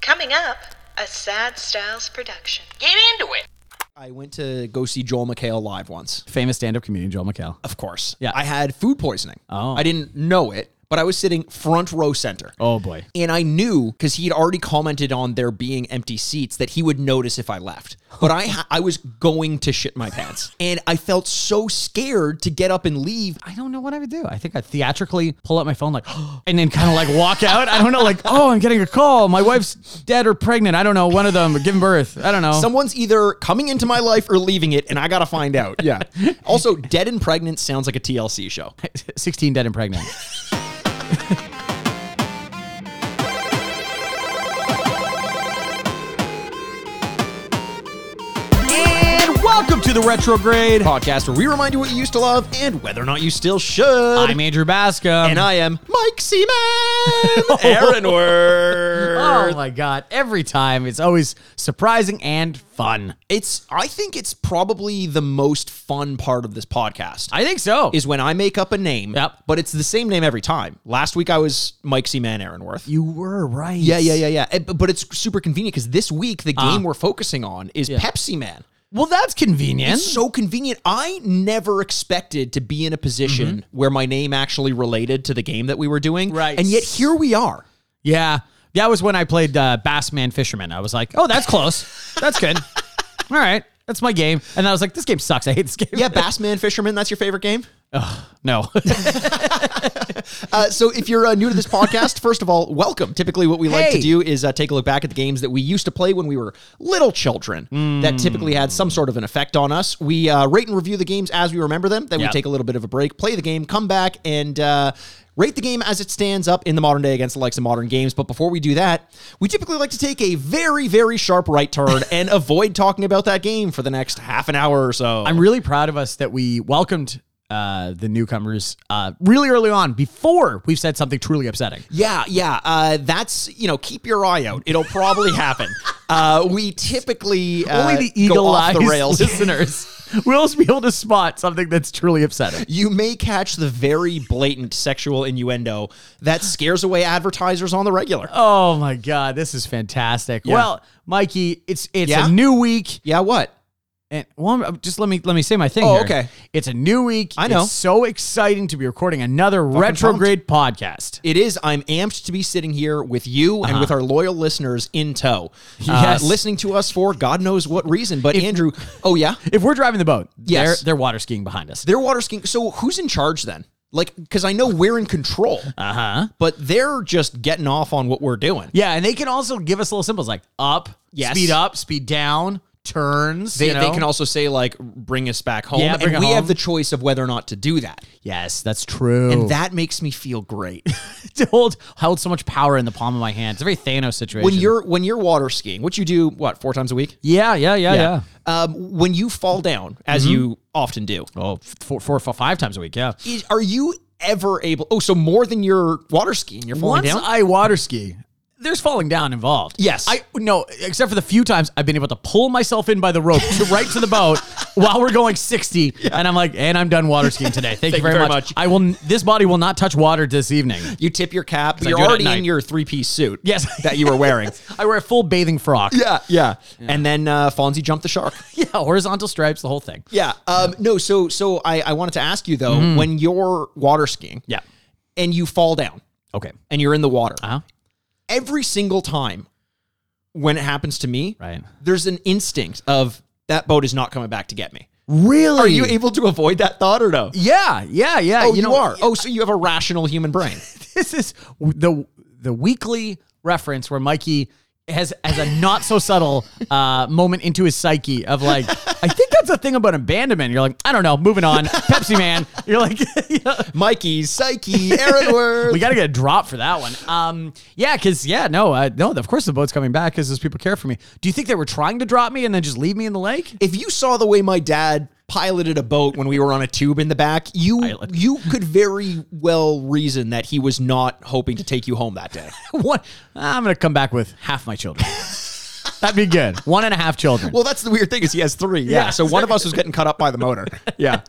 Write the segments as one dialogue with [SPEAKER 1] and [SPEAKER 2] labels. [SPEAKER 1] Coming up, a Sad Styles production.
[SPEAKER 2] Get into it.
[SPEAKER 3] I went to go see Joel McHale live once.
[SPEAKER 4] Famous stand-up comedian Joel McHale.
[SPEAKER 3] Of course.
[SPEAKER 4] Yeah.
[SPEAKER 3] I had food poisoning.
[SPEAKER 4] Oh.
[SPEAKER 3] I didn't know it, but I was sitting front row center.
[SPEAKER 4] Oh boy.
[SPEAKER 3] And I knew because he had already commented on there being empty seats that he would notice if I left. But I ha- I was going to shit my pants, and I felt so scared to get up and leave.
[SPEAKER 4] I don't know what I would do. I think I'd theatrically pull out my phone like and then kind of like walk out. I don't know, like, oh, I'm getting a call. My wife's dead or pregnant. I don't know. One of them giving birth. I don't know.
[SPEAKER 3] Someone's either coming into my life or leaving it, and I gotta find out. Yeah. also, dead and pregnant sounds like a TLC show.
[SPEAKER 4] 16 dead and pregnant. and welcome to the retrograde.
[SPEAKER 3] Podcast where we remind you what you used to love and whether or not you still should.
[SPEAKER 4] I'm Andrew Bascom.
[SPEAKER 3] and I am Mike Seaman. Aaron
[SPEAKER 4] Oh
[SPEAKER 3] Worth.
[SPEAKER 4] my god! Every time, it's always surprising and fun.
[SPEAKER 3] It's I think it's probably the most fun part of this podcast.
[SPEAKER 4] I think so.
[SPEAKER 3] is when I make up a name,
[SPEAKER 4] Yep.
[SPEAKER 3] but it's the same name every time. Last week I was Mike Seaman Aaronworth.
[SPEAKER 4] you were right.
[SPEAKER 3] yeah, yeah, yeah, yeah. Eh, b- But it's super convenient because this week the
[SPEAKER 4] Uh-huh.
[SPEAKER 3] game we're focusing on is Pepsi Man.
[SPEAKER 4] Well, that's convenient.
[SPEAKER 3] It's so convenient. I never expected to be in a position where my name actually related to the game that we were doing.
[SPEAKER 4] Right.
[SPEAKER 3] And yet here we are.
[SPEAKER 4] yeah, that was when I played uh, Bassman Fisherman. I was like, oh, that's close. that's good. All right, that's my game. And I was like, this game sucks. I hate this game.
[SPEAKER 3] Yeah, Bassman Fisherman, that's your favorite game?
[SPEAKER 4] No.
[SPEAKER 3] Uh, so if you're uh, new to this podcast, first of all, welcome. Typically, what we like to
[SPEAKER 4] Hey.
[SPEAKER 3] do is uh, take a look back at the games that we used to play when we were little children
[SPEAKER 4] Hmm.
[SPEAKER 3] that typically had some sort of an effect on us. We uh, rate and review the games as we remember them. Then
[SPEAKER 4] Yeah.
[SPEAKER 3] we take a little bit of a break, play the game, come back, and. Uh, Rate the game as it stands up in the modern day against the likes of modern games. But before we do that, we typically like to take a very, very sharp right turn and avoid talking about that game for the next half an hour or so.
[SPEAKER 4] I'm really proud of us that we welcomed uh, the newcomers uh, really early on before we've said something truly upsetting.
[SPEAKER 3] Yeah, yeah. Uh, that's you know, keep your eye out. It'll probably happen. Uh, we typically uh,
[SPEAKER 4] Only the
[SPEAKER 3] go off
[SPEAKER 4] eagle-eyed
[SPEAKER 3] the rails.
[SPEAKER 4] listeners will be able to spot something that's truly upsetting.
[SPEAKER 3] You may catch the very blatant sexual innuendo that scares away advertisers on the regular.
[SPEAKER 4] Oh my god, this is fantastic. Well, Mikey, it's it's
[SPEAKER 3] Yeah?
[SPEAKER 4] a new week,
[SPEAKER 3] Yeah, what?
[SPEAKER 4] and well, I'm- just let me let me say my thing.
[SPEAKER 3] Oh,
[SPEAKER 4] here.
[SPEAKER 3] okay.
[SPEAKER 4] It's a new week.
[SPEAKER 3] I know.
[SPEAKER 4] It's so exciting to be recording another retrograde podcast.
[SPEAKER 3] It is. I'm amped to be sitting here with you and with our loyal listeners in tow,
[SPEAKER 4] Uh-huh.
[SPEAKER 3] Uh,
[SPEAKER 4] Yes.
[SPEAKER 3] listening to us for God knows what reason. But Andrew, oh yeah,
[SPEAKER 4] If we're driving the boat,
[SPEAKER 3] Yes.
[SPEAKER 4] they're they're water skiing behind us.
[SPEAKER 3] they're water skiing. So who's in charge then? Like, because I know we're in control,
[SPEAKER 4] Uh huh.
[SPEAKER 3] but they're just getting off on what we're doing.
[SPEAKER 4] Yeah, and they can also give us little symbols like up,
[SPEAKER 3] Yes.
[SPEAKER 4] speed up, speed down, turns.
[SPEAKER 3] They,
[SPEAKER 4] you
[SPEAKER 3] they
[SPEAKER 4] know?
[SPEAKER 3] can also say like bring us back home
[SPEAKER 4] Yeah,
[SPEAKER 3] and
[SPEAKER 4] bring
[SPEAKER 3] we
[SPEAKER 4] it
[SPEAKER 3] have
[SPEAKER 4] home.
[SPEAKER 3] the choice of whether or not to do that
[SPEAKER 4] Yes, that's true.
[SPEAKER 3] and that makes me feel great
[SPEAKER 4] to hold held so much power in the palm of my hand. It's a very Thanos situation.
[SPEAKER 3] when you're when you're water skiing which you do what four times a week
[SPEAKER 4] yeah, yeah, yeah, yeah. Mm-hmm.
[SPEAKER 3] um, when you fall down as you often do
[SPEAKER 4] Oh, f- four, four, four, five times a week. Yeah.
[SPEAKER 3] is, are you ever able oh so more than you're water skiing you're falling
[SPEAKER 4] Once
[SPEAKER 3] down
[SPEAKER 4] I water ski, there's falling down involved.
[SPEAKER 3] Yes.
[SPEAKER 4] I no, except for the few times I've been able to pull myself in by the rope to right to the boat while we're going 60, and I'm like, and I'm done water skiing today. Thank, you very, much. I will. This body will not touch water this evening.
[SPEAKER 3] you tip your cap but
[SPEAKER 4] I
[SPEAKER 3] you're
[SPEAKER 4] do it at
[SPEAKER 3] already in
[SPEAKER 4] night.
[SPEAKER 3] your three-piece suit
[SPEAKER 4] Yes.
[SPEAKER 3] that you were wearing
[SPEAKER 4] I wear a full bathing frock.
[SPEAKER 3] yeah, yeah and then uh, fonzie jumped the shark
[SPEAKER 4] Yeah, horizontal stripes, the whole thing.
[SPEAKER 3] yeah um, no so so I, I wanted to ask you though when you're water skiing
[SPEAKER 4] Mm-hmm. Yeah.
[SPEAKER 3] and you fall down
[SPEAKER 4] Okay.
[SPEAKER 3] and you're in the water
[SPEAKER 4] Uh huh.
[SPEAKER 3] every single time when it happens to me,
[SPEAKER 4] Right.
[SPEAKER 3] there's an instinct of that boat is not coming back to get me.
[SPEAKER 4] Really?
[SPEAKER 3] Are you able to avoid that thought or no?
[SPEAKER 4] Yeah, yeah, yeah.
[SPEAKER 3] Oh, you,
[SPEAKER 4] know,
[SPEAKER 3] are. Oh, so you have a rational human brain.
[SPEAKER 4] this is the the weekly reference where Mikey has has a not so subtle uh, moment into his psyche of like, I think that's the thing about abandonment. You're like, I don't know, moving on. Pepsi Man. You're like, you know,
[SPEAKER 3] Mikey, psyche, Aaron
[SPEAKER 4] we got to get a drop for that one. Um, yeah, because yeah, no, uh, no, of course the boat's coming back because those people care for me. Do you think they were trying to drop me and then just leave me in the lake?
[SPEAKER 3] if you saw the way my dad piloted a boat when we were on a tube in the back, you
[SPEAKER 4] Pilot.
[SPEAKER 3] you could very well reason that he was not hoping to take you home that day.
[SPEAKER 4] What? I'm gonna come back with half my children. That'd be good. One and a half children.
[SPEAKER 3] Well, that's the weird thing is he has three. Yeah.
[SPEAKER 4] Yeah.
[SPEAKER 3] So one of us was getting cut up by the motor. Yeah.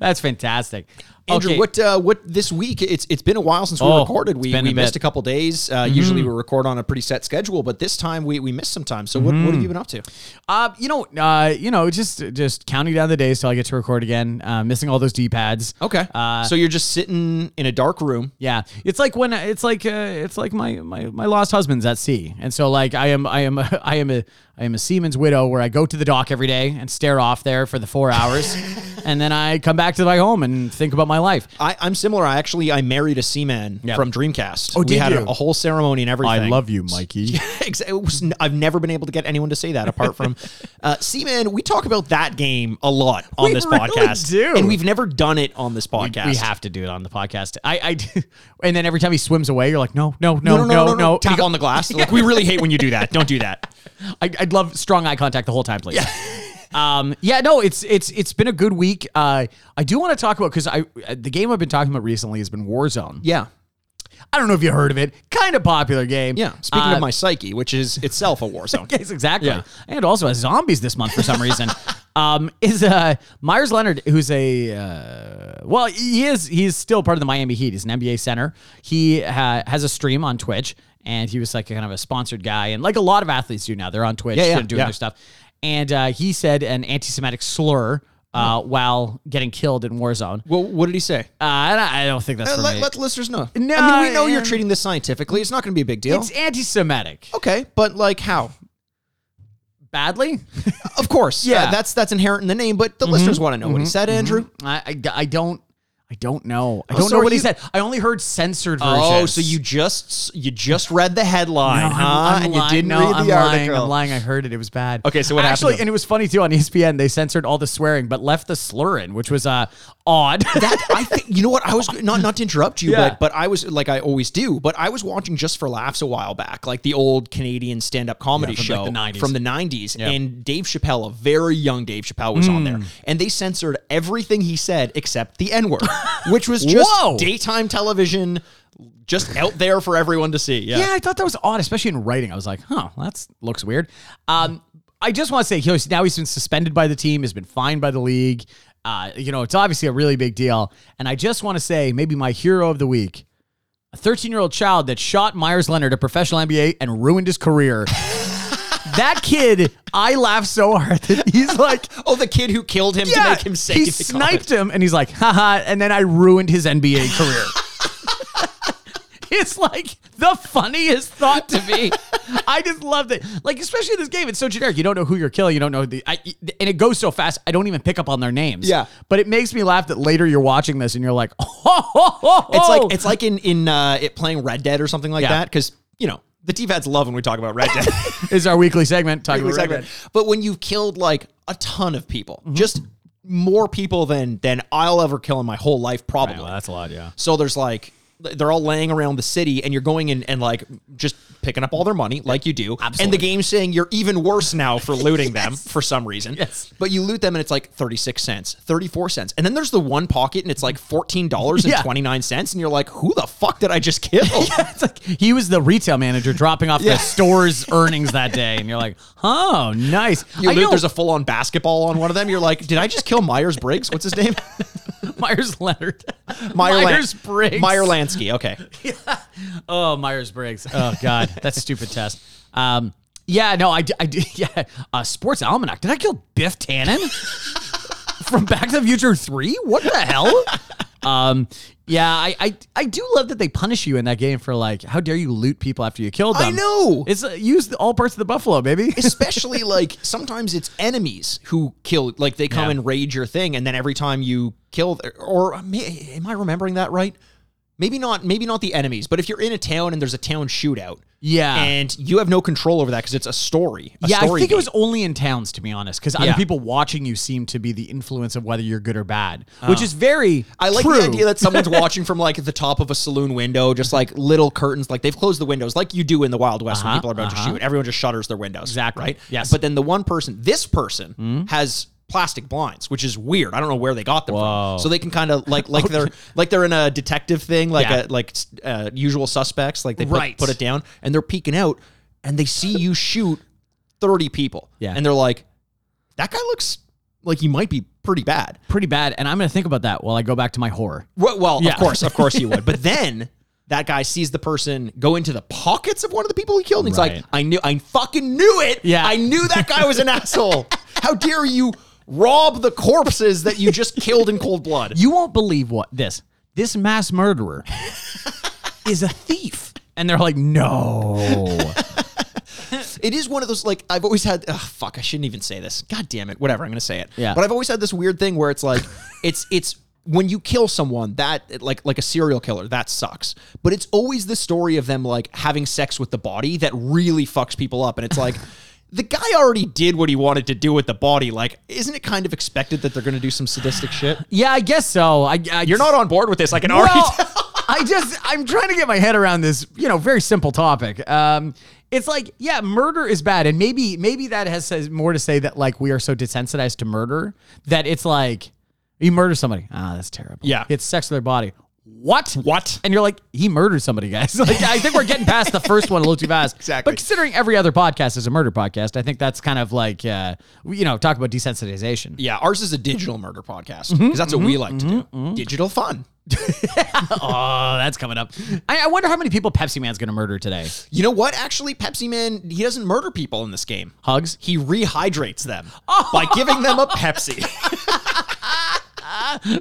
[SPEAKER 4] That's fantastic.
[SPEAKER 3] Andrew,
[SPEAKER 4] Okay.
[SPEAKER 3] what uh, what this week? It's it's been a while since we
[SPEAKER 4] Oh,
[SPEAKER 3] recorded.
[SPEAKER 4] it's
[SPEAKER 3] We,
[SPEAKER 4] been
[SPEAKER 3] we
[SPEAKER 4] a
[SPEAKER 3] missed
[SPEAKER 4] bit. Mm-hmm.
[SPEAKER 3] a couple days. Uh, Usually we record on a pretty set schedule, but this time we, we missed some time. So what,
[SPEAKER 4] Mm-hmm.
[SPEAKER 3] what have you been up to?
[SPEAKER 4] Uh, you know, uh, you know, just just counting down the days till I get to record again. Uh, missing all those D pads.
[SPEAKER 3] Okay,
[SPEAKER 4] Uh,
[SPEAKER 3] so you're just sitting in a dark room.
[SPEAKER 4] yeah, it's like when it's like uh, it's like my, my my lost husband's at sea, and so like I am I am a, I am a I am a seaman's widow where I go to the dock every day and stare off there for the four hours, and then I come back to my home and think about my life.
[SPEAKER 3] I, I'm similar. I actually I married a seaman from Dreamcast. Oh, we
[SPEAKER 4] did
[SPEAKER 3] had
[SPEAKER 4] you?
[SPEAKER 3] A, a whole ceremony and everything.
[SPEAKER 4] you, Mikey.
[SPEAKER 3] Exactly. It was, I've never been able to get anyone to say that apart from uh, Seaman. We talk about that game a lot on
[SPEAKER 4] We
[SPEAKER 3] this
[SPEAKER 4] really
[SPEAKER 3] podcast,
[SPEAKER 4] do.
[SPEAKER 3] and we've never done it on this podcast.
[SPEAKER 4] We have to do it on the podcast. I, I do- and then every time he swims away, you're like, no, no, no, no, no, no.
[SPEAKER 3] Tap on the glass. Like we really hate when you do that. Don't do that.
[SPEAKER 4] I, I'd love strong eye contact the whole time, please. um, yeah, no, it's it's it's been a good week. Uh, I do want to talk about because I the game I've been talking about recently has been Warzone.
[SPEAKER 3] Yeah.
[SPEAKER 4] I don't know if you heard of it. Kind of popular game.
[SPEAKER 3] Yeah. Speaking
[SPEAKER 4] Uh,
[SPEAKER 3] of my psyche, which is itself a war zone.
[SPEAKER 4] Yes, exactly.
[SPEAKER 3] Yeah.
[SPEAKER 4] And also has zombies this month for some reason. um, is uh, Myers Leonard, who's a uh, well, he is he's still part of the Miami Heat. He's an NBA center. He uh, has a stream on Twitch, and he was like kind of a sponsored guy, and like a lot of athletes do now, they're on Twitch
[SPEAKER 3] Yeah, yeah,
[SPEAKER 4] and doing
[SPEAKER 3] yeah.
[SPEAKER 4] their stuff. And uh, he said an anti-Semitic slur. Uh,
[SPEAKER 3] Mm.
[SPEAKER 4] while getting killed in Warzone, uh,
[SPEAKER 3] well, what did he say?
[SPEAKER 4] and I I don't think that's for
[SPEAKER 3] Uh, let,
[SPEAKER 4] me.
[SPEAKER 3] let the listeners know.
[SPEAKER 4] No,
[SPEAKER 3] I mean, we know
[SPEAKER 4] I-
[SPEAKER 3] you're treating this scientifically. It's not going to be a big deal.
[SPEAKER 4] it's anti-Semitic.
[SPEAKER 3] okay, but like how?
[SPEAKER 4] Badly,
[SPEAKER 3] Of course.
[SPEAKER 4] Yeah.
[SPEAKER 3] Uh, that's that's inherent in the name, but the listeners want to know what he said, Andrew.
[SPEAKER 4] I, I, I don't I don't know. I
[SPEAKER 3] Oh,
[SPEAKER 4] don't
[SPEAKER 3] so
[SPEAKER 4] know
[SPEAKER 3] are
[SPEAKER 4] what he
[SPEAKER 3] you-
[SPEAKER 4] said. I only heard censored versions.
[SPEAKER 3] Oh, so you just you just read the headline,
[SPEAKER 4] No, I'm,
[SPEAKER 3] huh?
[SPEAKER 4] I'm
[SPEAKER 3] and
[SPEAKER 4] lying.
[SPEAKER 3] you didn't
[SPEAKER 4] No,
[SPEAKER 3] read
[SPEAKER 4] I'm
[SPEAKER 3] the
[SPEAKER 4] lying.
[SPEAKER 3] article.
[SPEAKER 4] I'm lying. I heard it. It was bad.
[SPEAKER 3] Okay, so what happened
[SPEAKER 4] Actually,
[SPEAKER 3] to him?
[SPEAKER 4] and it was funny too on E ESPN. They censored all the swearing, but left the slur in, which was uh odd.
[SPEAKER 3] That I think you know what I was not not to interrupt you,
[SPEAKER 4] Yeah.
[SPEAKER 3] but but I was like I always do, but I was watching just for laughs a while back, like the old Canadian stand up comedy
[SPEAKER 4] from,
[SPEAKER 3] show
[SPEAKER 4] like, the 90s.
[SPEAKER 3] from the nineties, and Dave Chappelle, a very young Dave Chappelle, was on there,
[SPEAKER 4] Mm.
[SPEAKER 3] and they censored everything he said except the N word, which was just
[SPEAKER 4] Whoa.
[SPEAKER 3] daytime television, just out there for everyone to see. Yeah.
[SPEAKER 4] yeah, I thought that was odd, especially in writing. I was like, huh, that looks weird. Um, I just want to say, he was- now he's been suspended by the team, has been fined by the league. Uh, you know, it's obviously a really big deal. And I just want to say, maybe my hero of the week, a 13 year old child that shot Myers Leonard, a professional NBA, and ruined his career. that kid, I laugh so hard that he's like,
[SPEAKER 3] Oh, the kid who killed him to
[SPEAKER 4] yeah,
[SPEAKER 3] make him say
[SPEAKER 4] he
[SPEAKER 3] the
[SPEAKER 4] sniped him, and he's like, haha, and then I ruined his NBA career. it's like the funniest thought to me. I just loved it. Like, especially this game, it's so generic. You don't know who you're killing. You don't know the, I, and it goes so fast. I don't even pick up on their names.
[SPEAKER 3] Yeah.
[SPEAKER 4] but it makes me laugh that later you're watching this and you're like, oh, ho, ho,
[SPEAKER 3] It's
[SPEAKER 4] ho."
[SPEAKER 3] like it's like in in uh, it playing Red Dead or something like
[SPEAKER 4] Oh. Yeah.
[SPEAKER 3] that because you know the T-Fads love when we talk about Red Dead.
[SPEAKER 4] is our weekly segment talking
[SPEAKER 3] Weekly
[SPEAKER 4] about Red
[SPEAKER 3] segment. But when you've killed like a ton of people,
[SPEAKER 4] Mm-hmm.
[SPEAKER 3] just more people than than I'll ever kill in my whole life, probably.
[SPEAKER 4] Dead. a lot. Yeah.
[SPEAKER 3] so there's like they're all laying around the city, and you're going in and like just picking up all their money, like you do. And the
[SPEAKER 4] Absolutely.
[SPEAKER 3] game's saying you're even worse now for looting them for some reason.
[SPEAKER 4] Yes.
[SPEAKER 3] But you loot them, and it's like thirty six cents, thirty four cents, and then there's the one pocket, and it's like fourteen dollars
[SPEAKER 4] Yeah.
[SPEAKER 3] twenty nine and you're like, who the fuck did I just kill?
[SPEAKER 4] It's like he was the retail manager dropping off the store's earnings that day, and you're like, "Oh, nice."
[SPEAKER 3] You
[SPEAKER 4] I
[SPEAKER 3] loot,
[SPEAKER 4] know-
[SPEAKER 3] there's a full on basketball on one of them. You're like, did I just kill Myers Briggs? What's his name?
[SPEAKER 4] Myers Leonard.
[SPEAKER 3] Meyer Lan-
[SPEAKER 4] Myers Briggs.
[SPEAKER 3] Meyer Lansky. Okay.
[SPEAKER 4] Oh, Myers Briggs. Oh God, that's a stupid test. Um, yeah, no, I, d- I d- yeah. Uh, Sports Almanac. Did I kill Biff Tannen from Back to the Future Three? What the hell? Um, yeah, I, I I do love that they punish you in that game for like, how dare you loot people after you killed them?
[SPEAKER 3] I know.
[SPEAKER 4] It's uh, use the, all parts of the buffalo, baby.
[SPEAKER 3] Especially like sometimes it's enemies who kill, like they come
[SPEAKER 4] Yeah.
[SPEAKER 3] and raid your thing, and then every time you kill, th- or am am I remembering that right? Maybe not. Maybe not the enemies, but if you're in a town and there's a town shootout,
[SPEAKER 4] Yeah.
[SPEAKER 3] and you have no control over that because it's a story. a
[SPEAKER 4] yeah, I
[SPEAKER 3] story
[SPEAKER 4] think
[SPEAKER 3] game.
[SPEAKER 4] it was only in towns, to be honest, because
[SPEAKER 3] Yeah.
[SPEAKER 4] other people watching you seem to be the influence of whether you're good or bad, which is very.
[SPEAKER 3] Uh. I like
[SPEAKER 4] true.
[SPEAKER 3] the idea that someone's watching from like the top of a saloon window, just like little curtains, like they've closed the windows, like you do in the Wild West when
[SPEAKER 4] Uh-huh,
[SPEAKER 3] people are about
[SPEAKER 4] uh-huh.
[SPEAKER 3] to shoot. Everyone just shutters their windows,
[SPEAKER 4] Exactly.
[SPEAKER 3] right?
[SPEAKER 4] Yes. Mm-hmm.
[SPEAKER 3] But then the one person, this person, has plastic blinds, which is weird. I don't know where they got them
[SPEAKER 4] Whoa.
[SPEAKER 3] from. So they can kind of like like they're like they're in a detective thing, like
[SPEAKER 4] Yeah.
[SPEAKER 3] a, like uh, usual suspects, like they put,
[SPEAKER 4] Right.
[SPEAKER 3] put it down and they're peeking out and they see you shoot thirty people,
[SPEAKER 4] Yeah.
[SPEAKER 3] and they're like, that guy looks like he might be pretty bad.
[SPEAKER 4] Pretty bad. And I'm going to think about that while I go back to my horror.
[SPEAKER 3] Well, well
[SPEAKER 4] Yeah.
[SPEAKER 3] of course, of course you would. But then that guy sees the person go into the pockets of one of the people he killed. And
[SPEAKER 4] Right.
[SPEAKER 3] he's like, I knew, I fucking knew it.
[SPEAKER 4] Yeah.
[SPEAKER 3] I knew that guy was an asshole. How dare you rob the corpses that you just killed in cold blood?
[SPEAKER 4] You won't believe what this this mass murderer is a thief. And they're like, no.
[SPEAKER 3] It is one of those like I've always had. Ugh, fuck, I shouldn't even say this. God damn it. Whatever, I'm gonna say it.
[SPEAKER 4] Yeah.
[SPEAKER 3] But I've always had this weird thing where it's like, it's it's when you kill someone that like like a serial killer that sucks. But it's always the story of them like having sex with the body that really fucks people up, and it's like. The guy already did what he wanted to do with the body. Like, isn't it kind of expected that they're going to do some sadistic shit?
[SPEAKER 4] yeah, I guess so. I, I
[SPEAKER 3] You're not on board with this. I can already
[SPEAKER 4] Well,
[SPEAKER 3] tell.
[SPEAKER 4] I just I'm trying to get my head around this, you know, very simple topic. Um, it's like, yeah, murder is bad, and maybe maybe that has says more to say that like we are so desensitized to murder that it's like you murder somebody, ah, that's terrible.
[SPEAKER 3] Yeah.
[SPEAKER 4] it's sex with their body. What?
[SPEAKER 3] What?
[SPEAKER 4] And you're like, he murdered somebody, guys. Like, I think we're getting past the first one a little too fast.
[SPEAKER 3] Exactly.
[SPEAKER 4] But considering every other podcast is a murder podcast, I think that's kind of like, uh, you know, talk about desensitization.
[SPEAKER 3] Yeah, ours is a digital murder podcast because that's what we like to do. Digital fun.
[SPEAKER 4] Oh, that's coming up. I, I wonder how many people Pepsi Man's going to murder today.
[SPEAKER 3] You know what? Actually, Pepsi Man, he doesn't murder people in this game.
[SPEAKER 4] Hugs.
[SPEAKER 3] He rehydrates them by giving them a Pepsi.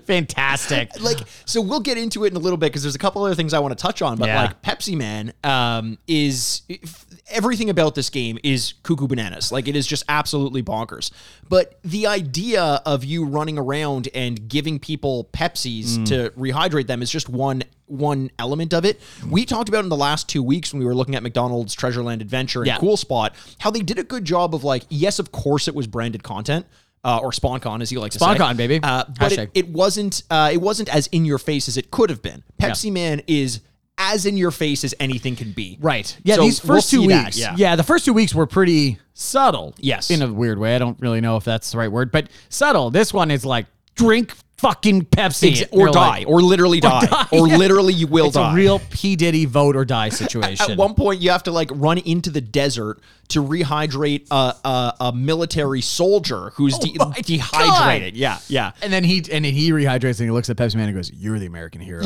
[SPEAKER 4] Fantastic.
[SPEAKER 3] like, so we'll get into it in a little bit because there's a couple other things I want to touch on. But
[SPEAKER 4] Yeah.
[SPEAKER 3] like, Pepsi Man um, is if- everything about this game is cuckoo bananas. Like, it is just absolutely bonkers. But the idea of you running around and giving people Pepsis
[SPEAKER 4] Mm.
[SPEAKER 3] to rehydrate them is just one one element of it. We talked about in the last two weeks when we were looking at McDonald's Treasureland Adventure and
[SPEAKER 4] Yeah.
[SPEAKER 3] Cool cool spot how they did a good job of like yes of course it was branded content uh, or SpawnCon, as you like to say,
[SPEAKER 4] SpawnCon, baby.
[SPEAKER 3] Uh, but
[SPEAKER 4] Hashtag.
[SPEAKER 3] it, it wasn't. Uh, it wasn't as in your face as it could have been. Pepsi Man is as in your face as anything can be.
[SPEAKER 4] Right. Yeah,
[SPEAKER 3] So
[SPEAKER 4] these
[SPEAKER 3] we'll
[SPEAKER 4] 1st
[SPEAKER 3] see
[SPEAKER 4] two
[SPEAKER 3] that,
[SPEAKER 4] weeks.
[SPEAKER 3] yeah.
[SPEAKER 4] the first two weeks were pretty subtle.
[SPEAKER 3] Yes.
[SPEAKER 4] In a weird way. I don't really know if that's the right word, but subtle. This one is like drink fucking Pepsi
[SPEAKER 3] Ex- or
[SPEAKER 4] You're
[SPEAKER 3] die,
[SPEAKER 4] like,
[SPEAKER 3] or literally die,
[SPEAKER 4] die,
[SPEAKER 3] or
[SPEAKER 4] yeah.
[SPEAKER 3] literally you will
[SPEAKER 4] it's
[SPEAKER 3] die.
[SPEAKER 4] a real P Diddy vote or die situation.
[SPEAKER 3] At one point, you have to like run into the desert to rehydrate a, a, a military soldier who's de-
[SPEAKER 4] Oh my
[SPEAKER 3] dehydrated.
[SPEAKER 4] God.
[SPEAKER 3] Yeah, yeah.
[SPEAKER 4] and then he and then he rehydrates and he looks at Pepsi Man and goes, "You're the American hero."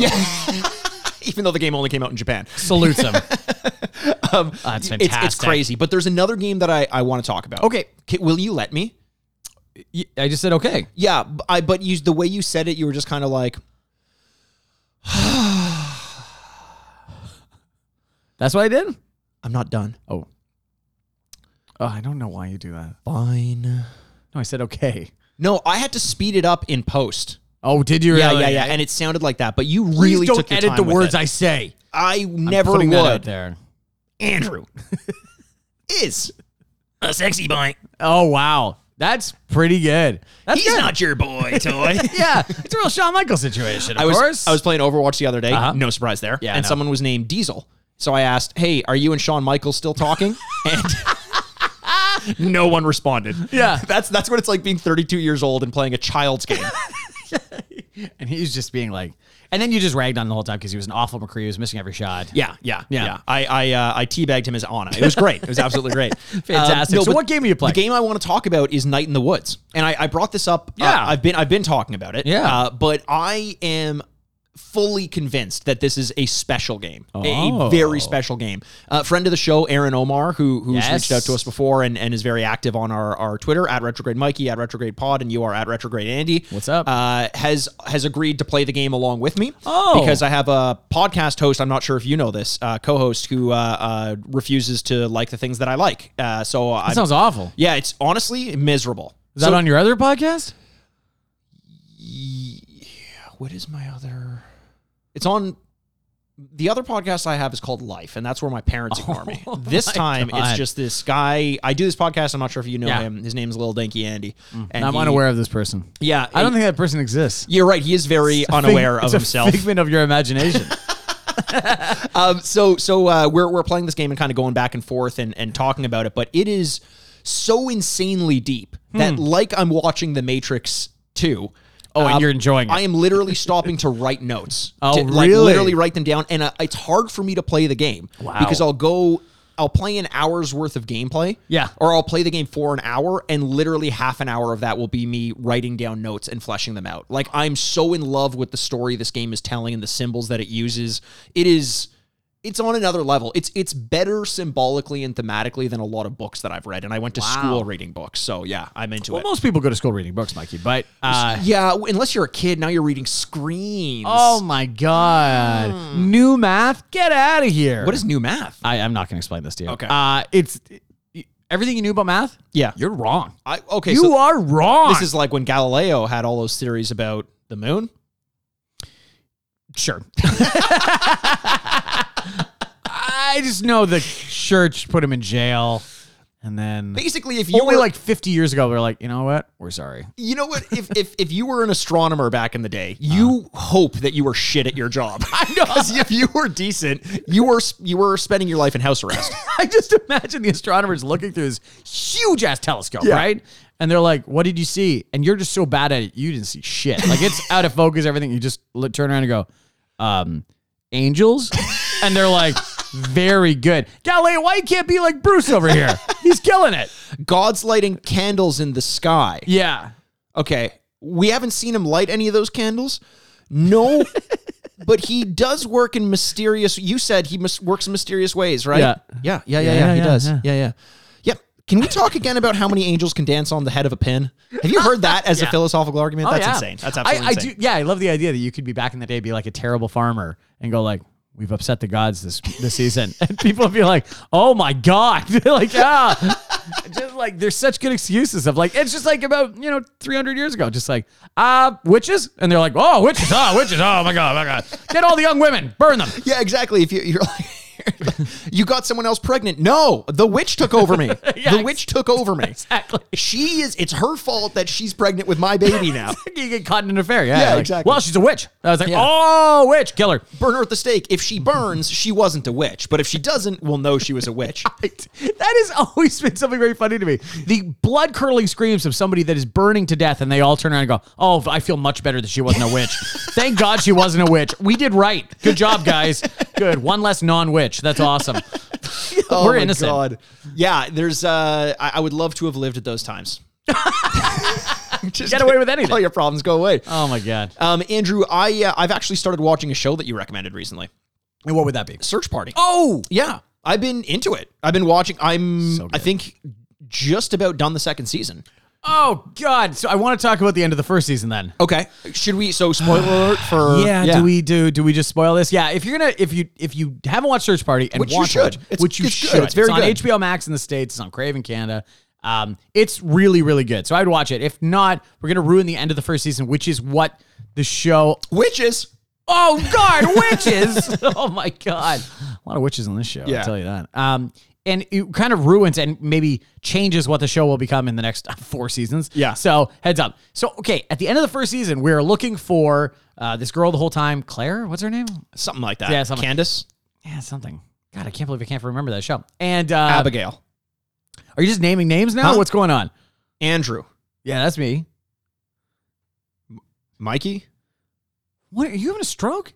[SPEAKER 3] Even though the game only came out in Japan.
[SPEAKER 4] Salutes him. that's
[SPEAKER 3] Um, It's-
[SPEAKER 4] fantastic.
[SPEAKER 3] It's, crazy. But there's another game that I, I want to talk about.
[SPEAKER 4] Okay.
[SPEAKER 3] K- will you let me?
[SPEAKER 4] Y- I just said okay.
[SPEAKER 3] Yeah, b- I but you the way you said it, you were just kind of like,
[SPEAKER 4] That's what I did.
[SPEAKER 3] I'm not done.
[SPEAKER 4] Oh. Oh, I don't know why you do that.
[SPEAKER 3] Fine.
[SPEAKER 4] No, I said okay.
[SPEAKER 3] No, I had to speed it up in post.
[SPEAKER 4] Oh, did you?
[SPEAKER 3] Yeah,
[SPEAKER 4] really?
[SPEAKER 3] yeah, yeah. And it sounded like that, but you really
[SPEAKER 4] Please don't
[SPEAKER 3] took your
[SPEAKER 4] edit
[SPEAKER 3] time
[SPEAKER 4] the
[SPEAKER 3] with
[SPEAKER 4] words
[SPEAKER 3] it.
[SPEAKER 4] I say.
[SPEAKER 3] I never
[SPEAKER 4] putting that out
[SPEAKER 3] would.
[SPEAKER 4] there.
[SPEAKER 3] Andrew is a sexy boy.
[SPEAKER 4] Oh wow, that's pretty good. That's
[SPEAKER 3] He's
[SPEAKER 4] good.
[SPEAKER 3] not your boy toy.
[SPEAKER 4] yeah, it's a real Shawn Michaels situation. Of
[SPEAKER 3] I was
[SPEAKER 4] course,
[SPEAKER 3] I was playing Overwatch the other day.
[SPEAKER 4] Uh-huh.
[SPEAKER 3] No surprise there.
[SPEAKER 4] Yeah, I
[SPEAKER 3] and
[SPEAKER 4] know.
[SPEAKER 3] someone was named Diesel. So I asked, "Hey, are you and Shawn Michaels still talking?" And no one responded.
[SPEAKER 4] Yeah.
[SPEAKER 3] that's that's what it's like being 32 years old and playing a child's game.
[SPEAKER 4] and he was just being like, and then you just ragged on the whole time because he was an awful McCree. He was missing every shot.
[SPEAKER 3] yeah, yeah,
[SPEAKER 4] Yeah.
[SPEAKER 3] I I uh, I teabagged him as Anna. It was great. It was absolutely great. Um,
[SPEAKER 4] Fantastic. So
[SPEAKER 3] but
[SPEAKER 4] what game are you playing?
[SPEAKER 3] The game I want to talk about is Night in the Woods, and I, I brought this up. uh,
[SPEAKER 4] Yeah.
[SPEAKER 3] I've been I've been talking about it.
[SPEAKER 4] Yeah.
[SPEAKER 3] uh, but I am fully convinced that this is a special game, a-
[SPEAKER 4] Oh.
[SPEAKER 3] a very special game. Uh, friend of the show, Aaron Omar, who who's
[SPEAKER 4] Yes.
[SPEAKER 3] reached out to us before and, and is very active on our, our Twitter at retrograde Mikey at retrograde Pod, and you are at retrograde Andy.
[SPEAKER 4] What's up?
[SPEAKER 3] Uh, has has agreed to play the game along with me.
[SPEAKER 4] Oh.
[SPEAKER 3] because I have a podcast host. I'm not sure if you know this uh, co-host who uh, uh, refuses to like the things that I like. Uh, so I
[SPEAKER 4] that sounds awful.
[SPEAKER 3] yeah, it's honestly miserable.
[SPEAKER 4] Is that on your other podcast?
[SPEAKER 3] what is my other? It's on the other podcast I have is called Life, and that's where my parents ignore me. This time,
[SPEAKER 4] Oh God.
[SPEAKER 3] it's just this guy. I do this podcast. I'm not sure if you know
[SPEAKER 4] Yeah.
[SPEAKER 3] him. His name's Lil Danky Andy. And
[SPEAKER 4] I'm
[SPEAKER 3] he-
[SPEAKER 4] unaware of this person.
[SPEAKER 3] Yeah,
[SPEAKER 4] I don't think that person exists.
[SPEAKER 3] you're right. He is very unaware
[SPEAKER 4] It's
[SPEAKER 3] of
[SPEAKER 4] a
[SPEAKER 3] himself.
[SPEAKER 4] figment of your imagination.
[SPEAKER 3] Um, so so uh, we're we're playing this game and kind of going back and forth and and talking about it, but it is so insanely deep that like I'm watching The Matrix Two.
[SPEAKER 4] Hmm.
[SPEAKER 3] um,
[SPEAKER 4] Oh, and you're enjoying it.
[SPEAKER 3] I am literally stopping to write notes.
[SPEAKER 4] Oh,
[SPEAKER 3] to, like,
[SPEAKER 4] really?
[SPEAKER 3] Literally write them down, and uh, it's hard for me to play the game
[SPEAKER 4] Wow.
[SPEAKER 3] because I'll go I'll play an hour's worth of gameplay.
[SPEAKER 4] Yeah.
[SPEAKER 3] Or I'll play the game for an hour and literally half an hour of that will be me writing down notes and fleshing them out. Like I'm so in love with the story this game is telling and the symbols that it uses. It is it's on another level. It's it's better symbolically and thematically than a lot of books that I've read and I went to school reading books. So yeah, I'm into
[SPEAKER 4] Well,
[SPEAKER 3] it.
[SPEAKER 4] most people go to school reading books, Mikey, but uh,
[SPEAKER 3] yeah, w- unless you're a kid, now you're reading screens.
[SPEAKER 4] oh my god, new math, get out of here.
[SPEAKER 3] what is new math?
[SPEAKER 4] I, I'm not going to explain this to you.
[SPEAKER 3] Okay.
[SPEAKER 4] uh, it's everything you knew about math.
[SPEAKER 3] Yeah.
[SPEAKER 4] you're wrong.
[SPEAKER 3] I, okay,
[SPEAKER 4] you
[SPEAKER 3] so
[SPEAKER 4] are wrong.
[SPEAKER 3] this is like when Galileo had all those theories about the moon.
[SPEAKER 4] sure. I just know the church put him in jail, and then
[SPEAKER 3] Basically, if you
[SPEAKER 4] only
[SPEAKER 3] were
[SPEAKER 4] like 50 years ago, they're like, you know what? We're sorry.
[SPEAKER 3] You know what? If if if you were an astronomer back in the
[SPEAKER 4] Uh.
[SPEAKER 3] day, you hope that you were shit at your job. I know. if you were decent, you were you were spending your life in house arrest.
[SPEAKER 4] I just imagine the astronomers looking through this huge ass telescope, right? And they're like, "What did you see?" And you're just so bad at it, you didn't see shit. Like it's out of focus. Everything you just look, turn around and go, um, "Angels," and they're like, "Very good, Galileo. Why you can't be like Bruce over here? He's killing it."
[SPEAKER 3] God's lighting candles in the sky.
[SPEAKER 4] Yeah,
[SPEAKER 3] Okay, we haven't seen him light any of those candles. No. But he does work in mysterious. You said he mis- works in mysterious ways, right?
[SPEAKER 4] Yeah.
[SPEAKER 3] yeah, yeah, yeah. yeah,
[SPEAKER 4] yeah,
[SPEAKER 3] he
[SPEAKER 4] yeah,
[SPEAKER 3] does.
[SPEAKER 4] yeah.
[SPEAKER 3] Yeah, yeah, Yep. Can we talk again about how many angels can dance on the head of a pin? Have you heard that as a philosophical argument? That's
[SPEAKER 4] Oh, yeah.
[SPEAKER 3] insane. That's absolutely
[SPEAKER 4] I,
[SPEAKER 3] insane.
[SPEAKER 4] I do. Yeah, I love the idea that you could be back in the day, be like a terrible farmer, and go like. We've upset the gods this this season, and people be like, "Oh my god!" They're like, "Yeah," just like there's such good excuses of like it's just like about you know 300 years ago, just like uh witches, and they're like, "Oh witches, ah witches, oh my god, oh my god, get all the young women, burn them."
[SPEAKER 3] Yeah, exactly. If you, you're like, you got someone else pregnant. No, the witch took over me.
[SPEAKER 4] Yeah,
[SPEAKER 3] the witch took over me.
[SPEAKER 4] Exactly.
[SPEAKER 3] She is. It's her fault that she's pregnant with my baby now.
[SPEAKER 4] you get caught in an affair, yeah.
[SPEAKER 3] Yeah,
[SPEAKER 4] like,
[SPEAKER 3] exactly.
[SPEAKER 4] Well, she's a witch. I was like,
[SPEAKER 3] Yeah.
[SPEAKER 4] "Oh, witch, killer."
[SPEAKER 3] Burn her at the stake. If she burns, she wasn't a witch. But if she doesn't, we'll know she was a witch.
[SPEAKER 4] Right. That has always been something very funny to me. The blood curdling screams of somebody that is burning to death, and they all turn around and go, Oh, I feel much better that she wasn't a witch. Thank God she wasn't a witch. We did right. Good job, guys. Good. One less non witch. That's awesome.
[SPEAKER 3] Oh
[SPEAKER 4] We're
[SPEAKER 3] my
[SPEAKER 4] innocent.
[SPEAKER 3] God. Yeah, there's. Uh, I, I would love to have lived at those times. Just
[SPEAKER 4] Get away with anything.
[SPEAKER 3] All your problems go away.
[SPEAKER 4] Oh, my God.
[SPEAKER 3] Um, Andrew, I uh, I've actually started watching a show that you recommended recently.
[SPEAKER 4] And what would that be?
[SPEAKER 3] Search Party.
[SPEAKER 4] Oh,
[SPEAKER 3] Yeah, I've been into it. I've been watching. I'm.
[SPEAKER 4] So good.
[SPEAKER 3] I think just about done the second season.
[SPEAKER 4] oh, God. So I want to talk about the end of the first season then.
[SPEAKER 3] Okay. Should we? So spoiler alert for
[SPEAKER 4] Yeah, do we do do we just spoil this? Yeah, if you're gonna if you if you haven't watched Search Party and
[SPEAKER 3] Which you
[SPEAKER 4] want to
[SPEAKER 3] should.
[SPEAKER 4] watch-
[SPEAKER 3] It's-
[SPEAKER 4] which you
[SPEAKER 3] it's good.
[SPEAKER 4] should,
[SPEAKER 3] It's very
[SPEAKER 4] on
[SPEAKER 3] good.
[SPEAKER 4] HBO Max in the states, it's on Crave in Canada. Um, it's really really good. So I'd watch it. If not, we're gonna ruin the end of the first season, which is what the show.
[SPEAKER 3] witches?
[SPEAKER 4] Oh God, witches! oh my God, a lot of witches on this show.
[SPEAKER 3] Yeah.
[SPEAKER 4] I'll tell you that. Um, and it kind of ruins and maybe changes what the show will become in the next uh, four seasons.
[SPEAKER 3] Yeah.
[SPEAKER 4] So heads up. So okay, at the end of the first season, we're looking for uh, this girl the whole time. Claire, what's her name?
[SPEAKER 3] Something like that.
[SPEAKER 4] Yeah, something.
[SPEAKER 3] Candace,
[SPEAKER 4] Yeah, something. God, I can't believe I can't remember that show. And uh,
[SPEAKER 3] Abigail,
[SPEAKER 4] are you just naming names now?
[SPEAKER 3] Huh?
[SPEAKER 4] What's going on?
[SPEAKER 3] Andrew,
[SPEAKER 4] Yeah, that's me.
[SPEAKER 3] Mikey.
[SPEAKER 4] What are you having a stroke?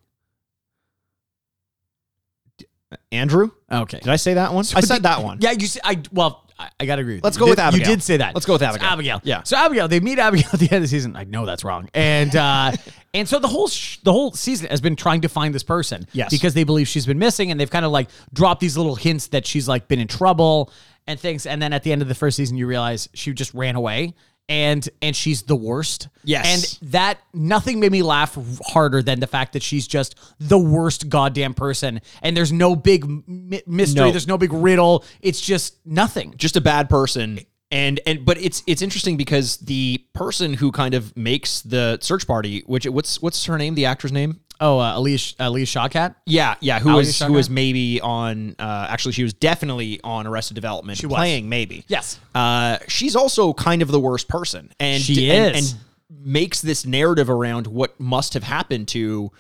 [SPEAKER 3] Andrew.
[SPEAKER 4] Okay.
[SPEAKER 3] Did I say that one? I said that one.
[SPEAKER 4] Yeah, you see, I well, I, I gotta agree. With
[SPEAKER 3] Let's
[SPEAKER 4] you.
[SPEAKER 3] go
[SPEAKER 4] You
[SPEAKER 3] with
[SPEAKER 4] did-
[SPEAKER 3] Abigail.
[SPEAKER 4] You did say that.
[SPEAKER 3] Let's go with
[SPEAKER 4] It's
[SPEAKER 3] Abigail.
[SPEAKER 4] Abigail.
[SPEAKER 3] Yeah.
[SPEAKER 4] So Abigail, they meet Abigail at the end of the season. I know that's wrong, and uh, and so the whole sh- the whole season has been trying to find this person.
[SPEAKER 3] Yes.
[SPEAKER 4] Because they believe she's been missing, and they've kind of like dropped these little hints that she's like been in trouble and things. And then at the end of the first season, you realize she just ran away. And and she's the worst.
[SPEAKER 3] Yes.
[SPEAKER 4] And that nothing made me laugh harder than the fact that she's just the worst goddamn person. And there's no big mi- mystery.
[SPEAKER 3] No.
[SPEAKER 4] There's no big riddle. It's just nothing.
[SPEAKER 3] Just a bad person. And and but it's it's interesting because the person who kind of makes the search party, which what's what's her name? The actor's name?
[SPEAKER 4] Oh, uh, Elise Elise Shawkat.
[SPEAKER 3] Yeah, yeah. Who
[SPEAKER 4] Ali
[SPEAKER 3] was
[SPEAKER 4] Shawkat?
[SPEAKER 3] who was maybe on? Uh, actually, she was definitely on Arrested Development.
[SPEAKER 4] was.
[SPEAKER 3] playing maybe.
[SPEAKER 4] Yes.
[SPEAKER 3] Uh, she's also kind of the worst person, and
[SPEAKER 4] She
[SPEAKER 3] and-
[SPEAKER 4] is.
[SPEAKER 3] and makes this narrative around what must have happened to.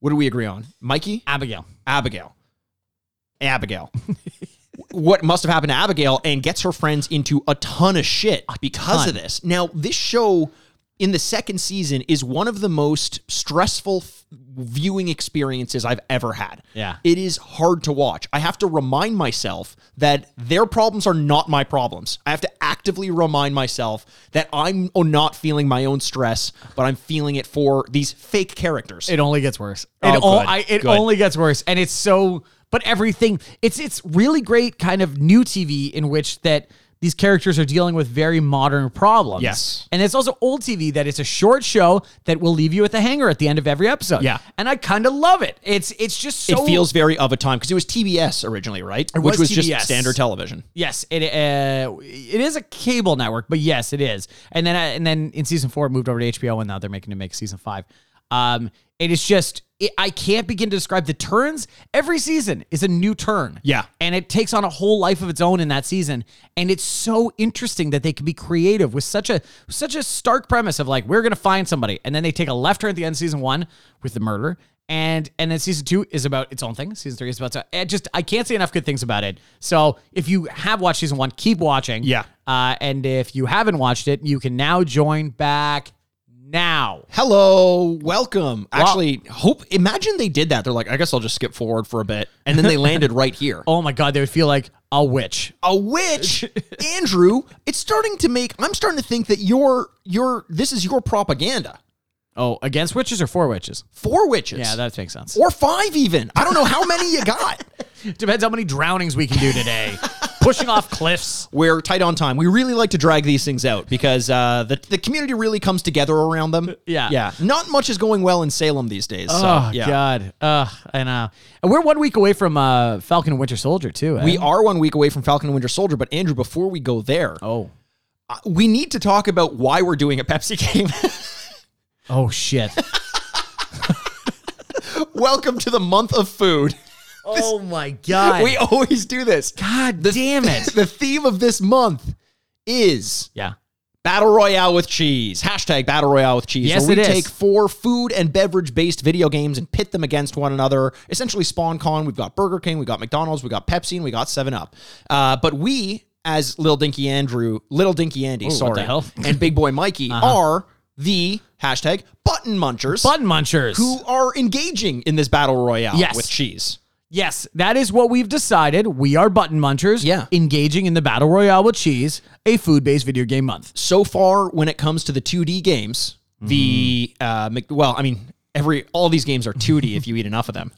[SPEAKER 3] What do we agree on, Mikey?
[SPEAKER 4] Abigail.
[SPEAKER 3] Abigail. Abigail. what must have happened to Abigail and gets her friends into a ton of shit because of this. Now, this show in the second season is one of the most stressful f- viewing experiences I've ever had.
[SPEAKER 4] Yeah.
[SPEAKER 3] It is hard to watch. I have to remind myself that their problems are not my problems. I have to actively remind myself that I'm not feeling my own stress, but I'm feeling it for these fake characters.
[SPEAKER 4] It only gets worse. It,
[SPEAKER 3] Oh,
[SPEAKER 4] o-
[SPEAKER 3] good.
[SPEAKER 4] I, it
[SPEAKER 3] Good.
[SPEAKER 4] only gets worse, and it's so. But everything, it's it's really great kind of new TV in which that these characters are dealing with very modern problems.
[SPEAKER 3] Yes.
[SPEAKER 4] and it's also old TV that it's a short show that will leave you with a hanger at the end of every episode.
[SPEAKER 3] Yeah.
[SPEAKER 4] and I kind of love it. It's it's just so
[SPEAKER 3] it feels very of a time because it was TBS originally, right? Which
[SPEAKER 4] was
[SPEAKER 3] was
[SPEAKER 4] TBS.
[SPEAKER 3] just standard television.
[SPEAKER 4] Yes, it uh, it is a cable network, but yes, it is. And then I, and then in season four, it moved over to HBO, and now they're making to make season five. Um, it is just it, I can't begin to describe the turns. Every season is a new turn.
[SPEAKER 3] Yeah.
[SPEAKER 4] and it takes on a whole life of its own in that season. And it's so interesting that they can be creative with such a such a stark premise of like we're gonna find somebody, and then they take a left turn at the end of season one with the murder. And and then season two is about its own thing. Season three is about I just I can't say enough good things about it. So if you have watched season one, keep watching.
[SPEAKER 3] Yeah.
[SPEAKER 4] Uh, and if you haven't watched it, you can now join back now.
[SPEAKER 3] Hello, welcome. Actually, hope imagine they did that. They're like, I guess I'll just skip forward for a bit, and then they landed right here.
[SPEAKER 4] Oh my god, they would feel like a witch.
[SPEAKER 3] A witch, Andrew. It's starting to make. I'm starting to think that your your this is your propaganda
[SPEAKER 4] Oh, against witches or for witches?
[SPEAKER 3] for witches.
[SPEAKER 4] Yeah, that makes sense.
[SPEAKER 3] or five even. I don't know how many you got.
[SPEAKER 4] Depends how many drownings we can do today. Pushing off cliffs.
[SPEAKER 3] We're tight on time. We really like to drag these things out because uh, the the community really comes together around them.
[SPEAKER 4] Uh, Yeah.
[SPEAKER 3] yeah. Not much is going well in Salem these days. So,
[SPEAKER 4] oh
[SPEAKER 3] yeah.
[SPEAKER 4] God. Uh, I know. And we're one week away from uh, Falcon and Winter Soldier too. eh?
[SPEAKER 3] We are one week away from Falcon and Winter Soldier, but Andrew, before we go there,
[SPEAKER 4] Oh.
[SPEAKER 3] uh, we need to talk about why we're doing a Pepsi game.
[SPEAKER 4] Oh shit.
[SPEAKER 3] Welcome to the month of food.
[SPEAKER 4] oh my god.
[SPEAKER 3] We always do this.
[SPEAKER 4] god damn it.
[SPEAKER 3] The theme of this month is
[SPEAKER 4] yeah.
[SPEAKER 3] Battle Royale with Cheese. Hashtag Battle Royale with Cheese.
[SPEAKER 4] Yes,
[SPEAKER 3] where we
[SPEAKER 4] it is.
[SPEAKER 3] take four food and beverage based video games and pit them against one another. Essentially, Spawn Con. We've got Burger King, we've got McDonald's, we've got Pepsi, and we got 7 Up. Uh, but we, as Little Dinky Andrew, Little Dinky Andy, sorry,
[SPEAKER 4] the hell? Uh-huh.
[SPEAKER 3] and Big Boy Mikey, are the hashtag button munchers
[SPEAKER 4] Button munchers.
[SPEAKER 3] who are engaging in this Battle Royale
[SPEAKER 4] Yes.
[SPEAKER 3] with cheese.
[SPEAKER 4] Yes, that is what we've decided. We are button munchers.
[SPEAKER 3] Yeah.
[SPEAKER 4] Engaging in the Battle Royale with Cheese, a food based video game month.
[SPEAKER 3] so far when it comes to the 2D games, the
[SPEAKER 4] Mm-hmm.
[SPEAKER 3] uh, Mc- well, I mean, every all these games are 2D if you eat enough of them.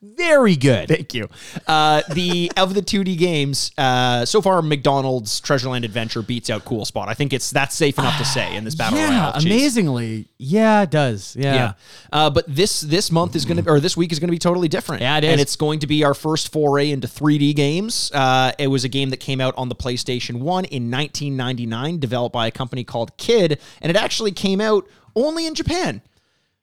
[SPEAKER 4] Very good.
[SPEAKER 3] Thank you. Uh, the of the 2D games, uh, so far McDonald's Treasureland Adventure beats out Cool Spot. I think it's that's safe enough to say in this battle
[SPEAKER 4] Ah, yeah,
[SPEAKER 3] royale. Jeez.
[SPEAKER 4] amazingly. Yeah, it does. Yeah.
[SPEAKER 3] Yeah. Uh, but this this month is going to or this week is going to be totally different.
[SPEAKER 4] Yeah, it is.
[SPEAKER 3] And it's going to be our first foray into 3D games. Uh, it was a game that came out on the PlayStation 1 in 1999 developed by a company called Kid and it actually came out only in Japan.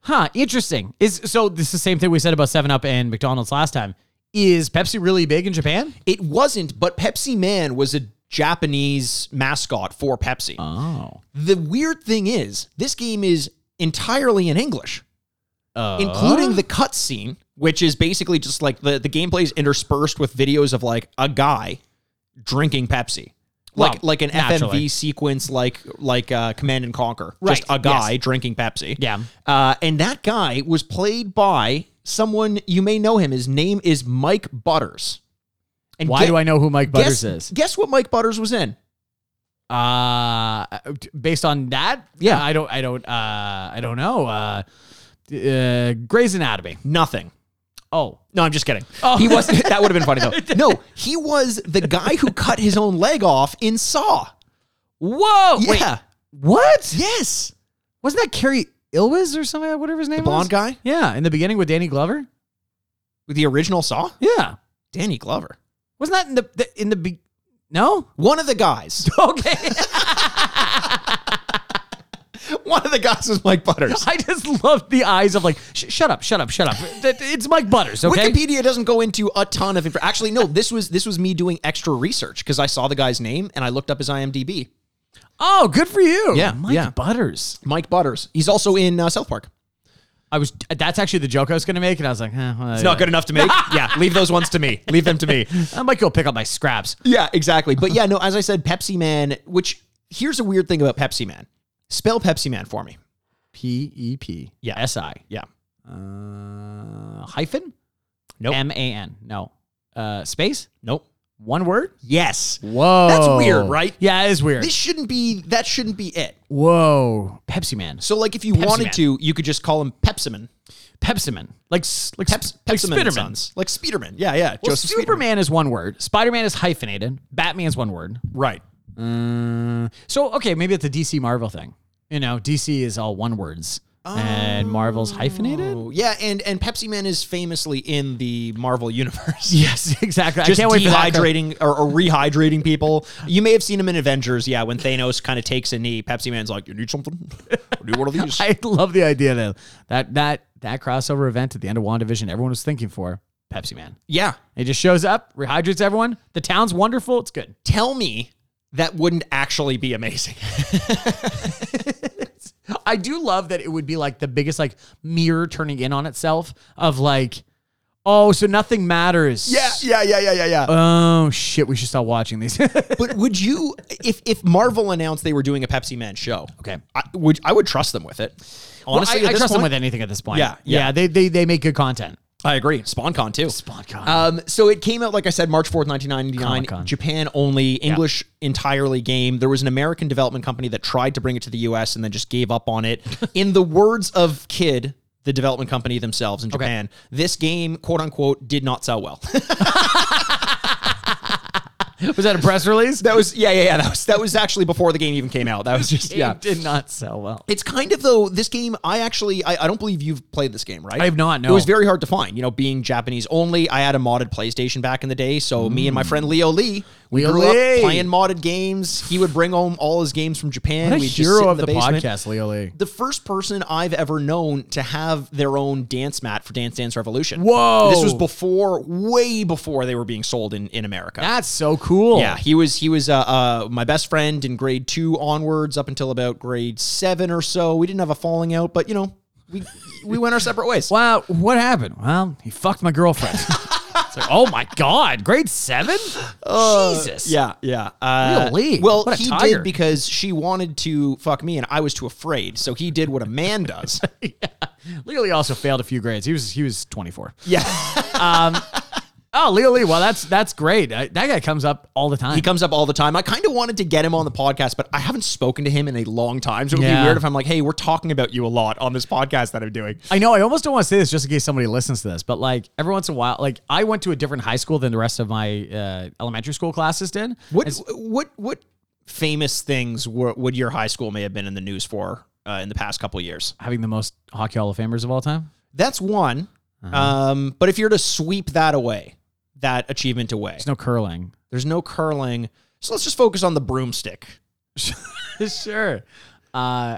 [SPEAKER 4] Huh, interesting. Is so this is the same thing we said about 7 Up and McDonald's last time. Is Pepsi really big in Japan?
[SPEAKER 3] It wasn't, but Pepsi Man was a Japanese mascot for Pepsi.
[SPEAKER 4] Oh.
[SPEAKER 3] The weird thing is, this game is entirely in English.
[SPEAKER 4] Uh,
[SPEAKER 3] including the cutscene, which is basically just like the the gameplay is interspersed with videos of like a guy drinking Pepsi, like
[SPEAKER 4] Well,
[SPEAKER 3] like an
[SPEAKER 4] naturally.
[SPEAKER 3] FMV sequence, like like uh, Command and Conquer, just
[SPEAKER 4] Right,
[SPEAKER 3] a guy drinking Pepsi.
[SPEAKER 4] Yeah.
[SPEAKER 3] uh, and that guy was played by someone you may know him. His name is Mike Butters. And
[SPEAKER 4] Why
[SPEAKER 3] gue-
[SPEAKER 4] do I know who Mike Butters
[SPEAKER 3] guess,
[SPEAKER 4] is?
[SPEAKER 3] Guess what Mike Butters was in?
[SPEAKER 4] Uh based on that?
[SPEAKER 3] Yeah.
[SPEAKER 4] I don't I don't uh I don't know. Uh uh Grey's Anatomy.
[SPEAKER 3] Nothing.
[SPEAKER 4] Oh.
[SPEAKER 3] No, I'm just kidding.
[SPEAKER 4] Oh.
[SPEAKER 3] He was that would have been funny though. No, he was the guy who cut his own leg off in Saw.
[SPEAKER 4] Whoa.
[SPEAKER 3] Yeah.
[SPEAKER 4] Wait. What?
[SPEAKER 3] Yes.
[SPEAKER 4] Wasn't that Carrie Ilwiz or something? Whatever his name
[SPEAKER 3] The blonde
[SPEAKER 4] was.
[SPEAKER 3] guy?
[SPEAKER 4] Yeah, in the beginning with Danny Glover.
[SPEAKER 3] With the original Saw?
[SPEAKER 4] Yeah.
[SPEAKER 3] Danny Glover.
[SPEAKER 4] Wasn't that in the, the in the be- no?
[SPEAKER 3] One of the guys.
[SPEAKER 4] Okay.
[SPEAKER 3] One of the guys was Mike Butters.
[SPEAKER 4] I just love the eyes of like sh- shut up, shut up, shut up. That- It's Mike Butters. Okay.
[SPEAKER 3] Wikipedia doesn't go into a ton of info. Actually, no, this was this was me doing extra research because I saw the guy's name and I looked up his IMDb.
[SPEAKER 4] Oh, good for you.
[SPEAKER 3] Yeah,
[SPEAKER 4] Mike
[SPEAKER 3] yeah.
[SPEAKER 4] Butters.
[SPEAKER 3] Mike Butters. He's also in uh, South Park.
[SPEAKER 4] I was. That's actually the joke I was going to make, and I was like, eh, well,
[SPEAKER 3] It's not good enough to make. yeah, leave those ones to me. Leave them to me.
[SPEAKER 4] I might go pick up my scraps.
[SPEAKER 3] Yeah, exactly. But yeah, no, as I said, Pepsi Man, which here's a weird thing about Pepsi Man. Spell Pepsi Man for me.
[SPEAKER 4] P E P
[SPEAKER 3] Yeah.
[SPEAKER 4] S I.
[SPEAKER 3] Yeah.
[SPEAKER 4] Uh, hyphen?
[SPEAKER 3] Nope.
[SPEAKER 4] M A N. No. Uh, space?
[SPEAKER 3] Nope.
[SPEAKER 4] One word?
[SPEAKER 3] Yes.
[SPEAKER 4] Whoa.
[SPEAKER 3] weird, right?
[SPEAKER 4] Yeah, it is weird.
[SPEAKER 3] This shouldn't be. That shouldn't be it.
[SPEAKER 4] Whoa. Pepsi Man.
[SPEAKER 3] So like, if you
[SPEAKER 4] Pepsi
[SPEAKER 3] wanted
[SPEAKER 4] Man.
[SPEAKER 3] to, you could just call him Pepsiman.
[SPEAKER 4] Pepsi Man. Like, s- like,
[SPEAKER 3] Peps,
[SPEAKER 4] Peps, like
[SPEAKER 3] Pepsiman and
[SPEAKER 4] Spiderman.
[SPEAKER 3] Sons. Like Spiderman. Yeah, yeah.
[SPEAKER 4] Well,
[SPEAKER 3] Joseph Spiderman.
[SPEAKER 4] Superman is one word. Spider Man is hyphenated. Batman is one word.
[SPEAKER 3] Right.
[SPEAKER 4] So, okay, maybe it's a DC Marvel thing. You know, DC is all one words. And Marvel's hyphenated?
[SPEAKER 3] Oh, yeah, and and Pepsi Man is famously in the Marvel universe.
[SPEAKER 4] Yes, exactly.
[SPEAKER 3] Just
[SPEAKER 4] I can't wait for that.
[SPEAKER 3] dehydrating or, or rehydrating people. You may have seen him in Avengers, yeah, when Thanos kind of takes a knee. Pepsi Man's like, "You need something? Do one of these."
[SPEAKER 4] I love the idea though. That that that crossover event at the end of WandaVision, everyone was thinking for Pepsi Man.
[SPEAKER 3] yeah,
[SPEAKER 4] He just shows up, rehydrates everyone. The town's wonderful. It's good.
[SPEAKER 3] tell me that wouldn't actually be amazing.
[SPEAKER 4] I do love that it would be like the biggest like mirror turning in on itself of like, oh, so nothing matters.
[SPEAKER 3] yeah, yeah, yeah, yeah, yeah.
[SPEAKER 4] Oh shit, we should stop watching these.
[SPEAKER 3] but would you, if if Marvel announced they were doing a Pepsi Man show,
[SPEAKER 4] Okay.
[SPEAKER 3] I would I would trust them with it. Honestly,
[SPEAKER 4] I,
[SPEAKER 3] at
[SPEAKER 4] I
[SPEAKER 3] this
[SPEAKER 4] trust them
[SPEAKER 3] point-
[SPEAKER 4] with anything at this point.
[SPEAKER 3] Yeah, yeah.
[SPEAKER 4] yeah. they they they make good content.
[SPEAKER 3] I agree. SpawnCon too.
[SPEAKER 4] Spawn content.
[SPEAKER 3] Um, so it came out, like I said, March 4th, 1999.
[SPEAKER 4] Comic-Con.
[SPEAKER 3] Japan only, English entirely game. There was an American development company that tried to bring it to the US and then just gave up on it. In the words of Kid, the development company themselves in Japan, this game, quote unquote, did not sell well.
[SPEAKER 4] was that a press release?
[SPEAKER 3] that was, yeah, yeah, yeah. That was, that was actually before the game even came out. That was just, yeah.
[SPEAKER 4] It did not sell well.
[SPEAKER 3] It's kind of though this game. I actually, I, I don't believe you've played this game, right?
[SPEAKER 4] I have not, no.
[SPEAKER 3] it was very hard to find. You know, being Japanese only. I had a modded PlayStation back in the day, so me and my friend Leo Lee, we
[SPEAKER 4] Mm. Leo
[SPEAKER 3] grew up
[SPEAKER 4] Lee.
[SPEAKER 3] playing modded games. He would bring home all his games from Japan.
[SPEAKER 4] What a
[SPEAKER 3] We'd just sit
[SPEAKER 4] hero
[SPEAKER 3] in
[SPEAKER 4] of the,
[SPEAKER 3] basement.
[SPEAKER 4] podcast, Leo Lee.
[SPEAKER 3] The first person I've ever known to have their own dance mat for Dance Dance Revolution.
[SPEAKER 4] Whoa.
[SPEAKER 3] This was before, way before they were being sold in in America.
[SPEAKER 4] That's so cool.
[SPEAKER 3] Yeah, he was he was uh, uh, my best friend in grade two onwards up until about grade seven or so. We didn't have a falling out, but you know, we we went our separate ways.
[SPEAKER 4] Wow, what happened? Well, he fucked my girlfriend. It's like, oh my god, grade seven? Jesus.
[SPEAKER 3] Yeah, yeah. Uh,
[SPEAKER 4] Really?
[SPEAKER 3] Well,
[SPEAKER 4] What a
[SPEAKER 3] he
[SPEAKER 4] tiger.
[SPEAKER 3] did because she wanted to fuck me, and I was too afraid. So he did what a man does.
[SPEAKER 4] Leo Lee also failed a few grades. He was he was 24.
[SPEAKER 3] yeah,
[SPEAKER 4] Oh, Leo Lee. Well, that's that's great. I, that guy comes up all the time.
[SPEAKER 3] he comes up all the time. I kind of wanted to get him on the podcast, but I haven't spoken to him in a long time. So it would be
[SPEAKER 4] Yeah.
[SPEAKER 3] weird if I'm like, "Hey, we're talking about you a lot on this podcast that I'm doing."
[SPEAKER 4] I know. I almost don't want to say this just in case somebody listens to this, but like every once in a while, like I went to a different high school than the rest of my uh, elementary school classes did.
[SPEAKER 3] What what what famous things were, would your high school may have been in the news for uh, in the past couple of years?
[SPEAKER 4] Having the most hockey hall of famers of all time.
[SPEAKER 3] That's one. Um, but if you're to sweep that away, that achievement away,
[SPEAKER 4] There's no curling.
[SPEAKER 3] there's no curling. So let's just focus on the broomstick.
[SPEAKER 4] sure. Uh,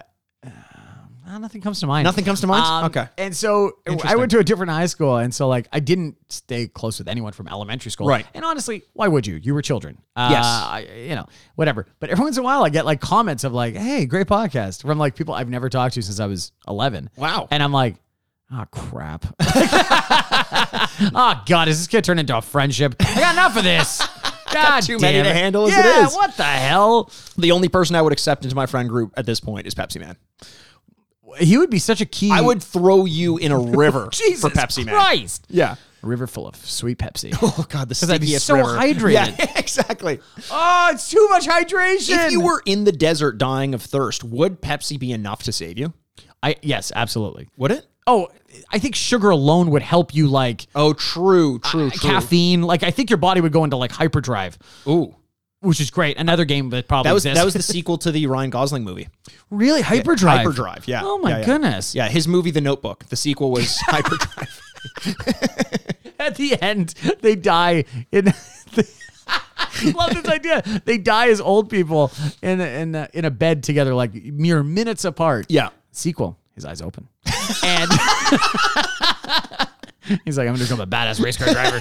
[SPEAKER 4] uh, nothing comes to mind.
[SPEAKER 3] Nothing comes to mind.
[SPEAKER 4] Um,
[SPEAKER 3] okay.
[SPEAKER 4] And so I went to a different high school. And so, like, I didn't stay close with anyone from elementary school.
[SPEAKER 3] Right.
[SPEAKER 4] And honestly, why would you? You were children. Uh,
[SPEAKER 3] Yes.
[SPEAKER 4] I, you know, whatever. But every once in a while, I get like comments of like, hey, great podcast from like people I've never talked to since I was 11.
[SPEAKER 3] Wow.
[SPEAKER 4] And I'm like, oh, crap. oh, God, is this going to turn into a friendship? I got enough of this. God
[SPEAKER 3] too many
[SPEAKER 4] damn
[SPEAKER 3] to
[SPEAKER 4] it.
[SPEAKER 3] handle as it
[SPEAKER 4] yeah,
[SPEAKER 3] is.
[SPEAKER 4] What the hell?
[SPEAKER 3] The only person I would accept into my friend group at this point is Pepsi Man.
[SPEAKER 4] He would be such a key.
[SPEAKER 3] I would throw you in a river
[SPEAKER 4] Jesus
[SPEAKER 3] for Pepsi Man.
[SPEAKER 4] Christ.
[SPEAKER 3] Yeah.
[SPEAKER 4] A river full of sweet Pepsi.
[SPEAKER 3] Oh God, the
[SPEAKER 4] I'd be
[SPEAKER 3] stinkiest
[SPEAKER 4] so
[SPEAKER 3] river.
[SPEAKER 4] hydrated.
[SPEAKER 3] Yeah, exactly.
[SPEAKER 4] Oh, it's too much hydration.
[SPEAKER 3] If you were in the desert dying of thirst, would Pepsi be enough to save you?
[SPEAKER 4] I yes, absolutely.
[SPEAKER 3] Would it?
[SPEAKER 4] Oh, I think sugar alone would help you like
[SPEAKER 3] Oh, true, true, true.
[SPEAKER 4] caffeine. Like I think your body would go into like hyperdrive,
[SPEAKER 3] Ooh,
[SPEAKER 4] which is great. Another game that probably
[SPEAKER 3] that was
[SPEAKER 4] exists.
[SPEAKER 3] that was the sequel to the Ryan Gosling movie,
[SPEAKER 4] really hyperdrive.
[SPEAKER 3] Hyperdrive. Yeah.
[SPEAKER 4] Oh my
[SPEAKER 3] Yeah, yeah.
[SPEAKER 4] goodness.
[SPEAKER 3] Yeah, his movie, The Notebook. The sequel was Hyperdrive.
[SPEAKER 4] At the end, they die in. I love this idea. They die as old people in a, in a, in a bed together, like mere minutes apart.
[SPEAKER 3] yeah.
[SPEAKER 4] Sequel. His eyes open, and he's like, "I'm gonna become a badass race car driver."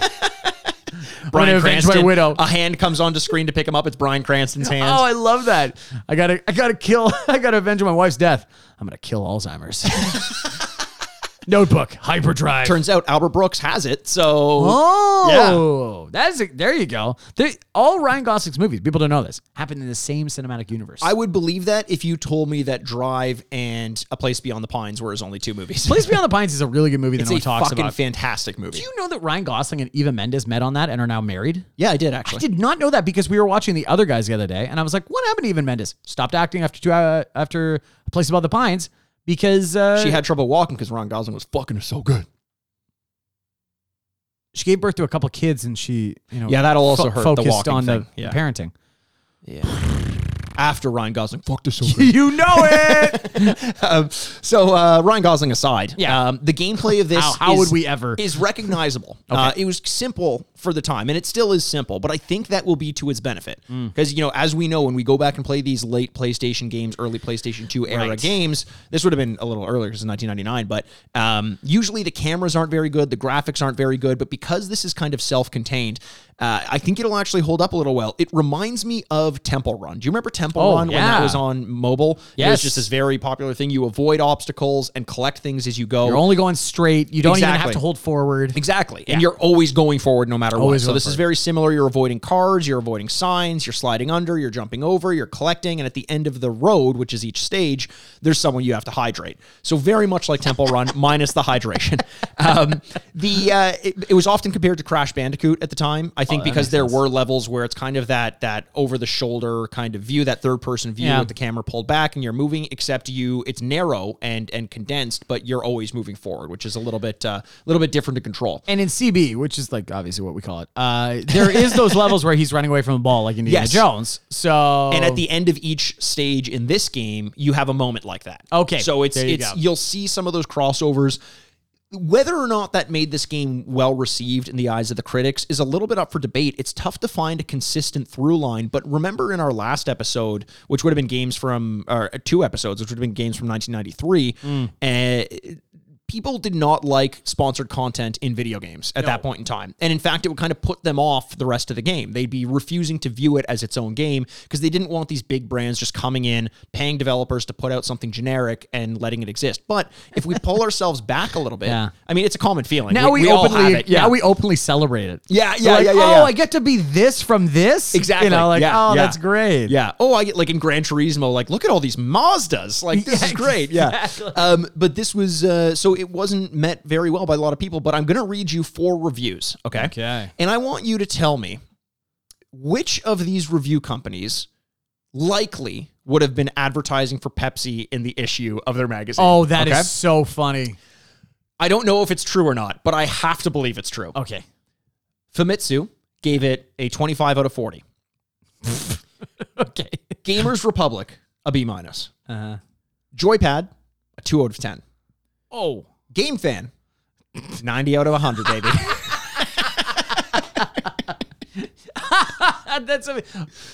[SPEAKER 3] Bryan
[SPEAKER 4] avenge my widow.
[SPEAKER 3] A hand comes onto screen to pick him up. It's Brian Cranston's hand.
[SPEAKER 4] Oh, I love that. I gotta, I gotta kill. I gotta avenge my wife's death. I'm gonna kill Alzheimer's. Notebook, hyperdrive.
[SPEAKER 3] Turns out Albert Brooks has it. So
[SPEAKER 4] Oh, that is a, there. You go. There, all Ryan Gosling's movies, people don't know this, happen in the same cinematic universe.
[SPEAKER 3] I would believe that if you told me that Drive and A Place Beyond the Pines were his only two movies.
[SPEAKER 4] Place Beyond the Pines is a really good movie that
[SPEAKER 3] it's
[SPEAKER 4] no
[SPEAKER 3] a
[SPEAKER 4] one talks
[SPEAKER 3] fucking
[SPEAKER 4] about.
[SPEAKER 3] fantastic movie.
[SPEAKER 4] Do you know that Ryan Gosling and Eva Mendes met on that and are now married?
[SPEAKER 3] yeah, I did
[SPEAKER 4] I
[SPEAKER 3] actually.
[SPEAKER 4] did not know that because we were watching the other guys the other day, and I was like, "What happened to Eva Mendes? Stopped acting after two, uh, after A Place Beyond the Pines because uh,
[SPEAKER 3] She had trouble walking because Ron Gosling was fucking so good.
[SPEAKER 4] she gave birth to a couple kids, and she you know
[SPEAKER 3] Yeah, that'll also hurt the
[SPEAKER 4] focused
[SPEAKER 3] walking
[SPEAKER 4] on
[SPEAKER 3] thing.
[SPEAKER 4] the
[SPEAKER 3] Yeah.
[SPEAKER 4] parenting.
[SPEAKER 3] After Ryan Gosling fucked us so good.
[SPEAKER 4] you know it.
[SPEAKER 3] um, so uh, Ryan Gosling aside,
[SPEAKER 4] Yeah.
[SPEAKER 3] um, the gameplay of this
[SPEAKER 4] How- how
[SPEAKER 3] is-
[SPEAKER 4] would we ever-
[SPEAKER 3] is recognizable. uh, it was simple for the time, and it still is simple, but I think that will be to its benefit
[SPEAKER 4] Mm.
[SPEAKER 3] because you know, as we know, when we go back and play these late PlayStation games, early PlayStation Two era
[SPEAKER 4] Right.
[SPEAKER 3] games, this would have been a little earlier because it's 1999. But um, usually the cameras aren't very good, the graphics aren't very good, but because this is kind of self-contained. Uh, I think it'll actually hold up a little well. It reminds me of Temple Run. Do you remember Temple
[SPEAKER 4] Oh,
[SPEAKER 3] Run when that
[SPEAKER 4] yeah.
[SPEAKER 3] was on mobile? It was
[SPEAKER 4] Yes.
[SPEAKER 3] just this very popular thing. You avoid obstacles and collect things as you go.
[SPEAKER 4] You're only going straight. You don't even have
[SPEAKER 3] Exactly.
[SPEAKER 4] to hold forward.
[SPEAKER 3] exactly. And you're always going forward no matter what.
[SPEAKER 4] Always
[SPEAKER 3] So
[SPEAKER 4] going
[SPEAKER 3] this is
[SPEAKER 4] forward.
[SPEAKER 3] very similar. You're avoiding cars, you're avoiding signs, you're sliding under, you're jumping over, you're collecting, and at the end of the road, which is each stage, there's someone you have to hydrate. So very much like Temple Run, minus the hydration. Um, the uh, it, it was often compared to Crash Bandicoot at the time. I think because there were levels where it's kind of that that over the shoulder kind of view, that third person view
[SPEAKER 4] Yeah.
[SPEAKER 3] with the camera pulled back and you're moving except you it's narrow and and condensed but you're always moving forward which is a little bit a little bit different to control
[SPEAKER 4] And in CB, which is like obviously what we call it, uh, there is those levels where he's running away from the ball, like Indiana
[SPEAKER 3] Yes.
[SPEAKER 4] Jones. So
[SPEAKER 3] and at the end of each stage in this game you have a moment like that
[SPEAKER 4] Okay,
[SPEAKER 3] so it's
[SPEAKER 4] there you
[SPEAKER 3] it's
[SPEAKER 4] go.
[SPEAKER 3] you'll see some of those crossovers whether or not that made this game well received in the eyes of the critics is a little bit up for debate. It's tough to find a consistent through line, but remember in our last episode, which would have been games from, or two episodes, which would have been games from
[SPEAKER 4] Mm.
[SPEAKER 3] 1993, uh, people did not like sponsored content in video games at that point in time. And in fact, it would kind of put them off the rest of the game. They'd be refusing to view it as its own game because they didn't want these big brands just coming in, paying developers to put out something generic and letting it exist. But if we pull ourselves back a little bit,
[SPEAKER 4] Yeah.
[SPEAKER 3] I mean, it's a common feeling.
[SPEAKER 4] now we,
[SPEAKER 3] all
[SPEAKER 4] openly
[SPEAKER 3] have it.
[SPEAKER 4] now we openly celebrate it.
[SPEAKER 3] Yeah,
[SPEAKER 4] We're
[SPEAKER 3] yeah,
[SPEAKER 4] like,
[SPEAKER 3] yeah, yeah,
[SPEAKER 4] Oh,
[SPEAKER 3] yeah.
[SPEAKER 4] I get to be this from this.
[SPEAKER 3] Exactly.
[SPEAKER 4] You know, like
[SPEAKER 3] Yeah,
[SPEAKER 4] oh,
[SPEAKER 3] yeah.
[SPEAKER 4] that's great.
[SPEAKER 3] Yeah. Oh, I get like in Gran Turismo, like look at all these Mazdas. Like this
[SPEAKER 4] Yeah,
[SPEAKER 3] is great. Yeah. Um, but this was uh, so it wasn't met very well by a lot of people. But I'm gonna read you four reviews. Okay.
[SPEAKER 4] Okay.
[SPEAKER 3] And I want you to tell me which of these review companies likely would have been advertising for Pepsi in the issue of their magazine.
[SPEAKER 4] Oh, that is
[SPEAKER 3] Okay?
[SPEAKER 4] so funny.
[SPEAKER 3] I don't know if it's true or not, but I have to believe it's true.
[SPEAKER 4] Okay.
[SPEAKER 3] Famitsu gave it a 25 out of 40.
[SPEAKER 4] Okay.
[SPEAKER 3] Gamers Republic a B minus.
[SPEAKER 4] Uh-huh.
[SPEAKER 3] Joypad a 2 out of 10.
[SPEAKER 4] Oh.
[SPEAKER 3] Game fan, 90 out of 100, baby.
[SPEAKER 4] That's a,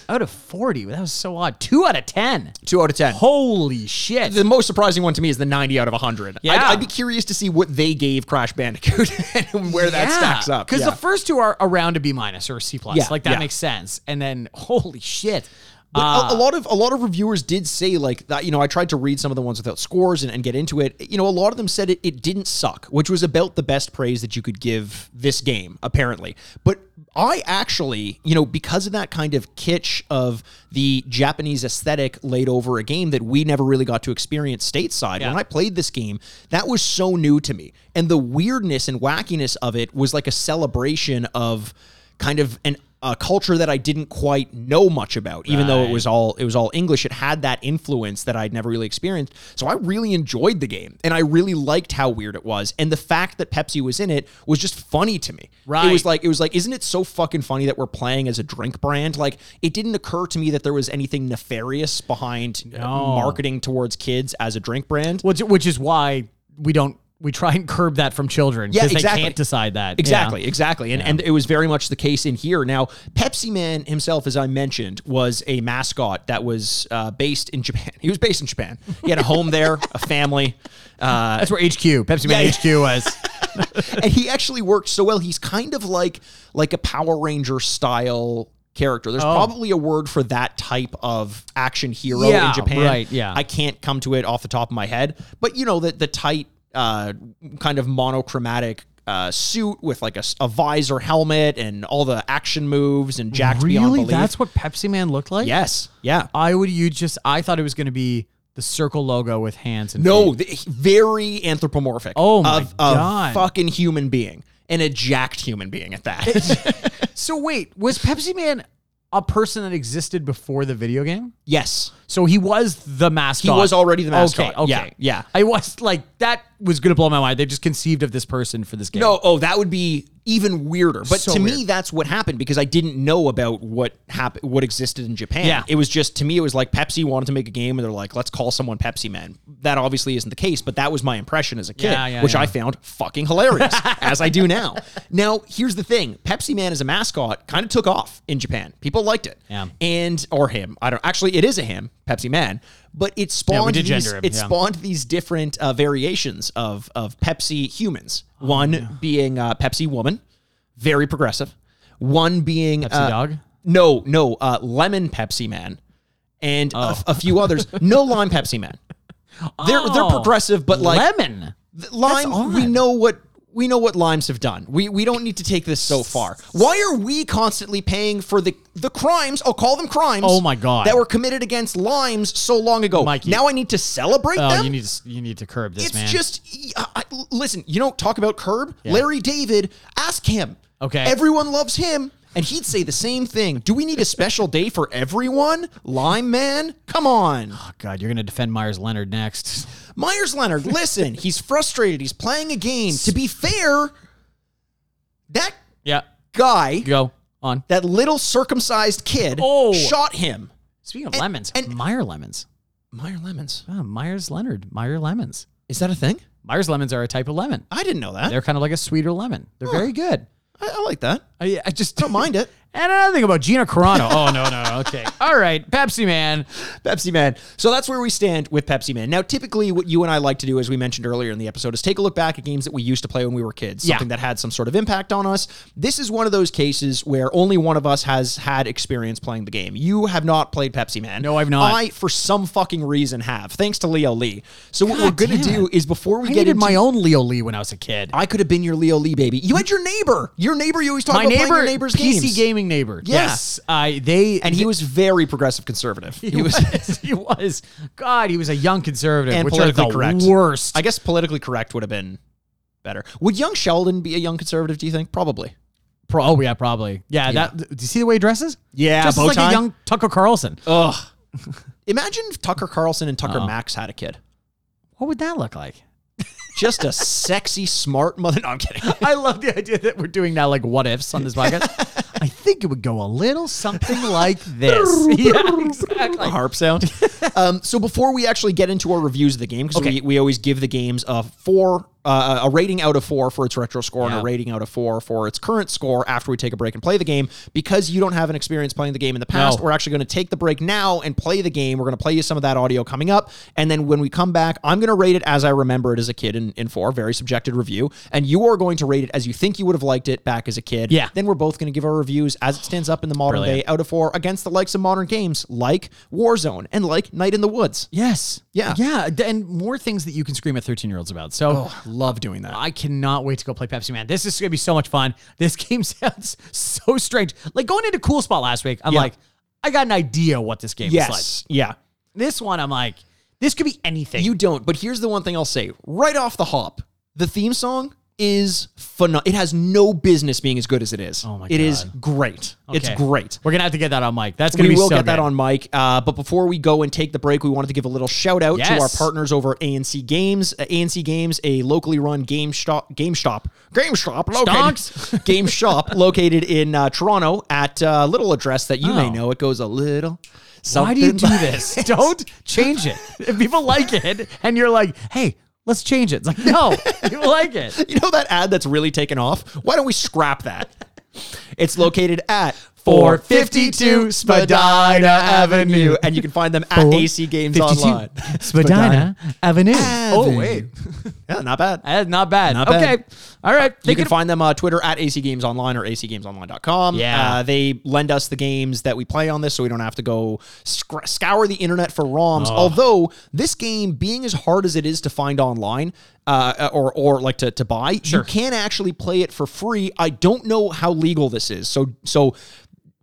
[SPEAKER 4] out of 40. That was so odd. Two out of 10.
[SPEAKER 3] 2 out of 10.
[SPEAKER 4] Holy shit.
[SPEAKER 3] The most surprising one to me is the 90 out of 100. I'd,
[SPEAKER 4] Yeah.
[SPEAKER 3] I'd be curious to see what they gave Crash Bandicoot and where that stacks up.
[SPEAKER 4] Because
[SPEAKER 3] Yeah.
[SPEAKER 4] the first two are around a B minus or a C plus.
[SPEAKER 3] Yeah,
[SPEAKER 4] like that
[SPEAKER 3] yeah.
[SPEAKER 4] makes sense. And then holy shit.
[SPEAKER 3] But a,
[SPEAKER 4] Uh,
[SPEAKER 3] a lot of a lot of reviewers did say like that. You know, I tried to read some of the ones without scores and, and get into it. You know, a lot of them said it, it didn't suck, which was about the best praise that you could give this game, apparently. But I actually, you know, because of that kind of kitsch of the Japanese aesthetic laid over a game that we never really got to experience stateside. When I played this game, that was so new to me, and the weirdness and wackiness of it was like a celebration of kind of an a culture that I didn't quite know much about, even though it was all it was all English. It had that influence that I'd never really experienced. So I really enjoyed the game, and I really liked how weird it was. And the fact that Pepsi was in it was just funny to me. It was
[SPEAKER 4] Right.
[SPEAKER 3] like it was like, isn't it so fucking funny that we're playing as a drink brand? Like it didn't occur to me that there was anything nefarious behind uh, marketing towards kids as a drink brand.
[SPEAKER 4] which, which is why we don't we try and curb that from children
[SPEAKER 3] Yeah,
[SPEAKER 4] because
[SPEAKER 3] exactly.
[SPEAKER 4] they can't decide that. Yeah.
[SPEAKER 3] Exactly, exactly. And and it was very much the case in here. Now, Pepsi Man himself, as I mentioned, was a mascot that was uh, based in Japan. He was based in Japan. He had a home there, a family. Uh,
[SPEAKER 4] That's where HQ, Pepsi Man
[SPEAKER 3] yeah.
[SPEAKER 4] HQ was.
[SPEAKER 3] and he actually worked so well. He's kind of like like a Power Ranger style character.
[SPEAKER 4] Oh.
[SPEAKER 3] There's probably a word for that type of action hero
[SPEAKER 4] Yeah,
[SPEAKER 3] in Japan.
[SPEAKER 4] right, yeah.
[SPEAKER 3] I can't come to it off the top of my head, but you know that the tight. uh, kind of monochromatic uh, suit with like a, s- a visor helmet and all the action moves and jacked beyond
[SPEAKER 4] Really?
[SPEAKER 3] belief.
[SPEAKER 4] That's what Pepsi Man looked like?
[SPEAKER 3] yes. Yeah.
[SPEAKER 4] I would you just I thought it was gonna be the circle logo with hands and feet.
[SPEAKER 3] No, th- very anthropomorphic.
[SPEAKER 4] Oh my
[SPEAKER 3] of,
[SPEAKER 4] God.
[SPEAKER 3] A fucking human being and a jacked human being at that.
[SPEAKER 4] So wait, was Pepsi Man a person that existed before the video game?
[SPEAKER 3] yes.
[SPEAKER 4] So he was the mascot.
[SPEAKER 3] was already the mascot.
[SPEAKER 4] Okay, okay.
[SPEAKER 3] Yeah, yeah.
[SPEAKER 4] I was like that was gonna blow my mind. They just conceived of this person for this game.
[SPEAKER 3] No, oh, that would be even weirder. But
[SPEAKER 4] So
[SPEAKER 3] to me,
[SPEAKER 4] weird.
[SPEAKER 3] that's what happened because I didn't know about what happened, what existed in Japan.
[SPEAKER 4] Yeah.
[SPEAKER 3] it was just to me, it was like Pepsi wanted to make a game, and they're like, "Let's call someone Pepsi Man." That obviously isn't the case, but that was my impression as a kid,
[SPEAKER 4] Yeah, yeah,
[SPEAKER 3] which
[SPEAKER 4] yeah.
[SPEAKER 3] I found fucking hilarious, as I do now. Now, here's the thing: Pepsi Man as a mascot kind of took off in Japan. People liked it,
[SPEAKER 4] Yeah.
[SPEAKER 3] and or him. I don't actually. It is a him, Pepsi Man, but it spawned
[SPEAKER 4] did
[SPEAKER 3] these,
[SPEAKER 4] gender him,
[SPEAKER 3] it
[SPEAKER 4] yeah.
[SPEAKER 3] spawned spawned these different uh, variations of of Pepsi humans. One
[SPEAKER 4] Oh,
[SPEAKER 3] being uh, Pepsi woman, very progressive. One being Pepsi
[SPEAKER 4] dog?
[SPEAKER 3] No, no, uh, lemon Pepsi man, and a-
[SPEAKER 4] Oh.
[SPEAKER 3] a, few others. No lime Pepsi man. They're they're
[SPEAKER 4] Oh,
[SPEAKER 3] progressive, but like
[SPEAKER 4] lemon.
[SPEAKER 3] th- lime. We
[SPEAKER 4] odd.
[SPEAKER 3] know what. We know what limes have done. We we don't need to take this so far. Why are we constantly paying for the the crimes? I'll call them crimes.
[SPEAKER 4] Oh my God.
[SPEAKER 3] that were committed against limes so long ago.
[SPEAKER 4] Mikey.
[SPEAKER 3] Now I need to celebrate
[SPEAKER 4] Oh,
[SPEAKER 3] them.
[SPEAKER 4] you need to you need to curb this
[SPEAKER 3] It's
[SPEAKER 4] man.
[SPEAKER 3] just I- I- listen. You don't talk about Curb, Larry David. Ask him.
[SPEAKER 4] Okay.
[SPEAKER 3] everyone loves him, and he'd say the same thing. Do we need a special day for everyone? Lime Man, come on.
[SPEAKER 4] oh God, you're gonna defend Myers Leonard next.
[SPEAKER 3] Myers Leonard, listen. He's frustrated. He's playing a game. To be fair, that
[SPEAKER 4] Yeah,
[SPEAKER 3] guy,
[SPEAKER 4] go on.
[SPEAKER 3] that little circumcised kid,
[SPEAKER 4] Oh.
[SPEAKER 3] shot him.
[SPEAKER 4] Speaking of lemons,
[SPEAKER 3] and-
[SPEAKER 4] Meyer lemons.
[SPEAKER 3] Meyer Lemons.
[SPEAKER 4] Oh, Myers Leonard, Meyer lemons.
[SPEAKER 3] Is that a thing?
[SPEAKER 4] Myers lemons are a type of lemon.
[SPEAKER 3] I didn't know that.
[SPEAKER 4] They're kind of like a sweeter lemon. They're very good.
[SPEAKER 3] I, I like that.
[SPEAKER 4] I, I just
[SPEAKER 3] Don't mind it.
[SPEAKER 4] And another thing about Gina Carano. Oh no, no, no. Okay. All right, Pepsi Man.
[SPEAKER 3] Pepsi Man. So that's where we stand with Pepsi Man. Now, typically, what you and I like to do, as we mentioned earlier in the episode, is take a look back at games that we used to play when we were kids,
[SPEAKER 4] Yeah.
[SPEAKER 3] something that had some sort of impact on us. This is one of those cases where only one of us has had experience playing the game. You have not played Pepsi Man.
[SPEAKER 4] No, I've not.
[SPEAKER 3] I, for some fucking reason, have, thanks to Leo Lee. So what we're going to
[SPEAKER 4] damn
[SPEAKER 3] do is before we
[SPEAKER 4] I
[SPEAKER 3] get
[SPEAKER 4] needed
[SPEAKER 3] into
[SPEAKER 4] my own Leo Lee when I was a kid.
[SPEAKER 3] I could have been your Leo Lee baby. You had your neighbor. Your neighbor. You always talk
[SPEAKER 4] My
[SPEAKER 3] about playing
[SPEAKER 4] neighbor,
[SPEAKER 3] your neighbor's
[SPEAKER 4] PC
[SPEAKER 3] games.
[SPEAKER 4] gaming neighbor.
[SPEAKER 3] Yeah.
[SPEAKER 4] Yes, I they
[SPEAKER 3] And he was very progressive conservative.
[SPEAKER 4] he was he was God. He was a young conservative,
[SPEAKER 3] and
[SPEAKER 4] which
[SPEAKER 3] politically
[SPEAKER 4] are the
[SPEAKER 3] correct.
[SPEAKER 4] worst.
[SPEAKER 3] I guess politically correct would have been better. Would young Sheldon be a young conservative? Do you think? Probably.
[SPEAKER 4] Pro- oh yeah, probably. Yeah, That. Do you see the way he dresses?
[SPEAKER 3] Yeah,
[SPEAKER 4] Dresses
[SPEAKER 3] bow
[SPEAKER 4] like
[SPEAKER 3] tie.
[SPEAKER 4] a young Tucker Carlson.
[SPEAKER 3] Ugh. Imagine if Tucker Carlson and
[SPEAKER 4] Uh-huh.
[SPEAKER 3] Tucker Max had a kid.
[SPEAKER 4] What would that look like?
[SPEAKER 3] Just a sexy, smart mother. No, I'm kidding.
[SPEAKER 4] I love the idea that we're doing now like what ifs on this podcast. I think it would go a little something like this. yeah, exactly.
[SPEAKER 3] harp sound. um, so before we actually get into our reviews of the game, because we, we always give the games a four, uh, a rating out of four for its retro score and
[SPEAKER 4] Yeah.
[SPEAKER 3] a rating out of four for its current score after we take a break and play the game. Because you don't have an experience playing the game in the past,
[SPEAKER 4] No.
[SPEAKER 3] we're actually going to take the break now and play the game. We're going to play you some of that audio coming up. And then when we come back, I'm going to rate it as I remember it as a kid in, in four, very subjective review. And you are going to rate it as you think you would have liked it back as a kid.
[SPEAKER 4] Yeah.
[SPEAKER 3] Then we're both going to give our reviews as it stands up in the modern
[SPEAKER 4] Brilliant.
[SPEAKER 3] day out of four against the likes of modern games like Warzone and like Night in the Woods.
[SPEAKER 4] Yes.
[SPEAKER 3] Yeah.
[SPEAKER 4] Yeah. d- And more things that you can scream at 13 year olds about. So
[SPEAKER 3] Love doing that.
[SPEAKER 4] I cannot wait to go play Pepsi Man. This is going to be so much fun. This game sounds so strange. Like going into Cool Spot last week, I'm
[SPEAKER 3] Yeah.
[SPEAKER 4] like, I got an idea what this game is
[SPEAKER 3] Yes.
[SPEAKER 4] like.
[SPEAKER 3] Yeah.
[SPEAKER 4] This one, I'm like, this could be anything.
[SPEAKER 3] You don't, but here's the one thing I'll say right off the hop. The theme song is phenomenal. It has no business being as good as it is.
[SPEAKER 4] Oh my
[SPEAKER 3] It is
[SPEAKER 4] God.
[SPEAKER 3] great. It's
[SPEAKER 4] Okay.
[SPEAKER 3] great.
[SPEAKER 4] We're going to have to get that on mic. That's going to
[SPEAKER 3] We
[SPEAKER 4] be
[SPEAKER 3] will
[SPEAKER 4] so
[SPEAKER 3] get that
[SPEAKER 4] good.
[SPEAKER 3] on mic. Uh, but before we go and take the break, we wanted to give a little shout out to
[SPEAKER 4] Yes.
[SPEAKER 3] our partners over at ANC Games. Uh, ANC Games, a locally run game shop, game shop, game shop,
[SPEAKER 4] Stonks.
[SPEAKER 3] located, game shop located in uh, Toronto at a little address that you may
[SPEAKER 4] Oh.
[SPEAKER 3] know. It goes a little.
[SPEAKER 4] Why do you do
[SPEAKER 3] something like-
[SPEAKER 4] this? Don't change it. If people like it and you're like, hey, let's change it. It's like, no, people like it.
[SPEAKER 3] You know that ad that's really taken off? Why don't we scrap that? It's located at
[SPEAKER 4] 452 Spadina Avenue.
[SPEAKER 3] And you can find them at AC Games
[SPEAKER 4] 52
[SPEAKER 3] Online.
[SPEAKER 4] Spadina Avenue. Oh,
[SPEAKER 3] Avenue.
[SPEAKER 4] wait.
[SPEAKER 3] Yeah, not bad.
[SPEAKER 4] That's not bad.
[SPEAKER 3] Not
[SPEAKER 4] okay.
[SPEAKER 3] bad.
[SPEAKER 4] All right.
[SPEAKER 3] You
[SPEAKER 4] Thinking
[SPEAKER 3] can find them uh, Twitter at AC Games Online or acgamesonline.com.
[SPEAKER 4] Yeah.
[SPEAKER 3] Uh, they lend us the games that we play on this so we don't have to go sc- scour the internet for ROMs. Although, this game, being as hard as it is to find online, uh, or or like to, to buy, you can actually play it for free. I don't know how legal this is. So so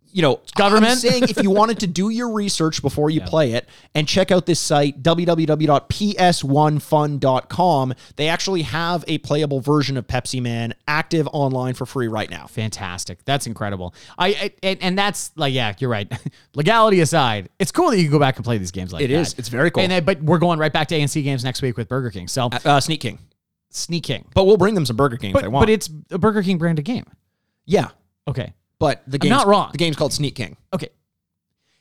[SPEAKER 3] you know,
[SPEAKER 4] government.
[SPEAKER 3] I'm saying if you wanted to do your research before you play it and check out this site www.ps1fun.com, they actually have a playable version of Pepsi Man active online for free right now.
[SPEAKER 4] Fantastic. That's incredible. I, I and, and that's like yeah, you're right. Legality aside, it's cool that you can go back and play these games like
[SPEAKER 3] It
[SPEAKER 4] that.
[SPEAKER 3] is. It's very cool.
[SPEAKER 4] And then, but we're going right back to ANC games next week with Burger King. So
[SPEAKER 3] Uh, Sneak King.
[SPEAKER 4] sneaking.
[SPEAKER 3] But we'll bring them some Burger King if
[SPEAKER 4] But
[SPEAKER 3] they want.
[SPEAKER 4] but it's a Burger King branded game.
[SPEAKER 3] yeah,
[SPEAKER 4] Okay.
[SPEAKER 3] but the
[SPEAKER 4] I'm
[SPEAKER 3] game's
[SPEAKER 4] not wrong.
[SPEAKER 3] The game's called Sneak King.
[SPEAKER 4] Okay.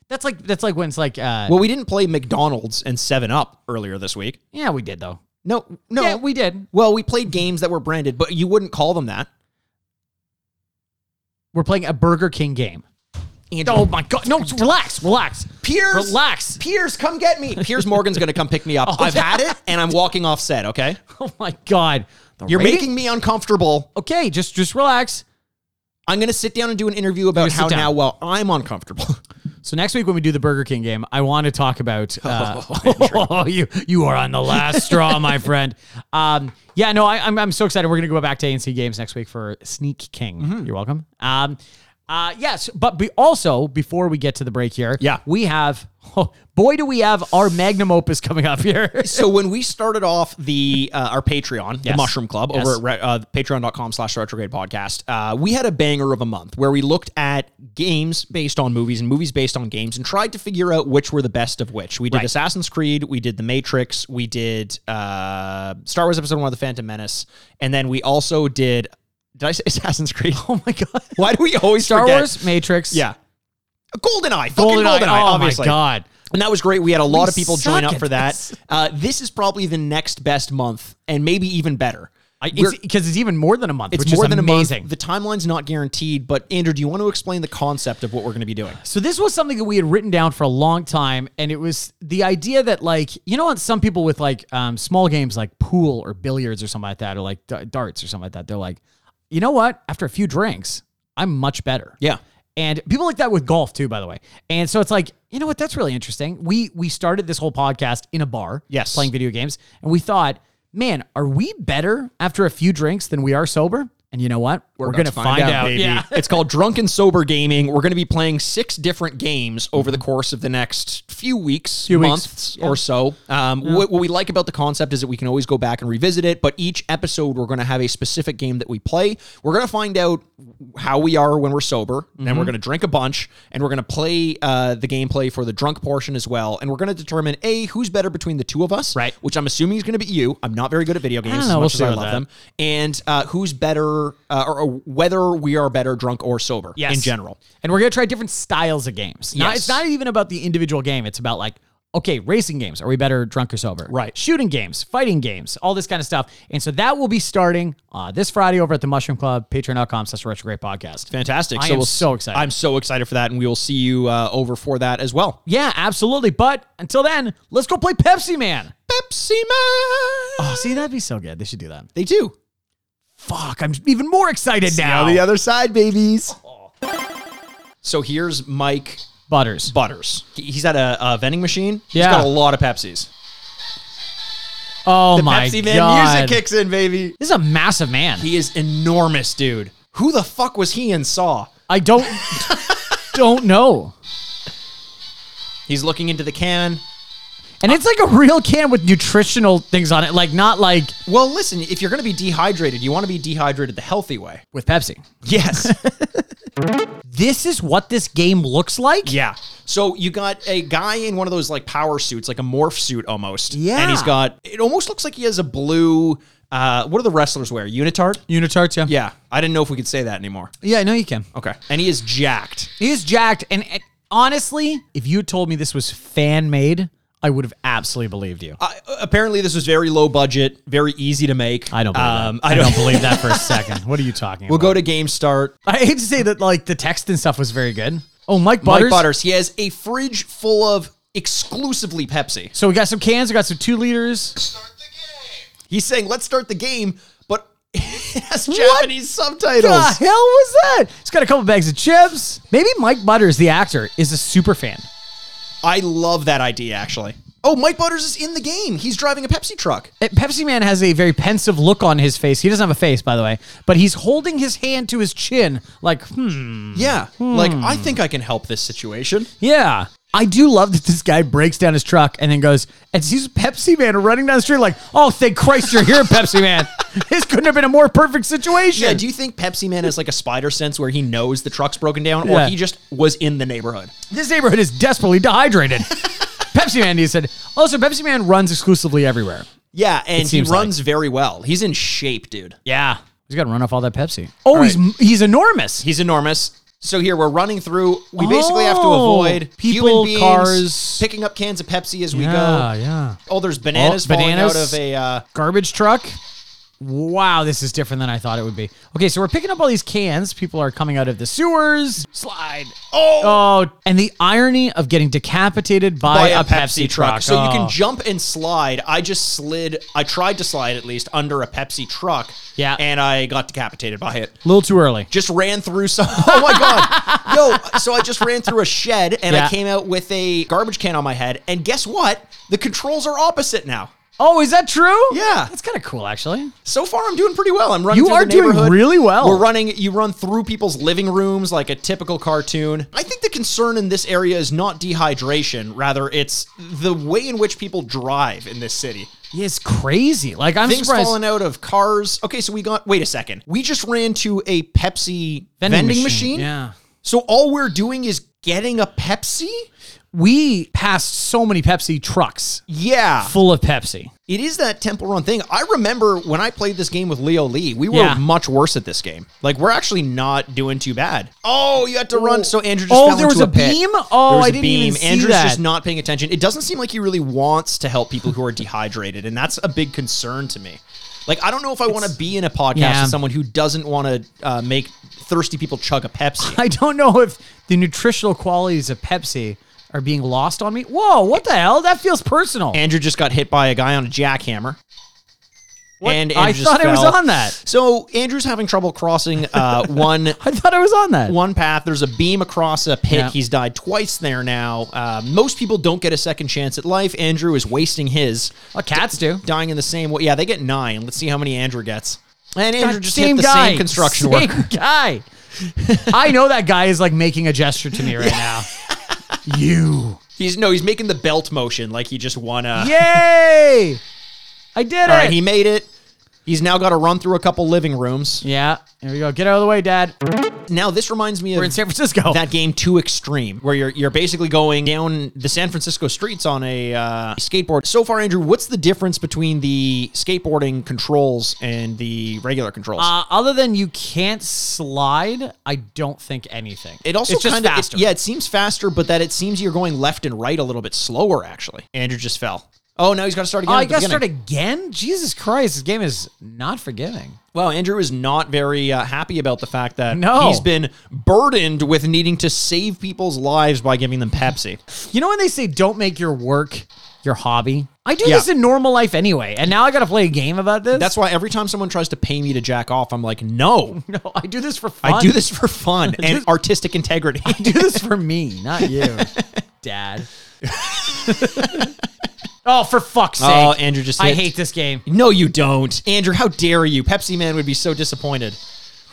[SPEAKER 4] That's like that's like when it's like uh
[SPEAKER 3] Well, we didn't play McDonald's and Seven Up earlier this week.
[SPEAKER 4] yeah, we did though.
[SPEAKER 3] No, no,
[SPEAKER 4] Yeah, we did.
[SPEAKER 3] Well, we played games that were branded, but you wouldn't call them that.
[SPEAKER 4] We're playing a Burger King game.
[SPEAKER 3] Andrew,
[SPEAKER 4] Oh my god. No, relax, relax.
[SPEAKER 3] Piers,
[SPEAKER 4] Relax.
[SPEAKER 3] Piers, come get me. Piers Morgan's going to come pick me up. I've had it, and I'm walking off set. Okay,
[SPEAKER 4] Oh my god. The
[SPEAKER 3] you're
[SPEAKER 4] rating-
[SPEAKER 3] making me uncomfortable.
[SPEAKER 4] Okay, just just relax.
[SPEAKER 3] I'm going to sit down and do an interview about
[SPEAKER 4] sit
[SPEAKER 3] how
[SPEAKER 4] down.
[SPEAKER 3] now well I'm uncomfortable.
[SPEAKER 4] So next week when we do the Burger King game, I want to talk about. Uh, oh, you you are on the last straw, my friend. Um, yeah, no, I, I'm I'm so excited. We're gonna go back to ANC games next week for Sneak King.
[SPEAKER 3] Mm-hmm.
[SPEAKER 4] You're welcome. Um, uh, yes, but be also before we get to the break here,
[SPEAKER 3] Yeah.
[SPEAKER 4] we have. Oh, boy, do we have our magnum opus coming up here.
[SPEAKER 3] so when we started off the uh, our Patreon, the
[SPEAKER 4] Yes.
[SPEAKER 3] Mushroom Club,
[SPEAKER 4] Yes.
[SPEAKER 3] over at re- uh, patreon.com slash retrograde podcast, uh, we had a banger of a month where we looked at games based on movies and movies based on games and tried to figure out which were the best of which. We did
[SPEAKER 4] Right.
[SPEAKER 3] Assassin's Creed, we did The Matrix, we did uh, Star Wars Episode 1 of The Phantom Menace, and then we also did. Did I say Assassin's Creed? Oh my god! Why do we always
[SPEAKER 4] Star
[SPEAKER 3] forget?
[SPEAKER 4] Wars, Matrix,
[SPEAKER 3] Yeah, Golden Eye, fucking
[SPEAKER 4] Golden Eye.
[SPEAKER 3] Golden Eye.
[SPEAKER 4] Oh my
[SPEAKER 3] obviously.
[SPEAKER 4] god.
[SPEAKER 3] And that was great. We had a lot
[SPEAKER 4] We
[SPEAKER 3] of people join
[SPEAKER 4] suck
[SPEAKER 3] up
[SPEAKER 4] at
[SPEAKER 3] for that.
[SPEAKER 4] this.
[SPEAKER 3] Uh, this is probably the next best month, and maybe even better. We're-
[SPEAKER 4] Because it's, even more than a month.
[SPEAKER 3] it's
[SPEAKER 4] which
[SPEAKER 3] more
[SPEAKER 4] is
[SPEAKER 3] than
[SPEAKER 4] amazing.
[SPEAKER 3] a month. The timeline's not guaranteed, but Andrew, do you want to explain the concept of what we're going to be doing?
[SPEAKER 4] So this was something that we had written down for a long time, and it was the idea that like you know, what some people with like um, small games like pool or billiards or something like that, or like d- darts or something like that, they're like, you know what? After a few drinks, I'm much better.
[SPEAKER 3] Yeah.
[SPEAKER 4] And people like that with golf too, by the way. And so it's like, you know what? That's really interesting. We we started this whole podcast in a bar,
[SPEAKER 3] Yes.
[SPEAKER 4] playing video games, and we thought, man, are we better after a few drinks than we are sober? And you know what? We're,
[SPEAKER 3] about
[SPEAKER 4] gonna
[SPEAKER 3] to
[SPEAKER 4] find, out.
[SPEAKER 3] baby.
[SPEAKER 4] Yeah.
[SPEAKER 3] it's called Drunk and Sober Gaming. We're going to be playing six different games over the course of the next few weeks,
[SPEAKER 4] Mm-hmm. weeks.
[SPEAKER 3] months or so. Um, what, what we like about the concept is that we can always go back and revisit it, but each episode we're going to have a specific game that we play. We're going to find out how we are when we're sober, then we're
[SPEAKER 4] Mm-hmm.
[SPEAKER 3] going to drink a bunch, and we're going to play uh, the gameplay for the drunk portion as well. And we're going to determine A, who's better between the two of us,
[SPEAKER 4] Right.
[SPEAKER 3] which I'm assuming is going to be you. I'm not very good at video games as
[SPEAKER 4] know,
[SPEAKER 3] much
[SPEAKER 4] we'll
[SPEAKER 3] as
[SPEAKER 4] see
[SPEAKER 3] I
[SPEAKER 4] about
[SPEAKER 3] love
[SPEAKER 4] that.
[SPEAKER 3] them and uh, who's better, uh, or, or whether we are better drunk or sober
[SPEAKER 4] Yes.
[SPEAKER 3] in general.
[SPEAKER 4] And we're gonna try different styles of games. Not,
[SPEAKER 3] Yes.
[SPEAKER 4] It's not even about the individual game. It's about like, okay, racing games. Are we better drunk or sober?
[SPEAKER 3] Right.
[SPEAKER 4] Shooting games, fighting games, all this kind of stuff. And so that will be starting uh, this Friday over at the Mushroom Club, patreon.com slash retrograde podcast.
[SPEAKER 3] Fantastic!
[SPEAKER 4] I am so excited.
[SPEAKER 3] I'm so excited for that, and we will see you uh, over for that as well.
[SPEAKER 4] Yeah, absolutely. But until then, let's go play Pepsi Man.
[SPEAKER 3] Pepsi Man.
[SPEAKER 4] Oh, see, that'd be so good. They should do that.
[SPEAKER 3] they do.
[SPEAKER 4] Fuck, I'm even more excited now.
[SPEAKER 3] other side, babies. So here's Mike
[SPEAKER 4] Butters.
[SPEAKER 3] Butters. He- He's at a, a vending machine.
[SPEAKER 4] Yeah.
[SPEAKER 3] He's got a lot of Pepsis.
[SPEAKER 4] Oh my god.
[SPEAKER 3] kicks in, baby.
[SPEAKER 4] This is a massive man.
[SPEAKER 3] He is enormous, dude. Who the fuck was he in Saw?
[SPEAKER 4] I don't don't know.
[SPEAKER 3] He's looking into the can.
[SPEAKER 4] And it's like a real can with nutritional things on it, like not like
[SPEAKER 3] Well, listen, if you're going to be dehydrated, you want to be dehydrated the healthy way.
[SPEAKER 4] with Pepsi.
[SPEAKER 3] Yes.
[SPEAKER 4] This is what this game looks like.
[SPEAKER 3] yeah. So you got a guy in one of those like power suits, like a morph suit almost.
[SPEAKER 4] Yeah.
[SPEAKER 3] And he's got, it almost looks like he has a blue, uh, what do the wrestlers wear? Unitard?
[SPEAKER 4] Unitards, yeah.
[SPEAKER 3] Yeah. I didn't know if we could say that anymore.
[SPEAKER 4] Yeah, I know you can.
[SPEAKER 3] Okay. And he is jacked.
[SPEAKER 4] He is jacked. And, and honestly, if you had told me this was fan made, I would have absolutely believed you.
[SPEAKER 3] Uh, apparently, this was very low budget, very easy to make.
[SPEAKER 4] Um,
[SPEAKER 3] Um,
[SPEAKER 4] I don't believe that.
[SPEAKER 3] I don't.
[SPEAKER 4] believe that for a second. What are you talking
[SPEAKER 3] We'll
[SPEAKER 4] about?
[SPEAKER 3] go to Game Start.
[SPEAKER 4] I hate to say that like the text and stuff was very good. Oh, Mike Butters.
[SPEAKER 3] Mike Butters. He has a fridge full of exclusively Pepsi.
[SPEAKER 4] So we got some cans, we got some two liters.
[SPEAKER 3] He's saying, let's start the game, but it has Japanese subtitles.
[SPEAKER 4] What the hell was that? He's got a couple bags of chips. Maybe Mike Butters, the actor, is a super fan.
[SPEAKER 3] I love that idea, actually. Oh, Mike Butters is in the game. He's driving a Pepsi truck.
[SPEAKER 4] Uh, Pepsi Man has a very pensive look on his face. He doesn't have a face, by the way, but he's holding his hand to his chin, like, hmm,
[SPEAKER 3] Yeah. Like, I think I can help this situation.
[SPEAKER 4] yeah. I do love that this guy breaks down his truck and then goes and sees Pepsi Man running down the street, like, oh, thank Christ you're here, Pepsi Man. This couldn't have been a more perfect situation.
[SPEAKER 3] Yeah, do you think Pepsi Man has like a spider sense where he knows the truck's broken down or
[SPEAKER 4] Yeah.
[SPEAKER 3] he just was in the neighborhood?
[SPEAKER 4] this neighborhood is desperately dehydrated. Pepsi Man, he said. Also, Pepsi Man runs exclusively everywhere.
[SPEAKER 3] Yeah, and he
[SPEAKER 4] seems like.
[SPEAKER 3] runs very well. He's in shape, dude.
[SPEAKER 4] Yeah. He's got to run off all that Pepsi. Oh, he's he's enormous.
[SPEAKER 3] He's enormous. So here we're running through. We basically have to
[SPEAKER 4] Oh,
[SPEAKER 3] avoid human
[SPEAKER 4] people,
[SPEAKER 3] beings
[SPEAKER 4] cars.
[SPEAKER 3] picking up cans of Pepsi as we
[SPEAKER 4] yeah,
[SPEAKER 3] go.
[SPEAKER 4] Ah, yeah.
[SPEAKER 3] Oh, there's bananas,
[SPEAKER 4] Oh,
[SPEAKER 3] falling out
[SPEAKER 4] bananas.
[SPEAKER 3] of a. Uh,
[SPEAKER 4] Garbage truck. Wow, this is different than I thought it would be. Okay, so we're picking up all these cans. People are coming out of the sewers. Slide. Oh, and the irony of getting decapitated by, a, Pepsi, truck.
[SPEAKER 3] So you
[SPEAKER 4] Oh.
[SPEAKER 3] can jump and slide. I just slid. I tried to slide at least under a Pepsi truck.
[SPEAKER 4] Yeah.
[SPEAKER 3] and I got decapitated by it.
[SPEAKER 4] a little too early.
[SPEAKER 3] Just ran through some. Oh my god, yo! So I just ran through a shed and I
[SPEAKER 4] Yeah.
[SPEAKER 3] came out with a garbage can on my head. And guess what? The controls are opposite now.
[SPEAKER 4] Oh, is that true?
[SPEAKER 3] Yeah.
[SPEAKER 4] that's kind of cool, actually.
[SPEAKER 3] So far, I'm doing pretty well. I'm running.
[SPEAKER 4] You
[SPEAKER 3] through
[SPEAKER 4] are
[SPEAKER 3] the
[SPEAKER 4] doing
[SPEAKER 3] neighborhood.
[SPEAKER 4] really well.
[SPEAKER 3] We're running. You run through people's living rooms like a typical cartoon. I think the concern in this area is not dehydration, rather it's the way in which people drive in this city.
[SPEAKER 4] Yeah, it's crazy. Like I'm
[SPEAKER 3] Things
[SPEAKER 4] surprised.
[SPEAKER 3] falling out of cars. Okay, so we got. Wait a second. We just ran to a Pepsi vending, machine.
[SPEAKER 4] Yeah.
[SPEAKER 3] So all we're doing is getting a Pepsi.
[SPEAKER 4] We passed so many Pepsi trucks
[SPEAKER 3] Yeah,
[SPEAKER 4] full of Pepsi.
[SPEAKER 3] it is that Temple Run thing. I remember when I played this game with Leo Lee, we were
[SPEAKER 4] Yeah.
[SPEAKER 3] much worse at this game. Like we're actually not doing too bad. Oh, you had to run. So Andrew just
[SPEAKER 4] Oh,
[SPEAKER 3] fell
[SPEAKER 4] there was
[SPEAKER 3] into
[SPEAKER 4] a
[SPEAKER 3] pit.
[SPEAKER 4] beam? Oh,
[SPEAKER 3] There was
[SPEAKER 4] I
[SPEAKER 3] a
[SPEAKER 4] didn't
[SPEAKER 3] beam.
[SPEAKER 4] even see
[SPEAKER 3] Andrew's just
[SPEAKER 4] that.
[SPEAKER 3] not paying attention. It doesn't seem like he really wants to help people who are dehydrated, and that's a big concern to me. Like I don't know if I want to be in a podcast
[SPEAKER 4] Yeah.
[SPEAKER 3] with someone who doesn't want to uh, make thirsty people chug a Pepsi.
[SPEAKER 4] I don't know if the nutritional qualities of Pepsi are being lost on me. Whoa, what the hell? That feels personal.
[SPEAKER 3] Andrew just got hit by a guy on a jackhammer.
[SPEAKER 4] What?
[SPEAKER 3] And
[SPEAKER 4] I
[SPEAKER 3] Andrew just
[SPEAKER 4] thought I was
[SPEAKER 3] fell.
[SPEAKER 4] on that.
[SPEAKER 3] So Andrew's having trouble crossing uh, one
[SPEAKER 4] I thought I was on that.
[SPEAKER 3] one path. There's a beam across a pit.
[SPEAKER 4] Yeah.
[SPEAKER 3] He's died twice there now. Uh, most people don't get a second chance at life. Andrew is wasting his,
[SPEAKER 4] Well, cats do.
[SPEAKER 3] dying in the same way. Yeah, they get nine. Let's see how many Andrew gets. And Andrew
[SPEAKER 4] God,
[SPEAKER 3] just hit the same construction
[SPEAKER 4] same
[SPEAKER 3] worker.
[SPEAKER 4] guy. I know that guy is like making a gesture to me right now. you.
[SPEAKER 3] He's no, he's making the belt motion like he just won a.
[SPEAKER 4] Yay! I did
[SPEAKER 3] All
[SPEAKER 4] it.
[SPEAKER 3] right, he made it. He's now got to run through a couple living rooms.
[SPEAKER 4] yeah. Here we go. Get out of the way, Dad.
[SPEAKER 3] Now this reminds me of
[SPEAKER 4] We're in San Francisco.
[SPEAKER 3] that game too extreme where you're you're basically going down the San Francisco streets on a uh, skateboard. So far, Andrew, what's the difference between the skateboarding controls and the regular controls?
[SPEAKER 4] uh, other than you can't slide, I don't think anything.
[SPEAKER 3] it also
[SPEAKER 4] it's just
[SPEAKER 3] kind of
[SPEAKER 4] faster.
[SPEAKER 3] yeah, it seems faster, but that it seems you're going left and right a little bit slower. Actually, Andrew just fell. Oh, now he's got to start
[SPEAKER 4] Oh,
[SPEAKER 3] again.
[SPEAKER 4] I
[SPEAKER 3] at the
[SPEAKER 4] gotta start
[SPEAKER 3] beginning.
[SPEAKER 4] again? Jesus Christ, this game is not forgiving.
[SPEAKER 3] Well, Andrew is not very uh, happy about the fact that
[SPEAKER 4] No.
[SPEAKER 3] he's been burdened with needing to save people's lives by giving them Pepsi.
[SPEAKER 4] You know when they say don't make your work your hobby? I do
[SPEAKER 3] Yeah.
[SPEAKER 4] this in normal life anyway, and now I gotta play a game about this.
[SPEAKER 3] That's why every time someone tries to pay me to jack off, I'm like, no,
[SPEAKER 4] no, I do this for fun.
[SPEAKER 3] I do this for fun and artistic integrity.
[SPEAKER 4] I do this for me, not you, Dad. oh, for fuck's sake!
[SPEAKER 3] Oh, Andrew just
[SPEAKER 4] I
[SPEAKER 3] hit.
[SPEAKER 4] hate this game.
[SPEAKER 3] no, you don't. Andrew, how dare you? Pepsi Man would be so disappointed.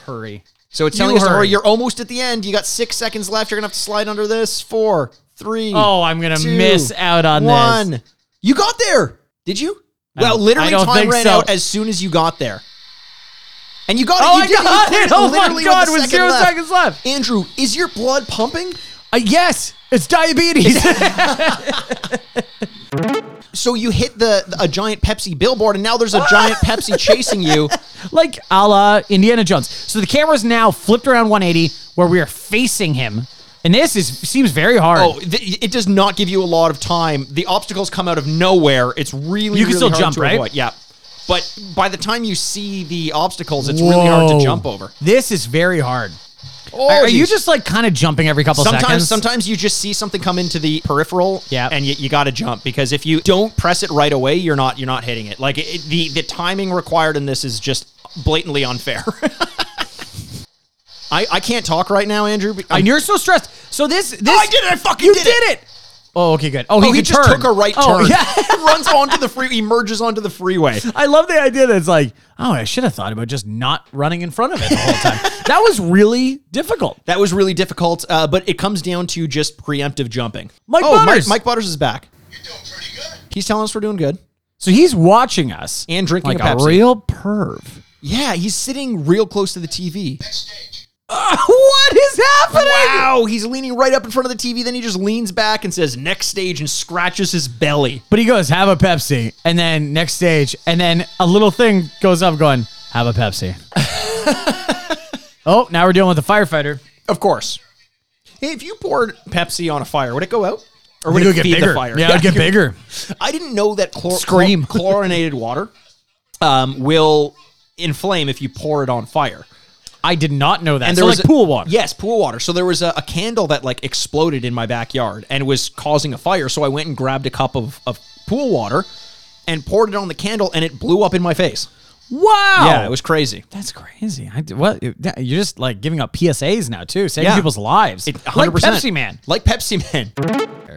[SPEAKER 4] Hurry.
[SPEAKER 3] So it's
[SPEAKER 4] You
[SPEAKER 3] telling us,
[SPEAKER 4] hurry.
[SPEAKER 3] oh, you're almost at the end. You got six seconds left. You're going to have to slide under this. Four, three.
[SPEAKER 4] Oh, I'm gonna
[SPEAKER 3] two,
[SPEAKER 4] miss out on
[SPEAKER 3] one.
[SPEAKER 4] this.
[SPEAKER 3] You got there. Did you? well,
[SPEAKER 4] don't-
[SPEAKER 3] literally,
[SPEAKER 4] I don't
[SPEAKER 3] time
[SPEAKER 4] think
[SPEAKER 3] ran
[SPEAKER 4] so.
[SPEAKER 3] out as soon as you got there. And you got it.
[SPEAKER 4] Oh,
[SPEAKER 3] you
[SPEAKER 4] I
[SPEAKER 3] did it. You
[SPEAKER 4] got
[SPEAKER 3] cleared
[SPEAKER 4] it. Oh my
[SPEAKER 3] literally
[SPEAKER 4] God,
[SPEAKER 3] a
[SPEAKER 4] with
[SPEAKER 3] second
[SPEAKER 4] zero seconds left.
[SPEAKER 3] Andrew, is your blood pumping?
[SPEAKER 4] Uh, yes, it's diabetes.
[SPEAKER 3] So you hit the a giant Pepsi billboard, and now there's a giant Pepsi chasing you.
[SPEAKER 4] like a la Indiana Jones. So the camera's now flipped around 180 where we are facing him. And this is seems very hard.
[SPEAKER 3] Oh, th- it does not give you a lot of time. The obstacles come out of nowhere. It's really
[SPEAKER 4] You
[SPEAKER 3] really
[SPEAKER 4] can still
[SPEAKER 3] hard
[SPEAKER 4] jump,
[SPEAKER 3] to
[SPEAKER 4] right?
[SPEAKER 3] avoid. Yeah, but by the time you see the obstacles, it's really hard to
[SPEAKER 4] Whoa.
[SPEAKER 3] jump over.
[SPEAKER 4] This is very hard.
[SPEAKER 3] Oh,
[SPEAKER 4] are, are you
[SPEAKER 3] geez.
[SPEAKER 4] just like kind of jumping every couple
[SPEAKER 3] sometimes?
[SPEAKER 4] seconds?
[SPEAKER 3] Sometimes you just see something come into the peripheral,
[SPEAKER 4] Yeah.
[SPEAKER 3] and you, you got to jump because if you don't press it right away, you're not you're not hitting it. Like it, it- the the timing required in this is just blatantly unfair. I, I can't talk right now, Andrew.
[SPEAKER 4] And you're so stressed. So this this Oh,
[SPEAKER 3] I did it! I fucking
[SPEAKER 4] you
[SPEAKER 3] did it!
[SPEAKER 4] did it. Oh, okay, good. Oh, he,
[SPEAKER 3] Oh, he,
[SPEAKER 4] could
[SPEAKER 3] just
[SPEAKER 4] turn.
[SPEAKER 3] took a right
[SPEAKER 4] Oh,
[SPEAKER 3] turn.
[SPEAKER 4] yeah.
[SPEAKER 3] runs onto the free, he merges onto the freeway.
[SPEAKER 4] I love the idea that it's like, oh, I should have thought about just not running in front of it the whole time. that was really difficult.
[SPEAKER 3] That was really difficult, uh, but it comes down to just preemptive jumping.
[SPEAKER 4] Mike
[SPEAKER 3] oh,
[SPEAKER 4] Butters.
[SPEAKER 3] Mike, Mike Butters is back.
[SPEAKER 2] You're doing pretty good.
[SPEAKER 3] He's telling us we're doing good
[SPEAKER 4] So he's watching us
[SPEAKER 3] and drinking
[SPEAKER 4] like
[SPEAKER 3] a Pepsi.
[SPEAKER 4] a real perv.
[SPEAKER 3] yeah, he's sitting real close to the TV.
[SPEAKER 2] Next stage.
[SPEAKER 4] what is happening?
[SPEAKER 3] Wow, he's leaning right up in front of the TV. Then he just leans back and says "next stage" and scratches his belly.
[SPEAKER 4] But he goes, have a Pepsi. And then next stage. And then a little thing goes up going, have a Pepsi. oh, now we're dealing with a firefighter.
[SPEAKER 3] Of course, if you poured Pepsi on a fire, would it go out, or
[SPEAKER 4] It
[SPEAKER 3] would
[SPEAKER 4] would
[SPEAKER 3] it feed the fire?
[SPEAKER 4] Yeah, it'd get bigger.
[SPEAKER 3] I didn't know that chlor-
[SPEAKER 4] Scream.
[SPEAKER 3] chlor- chlorinated water um, will inflame if you pour it on fire.
[SPEAKER 4] I did not know that.
[SPEAKER 3] And
[SPEAKER 4] so like
[SPEAKER 3] a-
[SPEAKER 4] pool water.
[SPEAKER 3] Yes, pool water. So there was a, a candle that like exploded in my backyard and was causing a fire. So I went and grabbed a cup of, of pool water and poured it on the candle, and it blew up in my face. Oh.
[SPEAKER 4] Wow.
[SPEAKER 3] Yeah, it was crazy.
[SPEAKER 4] That's crazy. I, d- what it- that- you're just like giving out PSAs now too, saving
[SPEAKER 3] Yeah.
[SPEAKER 4] people's lives.
[SPEAKER 3] It, 100%.
[SPEAKER 4] Like Pepsi Man.
[SPEAKER 3] Like Pepsi Man.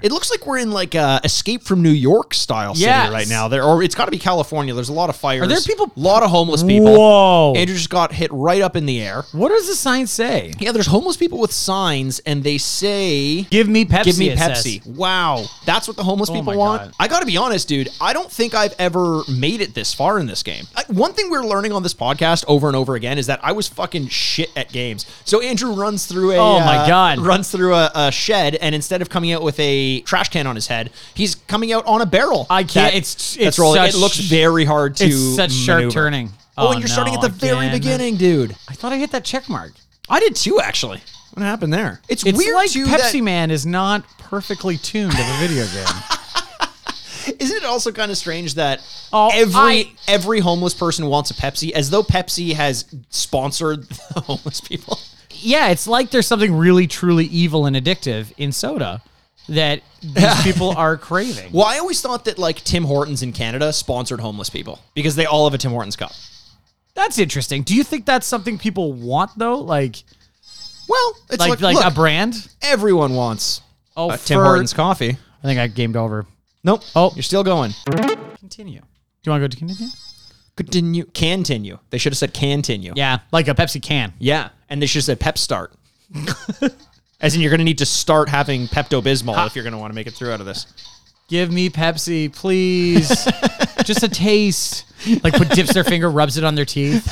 [SPEAKER 3] It looks like we're in like a Escape from New York style city
[SPEAKER 4] Yes.
[SPEAKER 3] right now. There, or it's got to be California. There's a lot of fires.
[SPEAKER 4] there people-
[SPEAKER 3] A lot of homeless people.
[SPEAKER 4] Whoa.
[SPEAKER 3] Andrew just got hit right up in the air.
[SPEAKER 4] What does the sign say?
[SPEAKER 3] Yeah, there's homeless people with signs, and they say,
[SPEAKER 4] Give me Pepsi.
[SPEAKER 3] Give me
[SPEAKER 4] it says.
[SPEAKER 3] Pepsi. Wow. That's what the homeless people
[SPEAKER 4] my
[SPEAKER 3] want.
[SPEAKER 4] God.
[SPEAKER 3] I got to be honest, dude. I don't think I've ever made it this far in this game. I, one thing we're learning on this podcast over and over again is that I was fucking shit at games. So Andrew runs through a
[SPEAKER 4] Oh my
[SPEAKER 3] uh,
[SPEAKER 4] God.
[SPEAKER 3] runs through a, a shed and instead of coming out with a trash can on his head, he's coming out on a barrel.
[SPEAKER 4] I can't-
[SPEAKER 3] That-
[SPEAKER 4] it's-
[SPEAKER 3] that's
[SPEAKER 4] it's
[SPEAKER 3] rolling.
[SPEAKER 4] such-
[SPEAKER 3] it looks very hard to
[SPEAKER 4] It's such sharp
[SPEAKER 3] maneuver.
[SPEAKER 4] turning.
[SPEAKER 3] Oh, and you're starting at
[SPEAKER 4] no,
[SPEAKER 3] the very
[SPEAKER 4] again.
[SPEAKER 3] beginning, dude.
[SPEAKER 4] I thought I hit that check mark.
[SPEAKER 3] I did too, actually. What happened there? It's,
[SPEAKER 4] It's
[SPEAKER 3] weird
[SPEAKER 4] like
[SPEAKER 3] too
[SPEAKER 4] Pepsi
[SPEAKER 3] that-
[SPEAKER 4] Man is not perfectly tuned of a video game.
[SPEAKER 3] Isn't it also kind of strange that
[SPEAKER 4] Oh,
[SPEAKER 3] every
[SPEAKER 4] I-
[SPEAKER 3] every homeless person wants a Pepsi, as though Pepsi has sponsored the homeless people?
[SPEAKER 4] yeah, it's like there's something really truly evil and addictive in soda that these people are craving.
[SPEAKER 3] Well, I always thought that like Tim Hortons in Canada sponsored homeless people because they all have a Tim Hortons cup.
[SPEAKER 4] That's interesting. Do you think that's something people want though? Like
[SPEAKER 3] Well, it's
[SPEAKER 4] like
[SPEAKER 3] like,
[SPEAKER 4] like,
[SPEAKER 3] look,
[SPEAKER 4] a brand?
[SPEAKER 3] everyone wants
[SPEAKER 4] Oh,
[SPEAKER 3] a Tim
[SPEAKER 4] for-
[SPEAKER 3] Hortons coffee.
[SPEAKER 4] I think I gamed over.
[SPEAKER 3] Nope.
[SPEAKER 4] Oh.
[SPEAKER 3] you're still going.
[SPEAKER 4] Continue. Do you want to go to continue?
[SPEAKER 3] Continue. Continue. They should have said continue.
[SPEAKER 4] Yeah, like a Pepsi can.
[SPEAKER 3] Yeah, and they should have said Pep Start. As in, you're going to need to start having Pepto Bismol if you're going to want to make it through out of this.
[SPEAKER 4] Give me Pepsi, please. Just a taste. Like put dips their finger, rubs it on their teeth.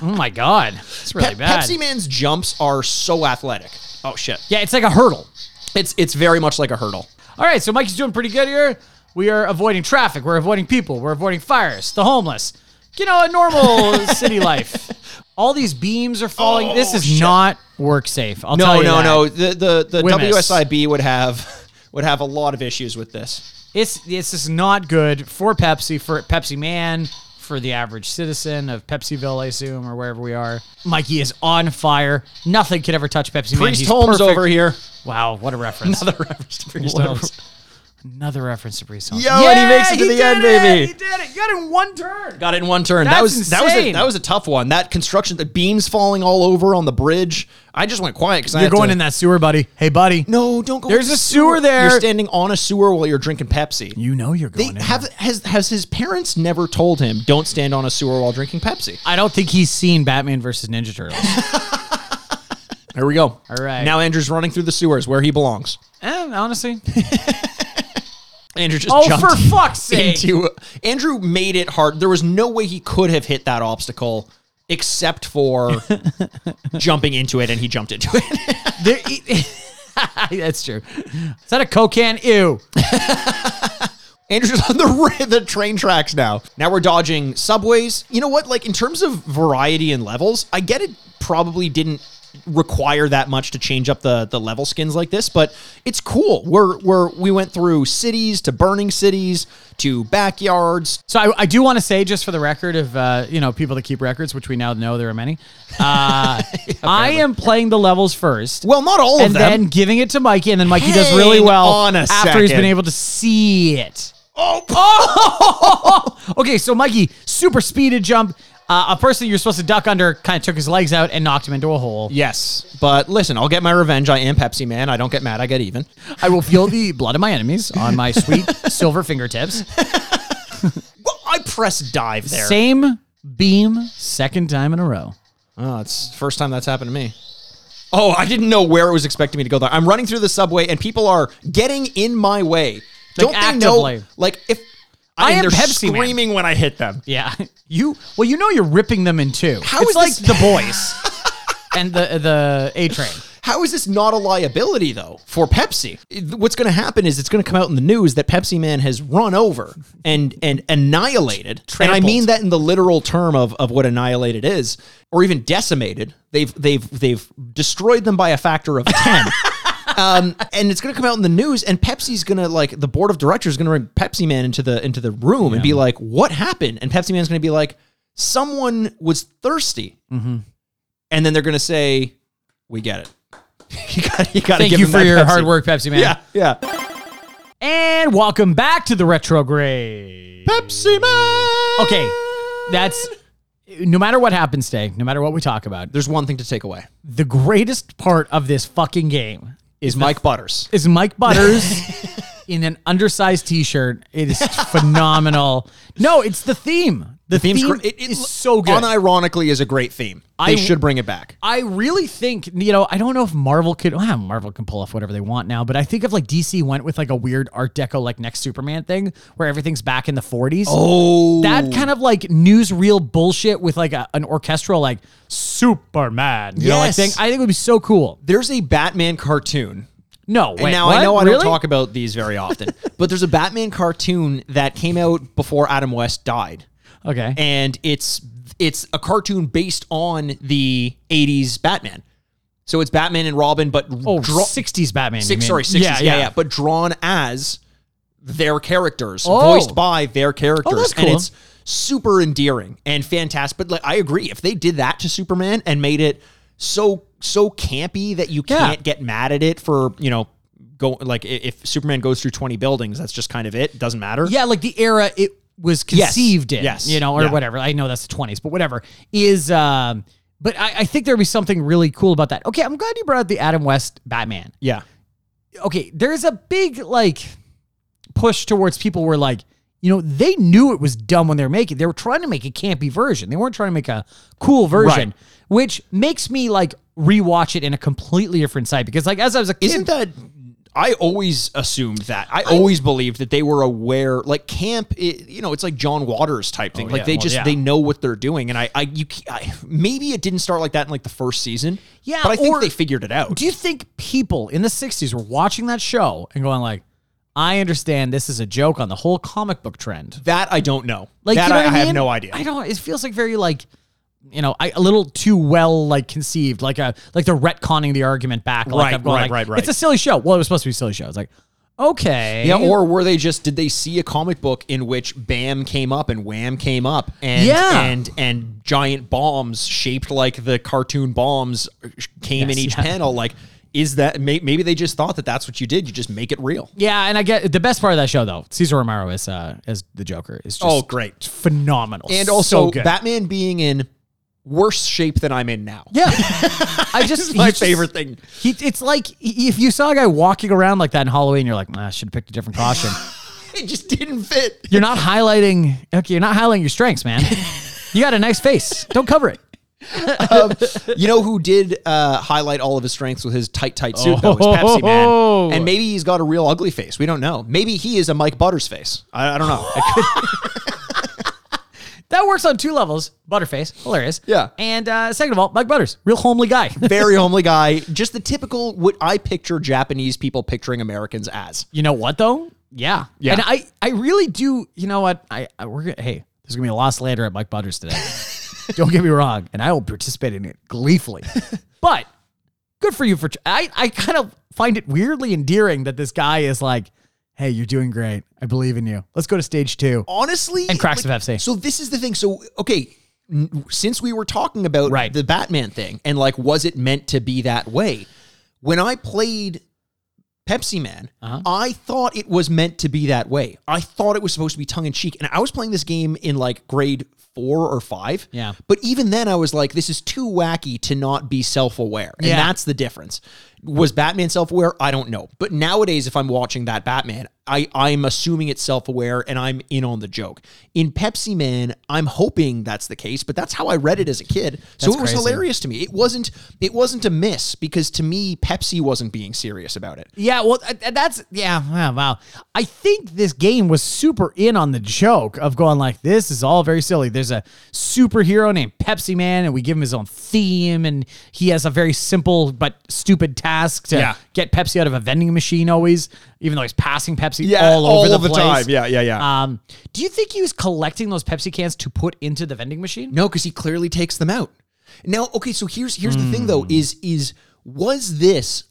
[SPEAKER 4] Oh my god, it's really
[SPEAKER 3] Pe-
[SPEAKER 4] bad.
[SPEAKER 3] Pepsi Man's jumps are so athletic. Oh shit!
[SPEAKER 4] yeah, it's like a hurdle.
[SPEAKER 3] It's it's very much like a hurdle.
[SPEAKER 4] All right, so Mikey's doing pretty good here. We are avoiding traffic. We're avoiding people. We're avoiding fires. The homeless. You know, a normal city life. All these beams are falling. this is not work safe. I'll tell
[SPEAKER 3] No,
[SPEAKER 4] you
[SPEAKER 3] no,
[SPEAKER 4] that.
[SPEAKER 3] no. The the the
[SPEAKER 4] Wimmis.
[SPEAKER 3] WSIB would have would have a lot of issues with this.
[SPEAKER 4] It's it's just not good for Pepsi, for Pepsi Man, for the average citizen of Pepsiville, I assume, or wherever we are. Mikey is on fire. Nothing could ever touch Pepsi Man.
[SPEAKER 3] Priest
[SPEAKER 4] He's
[SPEAKER 3] Holmes
[SPEAKER 4] perfect.
[SPEAKER 3] over here.
[SPEAKER 4] Wow, what a reference!
[SPEAKER 3] Another reference to Priest
[SPEAKER 4] What a-
[SPEAKER 3] Holmes.
[SPEAKER 4] Another reference to Priest Holmes.
[SPEAKER 3] Yo, and he makes it to
[SPEAKER 4] he
[SPEAKER 3] the
[SPEAKER 4] did
[SPEAKER 3] end,
[SPEAKER 4] it!
[SPEAKER 3] baby.
[SPEAKER 4] He did it. He got it in one turn.
[SPEAKER 3] Got it in one turn. that
[SPEAKER 4] That's
[SPEAKER 3] was that was a,
[SPEAKER 4] insane.
[SPEAKER 3] that was a tough one. That construction, the beams falling all over on the bridge. I just went quiet because
[SPEAKER 4] You're going in that sewer, buddy. Hey, buddy.
[SPEAKER 3] No, don't go.
[SPEAKER 4] There's
[SPEAKER 3] in the
[SPEAKER 4] a sewer there.
[SPEAKER 3] You're standing on a sewer while you're drinking Pepsi.
[SPEAKER 4] You know you're
[SPEAKER 3] they
[SPEAKER 4] going. in
[SPEAKER 3] have
[SPEAKER 4] there.
[SPEAKER 3] has has his parents never told him don't stand on a sewer while drinking Pepsi.
[SPEAKER 4] I don't think he's seen Batman versus Ninja Turtles.
[SPEAKER 3] Here we go.
[SPEAKER 4] All right.
[SPEAKER 3] Now Andrew's running through the sewers where he belongs.
[SPEAKER 4] eh, honestly.
[SPEAKER 3] Andrew just
[SPEAKER 4] Oh,
[SPEAKER 3] jumped
[SPEAKER 4] for fuck's sake!
[SPEAKER 3] into. Andrew made it hard. There was no way he could have hit that obstacle except for jumping into it, and he jumped into it.
[SPEAKER 4] There- e- That's true. Is that a Coke can? Ew.
[SPEAKER 3] Andrew's on the ra- the train tracks now. Now we're dodging subways. You know what? Like in terms of variety and levels, I get it. Probably didn't require that much to change up the the level skins like this, but it's cool. We're we're we went through cities to burning cities to backyards
[SPEAKER 4] So I, I do want to say, just for the record of uh, you know people that keep records, which we now know there are many. Uh, I am playing the levels first.
[SPEAKER 3] Well, not all
[SPEAKER 4] and
[SPEAKER 3] of them.
[SPEAKER 4] then giving it to Mikey, and then Mikey does really
[SPEAKER 3] Hang
[SPEAKER 4] well
[SPEAKER 3] on a
[SPEAKER 4] after he's been
[SPEAKER 3] second.
[SPEAKER 4] able to see it.
[SPEAKER 3] oh,
[SPEAKER 4] Okay, so Mikey, super speeded jump. Uh, a person you're supposed to duck under kind of took his legs out and knocked him into a hole.
[SPEAKER 3] Yes, but listen, I'll get my revenge. I am Pepsi Man. I don't get mad. I get even.
[SPEAKER 4] I will feel the blood of my enemies on my sweet silver fingertips.
[SPEAKER 3] Well, I press dive there.
[SPEAKER 4] Same beam, second time in a row.
[SPEAKER 3] Oh, it's first time that's happened to me. Oh, I didn't know where it was expecting me to go. There, I'm running through the subway and people are getting in my way. Don't they know?
[SPEAKER 4] actively.
[SPEAKER 3] Like if
[SPEAKER 4] I
[SPEAKER 3] and
[SPEAKER 4] am
[SPEAKER 3] they're
[SPEAKER 4] Pepsi Man.
[SPEAKER 3] screaming when I hit them.
[SPEAKER 4] Yeah, you. Well, you know you're ripping them in two.
[SPEAKER 3] How
[SPEAKER 4] it's
[SPEAKER 3] is
[SPEAKER 4] like
[SPEAKER 3] this-
[SPEAKER 4] the boys and the the A train.
[SPEAKER 3] How is this not a liability though for Pepsi? It- What's going to happen is it's going to come out in the news that Pepsi Man has run over and and annihilated. And I
[SPEAKER 4] Trampled.
[SPEAKER 3] mean that in the literal term of of what annihilated is, or even decimated. They've they've they've destroyed them by a factor of ten. Um, and it's gonna come out in the news, and Pepsi's gonna like the board of directors is gonna bring Pepsi Man into the into the room and be like, "What happened?" And Pepsi Man's gonna be like, "Someone was thirsty," and then they're gonna say, "We get it." you gotta, you gotta
[SPEAKER 4] Thank
[SPEAKER 3] give
[SPEAKER 4] you
[SPEAKER 3] them
[SPEAKER 4] for
[SPEAKER 3] that
[SPEAKER 4] your
[SPEAKER 3] Pepsi.
[SPEAKER 4] hard work, Pepsi Man.
[SPEAKER 3] Yeah, yeah.
[SPEAKER 4] And welcome back to the retrograde.
[SPEAKER 3] Pepsi Man.
[SPEAKER 4] Okay, that's no matter what happens today, no matter what we talk about,
[SPEAKER 3] There's one thing to take away:
[SPEAKER 4] the greatest part of this fucking game
[SPEAKER 3] is Mike Butters.
[SPEAKER 4] is Mike Butters in an undersized T-shirt. It is phenomenal. No, it's the theme. The, theme
[SPEAKER 3] Theme's
[SPEAKER 4] is
[SPEAKER 3] gr- it- it
[SPEAKER 4] so good.
[SPEAKER 3] Unironically, is a great theme. They
[SPEAKER 4] I-
[SPEAKER 3] should bring it back.
[SPEAKER 4] I really think you know. I don't know if Marvel could. Well, Marvel can pull off whatever they want now, but I think if like DC went with like a weird Art Deco like next Superman thing where everything's back in the forties.
[SPEAKER 3] Oh,
[SPEAKER 4] That kind of like newsreel bullshit with like a, an orchestral like Superman, you know, like
[SPEAKER 3] Yes.
[SPEAKER 4] thing. I think it would be so cool.
[SPEAKER 3] there's a Batman cartoon
[SPEAKER 4] No, wait,
[SPEAKER 3] and now
[SPEAKER 4] what?
[SPEAKER 3] I know I
[SPEAKER 4] Really?
[SPEAKER 3] don't talk about these very often, but there's a Batman cartoon that came out before Adam West died,
[SPEAKER 4] Okay,
[SPEAKER 3] and it's it's a cartoon based on the '80s Batman. So it's Batman and Robin, but
[SPEAKER 4] oh,
[SPEAKER 3] draw-
[SPEAKER 4] '60s Batman. you
[SPEAKER 3] six
[SPEAKER 4] mean.
[SPEAKER 3] sorry '60s, yeah, yeah, but drawn as their characters, voiced by their characters,
[SPEAKER 4] Oh. that's
[SPEAKER 3] and
[SPEAKER 4] cool.
[SPEAKER 3] it's super endearing and fantastic. But like, I agree, if they did that to Superman and made it so so campy that you
[SPEAKER 4] Yeah.
[SPEAKER 3] can't get mad at it for you know go like i- if Superman goes through twenty buildings, that's just kind of it. Doesn't matter.
[SPEAKER 4] yeah, like the era it was
[SPEAKER 3] Yes.
[SPEAKER 4] conceived in,
[SPEAKER 3] Yes.
[SPEAKER 4] you know, or
[SPEAKER 3] Yeah.
[SPEAKER 4] whatever. I know that's the twenties, but whatever is. um But I, I think there'd be something really cool about that. Okay, I'm glad you brought up the Adam West Batman.
[SPEAKER 3] yeah.
[SPEAKER 4] Okay, there's a big like push towards people were like, you know, they knew it was dumb when they were making. it. They were trying to make a campy version. They weren't trying to make a cool version,
[SPEAKER 3] Right.
[SPEAKER 4] which makes me like rewatch it in a completely different side because like as I was a kid,
[SPEAKER 3] Isn't that? I always assumed that. I always believed that they were aware. Like camp, it, you know, it's like John Waters type thing. like
[SPEAKER 4] Oh, yeah.
[SPEAKER 3] they
[SPEAKER 4] Well,
[SPEAKER 3] just
[SPEAKER 4] yeah.
[SPEAKER 3] they know what they're doing. And I, I, you, ca- I, maybe it didn't start like that in like the first season.
[SPEAKER 4] Yeah,
[SPEAKER 3] but I think
[SPEAKER 4] or-
[SPEAKER 3] they figured it out.
[SPEAKER 4] Do you think people in the 60s were watching that show and going like, I understand this is a joke on the whole comic book trend.
[SPEAKER 3] that I don't know.
[SPEAKER 4] Like
[SPEAKER 3] that
[SPEAKER 4] you know
[SPEAKER 3] I,
[SPEAKER 4] what
[SPEAKER 3] I have
[SPEAKER 4] mean?
[SPEAKER 3] no idea.
[SPEAKER 4] I don't it feels like very like you know, I, a little too well like conceived, like a like they're retconning the argument back. Like
[SPEAKER 3] Right,
[SPEAKER 4] I'm going,
[SPEAKER 3] right,
[SPEAKER 4] like,
[SPEAKER 3] right, right.
[SPEAKER 4] It's a silly show. Well, it was supposed to be a silly show. It's like, okay,
[SPEAKER 3] yeah, or were they just did they see a comic book in which Bam came up and Wham came up and
[SPEAKER 4] Yeah.
[SPEAKER 3] and and giant bombs shaped like the cartoon bombs came in
[SPEAKER 4] Yes,
[SPEAKER 3] each
[SPEAKER 4] yeah.
[SPEAKER 3] panel? Like, is that may, maybe they just thought that that's what you did? You just make it real.
[SPEAKER 4] yeah. And I get the best part of that show though. Cesar Romero is uh as the Joker is just
[SPEAKER 3] Oh, great.
[SPEAKER 4] phenomenal
[SPEAKER 3] and also
[SPEAKER 4] so good.
[SPEAKER 3] Batman being in worse shape than I'm in now.
[SPEAKER 4] Yeah, I just
[SPEAKER 3] my
[SPEAKER 4] he's just-
[SPEAKER 3] favorite thing.
[SPEAKER 4] He, it's like i- if you saw a guy walking around like that in Halloween, you're like, "Ah, I should have picked a different costume.
[SPEAKER 3] It just didn't fit.
[SPEAKER 4] you're not highlighting. Okay, you're not highlighting your strengths, man. You got a nice face. Don't cover it.
[SPEAKER 3] Um, you know who did uh, highlight all of his strengths with his tight, tight suit? though, was Pepsi
[SPEAKER 4] Oh.
[SPEAKER 3] Man, and maybe he's got a real ugly face. We don't know. Maybe he is a Mike Butters face. I, I don't know. I could-
[SPEAKER 4] That works on two levels. Butterface, hilarious.
[SPEAKER 3] Yeah.
[SPEAKER 4] And uh, second of all, Mike Butters, real homely guy.
[SPEAKER 3] very homely guy. Just the typical what I picture Japanese people picturing Americans as.
[SPEAKER 4] You know what though? Yeah.
[SPEAKER 3] Yeah.
[SPEAKER 4] And I, I really do. You know what? I, I we're gonna, hey, there's gonna be a lot of slander at Mike Butters today. Don't get me wrong, and I will participate in it gleefully. but good for you for. tr- I, I kind of find it weirdly endearing that this guy is like, hey, you're doing great. I believe in you. Let's go to stage two.
[SPEAKER 3] honestly
[SPEAKER 4] And cracks of FC.
[SPEAKER 3] so this is the thing so okay n- since we were talking about
[SPEAKER 4] Right.
[SPEAKER 3] the batman thing and like was it meant to be that way when i played Pepsi Man,
[SPEAKER 4] Uh-huh.
[SPEAKER 3] I thought it was meant to be that way. I thought it was supposed to be tongue in cheek. And I was playing this game in like grade four or five.
[SPEAKER 4] Yeah.
[SPEAKER 3] But even then, I was like, this is too wacky to not be self aware. And
[SPEAKER 4] Yeah.
[SPEAKER 3] that's the difference. Was Batman self aware? I don't know. But nowadays, if I'm watching that Batman, I, I'm assuming it's self aware and I'm in on the joke. In Pepsi Man, I'm hoping that's the case, but that's how I read it as a kid. so
[SPEAKER 4] That's
[SPEAKER 3] it was
[SPEAKER 4] crazy.
[SPEAKER 3] hilarious to me. It wasn't it wasn't a miss because to me, Pepsi wasn't being serious about it.
[SPEAKER 4] Yeah, well, th- th- that's yeah. Wow, wow. I think this game was super in on the joke of going like, this is all very silly. There's a superhero named Pepsi Man, and we give him his own theme, and he has a very simple but stupid task to
[SPEAKER 3] Yeah.
[SPEAKER 4] get Pepsi out of a vending machine. Always, even though he's passing Pepsi
[SPEAKER 3] Yeah,
[SPEAKER 4] all over
[SPEAKER 3] all
[SPEAKER 4] the,
[SPEAKER 3] the
[SPEAKER 4] place.
[SPEAKER 3] time. Yeah, yeah, yeah.
[SPEAKER 4] Um, do you think he was collecting those Pepsi cans to put into the vending machine?
[SPEAKER 3] No, because he clearly takes them out. Now, okay, so here's here's the thing though, is is was this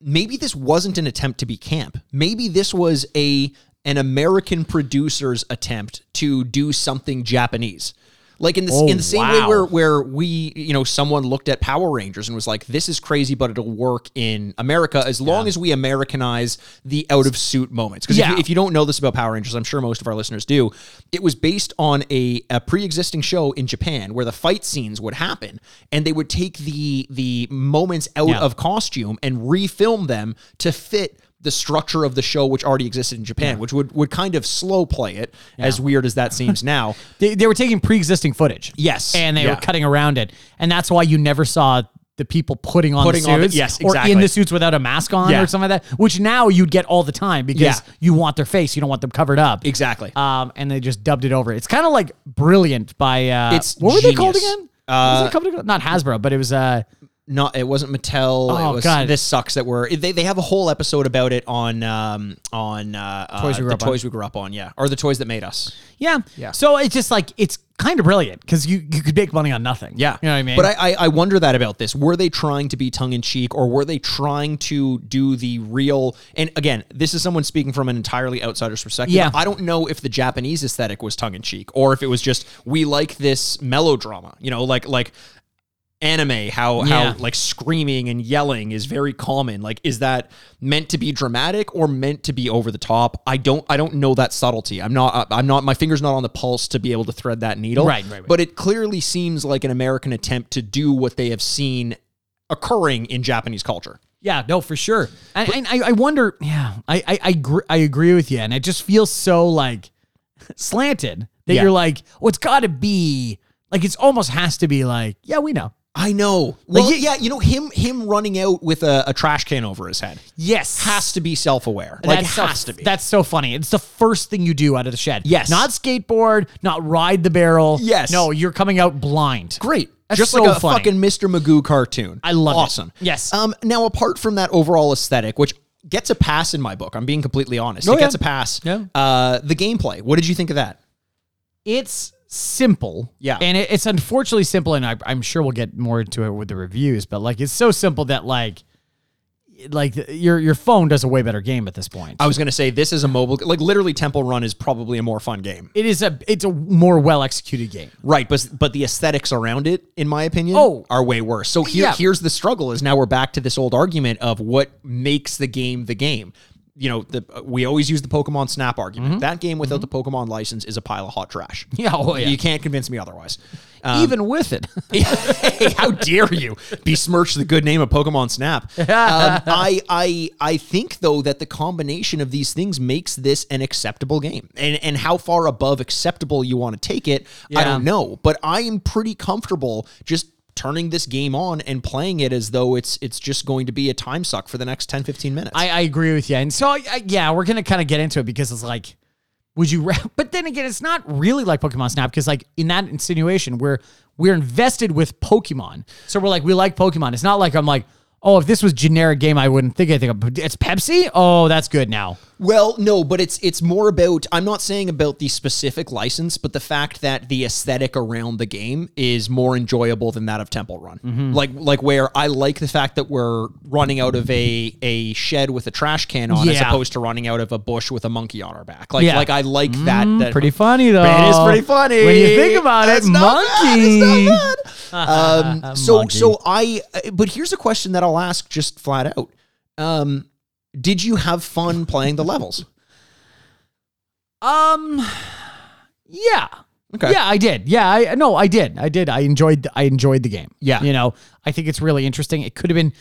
[SPEAKER 3] maybe this wasn't an attempt to be camp. Maybe this was a an American producer's attempt to do something Japanese. Like in the
[SPEAKER 4] Oh,
[SPEAKER 3] in the same way
[SPEAKER 4] wow.
[SPEAKER 3] where where we you know someone looked at Power Rangers and was like this is crazy but it'll work in America as long as we Americanize the out of suit moments because
[SPEAKER 4] Yeah.
[SPEAKER 3] if, you don't know this about Power Rangers I'm sure most of our listeners do it was based on a, a pre existing show in Japan where the fight scenes would happen and they would take the the moments out
[SPEAKER 4] Yeah.
[SPEAKER 3] of costume and refilm them to fit the structure of the show which already existed in Japan which would would kind of slow play it as weird as that seems now
[SPEAKER 4] They, they were taking pre-existing footage.
[SPEAKER 3] Yes.
[SPEAKER 4] and they
[SPEAKER 3] Yeah.
[SPEAKER 4] were cutting around it, and that's why you never saw the people putting on
[SPEAKER 3] Putting
[SPEAKER 4] the
[SPEAKER 3] on the-
[SPEAKER 4] suits,
[SPEAKER 3] yes,
[SPEAKER 4] or in
[SPEAKER 3] exactly.
[SPEAKER 4] the suits without a mask on
[SPEAKER 3] Yeah.
[SPEAKER 4] or something like that. Which now you'd get all the time because
[SPEAKER 3] Yeah.
[SPEAKER 4] you want their face, you don't want them covered up.
[SPEAKER 3] exactly
[SPEAKER 4] Um, and they just dubbed it over. It's kind of like brilliant by uh,
[SPEAKER 3] It's
[SPEAKER 4] what were they called
[SPEAKER 3] genius.
[SPEAKER 4] again? Uh, was it called? Not Hasbro, but it was uh,
[SPEAKER 3] not it wasn't Mattel.
[SPEAKER 4] Oh,
[SPEAKER 3] it was,
[SPEAKER 4] God.
[SPEAKER 3] This sucks that we're they, they have a whole episode about it on um on uh,
[SPEAKER 4] Toys
[SPEAKER 3] uh,
[SPEAKER 4] We Grew
[SPEAKER 3] the
[SPEAKER 4] Up On.
[SPEAKER 3] toys we grew up on. Yeah, or the toys that made us.
[SPEAKER 4] yeah,
[SPEAKER 3] Yeah.
[SPEAKER 4] So it's just like it's kind of brilliant because you you could make money on nothing. you know what I mean.
[SPEAKER 3] But I, I I wonder that about this. Were they trying to be tongue in cheek, or were they trying to do the real? And again, this is someone speaking from an entirely outsider's perspective.
[SPEAKER 4] Yeah.
[SPEAKER 3] I don't know if the Japanese aesthetic was tongue in cheek, or if it was just we like this melodrama. You know, like like anime how
[SPEAKER 4] Yeah.
[SPEAKER 3] how like screaming and yelling is very common like is that meant to be dramatic or meant to be over the top i don't i don't know that subtlety i'm not i'm not my fingers not on the pulse to be able to thread that needle
[SPEAKER 4] Right, right, right.
[SPEAKER 3] but it clearly seems like an american attempt to do what they have seen occurring in japanese culture
[SPEAKER 4] Yeah, no, for sure. And, and I, I wonder. Yeah, I, I, I, gr- I agree with you, and it just feels so like slanted that
[SPEAKER 3] Yeah.
[SPEAKER 4] you're like, well, it's got to be like it's almost has to be like, yeah, we know.
[SPEAKER 3] i know well
[SPEAKER 4] Like,
[SPEAKER 3] yeah, yeah you know him him running out with a, a trash can over his head
[SPEAKER 4] Yes,
[SPEAKER 3] has to be self-aware like
[SPEAKER 4] that's
[SPEAKER 3] has
[SPEAKER 4] so,
[SPEAKER 3] to be
[SPEAKER 4] That's so funny. It's the first thing you do out of the shed.
[SPEAKER 3] Yes.
[SPEAKER 4] not skateboard, not ride the barrel.
[SPEAKER 3] Yes.
[SPEAKER 4] no, you're coming out blind.
[SPEAKER 3] great.
[SPEAKER 4] That's
[SPEAKER 3] Just
[SPEAKER 4] so
[SPEAKER 3] like a
[SPEAKER 4] funny.
[SPEAKER 3] fucking Mr. Magoo cartoon.
[SPEAKER 4] I love it.
[SPEAKER 3] awesome.
[SPEAKER 4] Yes.
[SPEAKER 3] Um. Now, apart from that overall aesthetic, which gets a pass in my book, I'm being completely honest.
[SPEAKER 4] Oh,
[SPEAKER 3] it
[SPEAKER 4] yeah.
[SPEAKER 3] gets a pass.
[SPEAKER 4] Yeah.
[SPEAKER 3] Uh, the gameplay. What did you think of that?
[SPEAKER 4] it's simple.
[SPEAKER 3] Yeah.
[SPEAKER 4] And it, it's unfortunately simple, and I, I'm sure we'll get more into it with the reviews, but like it's so simple that like like your your phone does a way better game at this point.
[SPEAKER 3] I was gonna say this is a mobile, like literally Temple Run is probably a more fun game,
[SPEAKER 4] it is a it's a more well executed game.
[SPEAKER 3] right? But but the aesthetics around it, in my opinion,
[SPEAKER 4] Oh.
[SPEAKER 3] are way worse. So here
[SPEAKER 4] Yeah.
[SPEAKER 3] here's the struggle: is now we're back to this old argument of what makes the game the game. You know, the, uh, we always use the Pokemon Snap argument. That game without the Pokemon license is a pile of hot trash.
[SPEAKER 4] Mm-hmm. Yeah, oh, yeah.
[SPEAKER 3] You can't convince me otherwise.
[SPEAKER 4] Even with it.
[SPEAKER 3] hey, how dare you besmirch the good name of Pokemon Snap? Um, I, I, I think though that the combination of these things makes this an acceptable game, and and how far above acceptable you want to take it, I
[SPEAKER 4] Yeah.
[SPEAKER 3] don't know. But I am pretty comfortable just turning this game on and playing it as though it's it's just going to be a time suck for the next 10 15 minutes.
[SPEAKER 4] I, I agree with you. And so, I, I- yeah, we're going to kind of get into it because it's like, would you, ra- but then again, it's not really like Pokemon Snap because, like, in that insinuation, we're, we're invested with Pokemon. So we're like, we like Pokemon. It's not like I'm like, oh, if this was generic game, I wouldn't think anything of It's Pepsi? Oh, that's good now.
[SPEAKER 3] Well, no, but it's it's more about I'm not saying about the specific license, but the fact that the aesthetic around the game is more enjoyable than that of Temple Run.
[SPEAKER 4] Mm-hmm.
[SPEAKER 3] Like like where I like the fact that we're running out of a a shed with a trash can on as
[SPEAKER 4] Yeah.
[SPEAKER 3] opposed to running out of a bush with a monkey on our back. Like
[SPEAKER 4] Yeah. Mm-hmm.
[SPEAKER 3] like I like that, that
[SPEAKER 4] Mm, Pretty funny, though.
[SPEAKER 3] it is pretty funny
[SPEAKER 4] Oh, When you think about
[SPEAKER 3] That's
[SPEAKER 4] it,
[SPEAKER 3] not bad, it's not
[SPEAKER 4] monkey.
[SPEAKER 3] bad. Um, so
[SPEAKER 4] Monkey.
[SPEAKER 3] so I. uh, But here's a question that I'll ask just flat out. Um, Did you have fun playing the levels?
[SPEAKER 4] Um, yeah.
[SPEAKER 3] Okay.
[SPEAKER 4] Yeah, I did. Yeah, I no, I did. I did. I enjoyed. I enjoyed the game.
[SPEAKER 3] Yeah.
[SPEAKER 4] You know, I think it's really interesting. It could have been,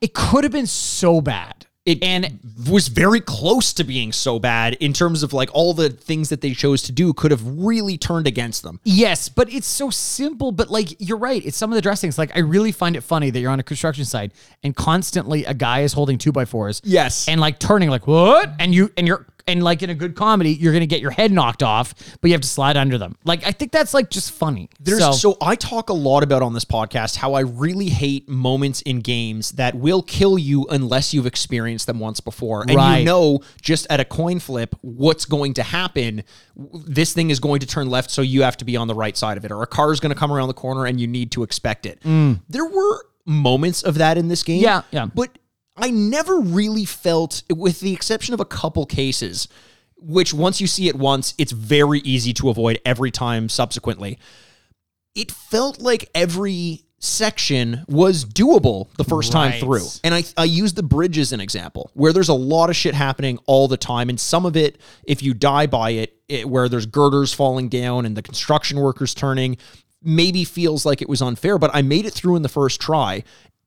[SPEAKER 4] it could have been so bad.
[SPEAKER 3] It
[SPEAKER 4] and
[SPEAKER 3] was very close to being so bad in terms of like all the things that they chose to do could have really turned against them.
[SPEAKER 4] Yes, but it's so simple. But like you're right, it's some of the dressings. Like I really find it funny that you're on a construction site and constantly a guy is holding two by fours.
[SPEAKER 3] Yes.
[SPEAKER 4] and like turning like what? And you and you're and like in a good comedy, you're gonna get your head knocked off, but you have to slide under them. Like I think that's like just funny.
[SPEAKER 3] There's
[SPEAKER 4] so,
[SPEAKER 3] so, I talk a lot about on this podcast how I really hate moments in games that will kill you unless you've experienced them once before. And you
[SPEAKER 4] Right.
[SPEAKER 3] know just at a coin flip what's going to happen. This thing is going to turn left, so you have to be on the right side of it, or a car is going to come around the corner and you need to expect it. There were moments of that in this game.
[SPEAKER 4] Mm. Yeah, yeah.
[SPEAKER 3] But I never really felt, with the exception of a couple cases, which once you see it once, it's very easy to avoid every time subsequently it felt like every section was doable the first time
[SPEAKER 4] Right.
[SPEAKER 3] through. And I, I use the bridge as an example where there's a lot of shit happening all the time. And some of it, if you die by it, it where there's girders falling down and the construction workers turning, maybe feels like it was unfair. But I made it through in the first try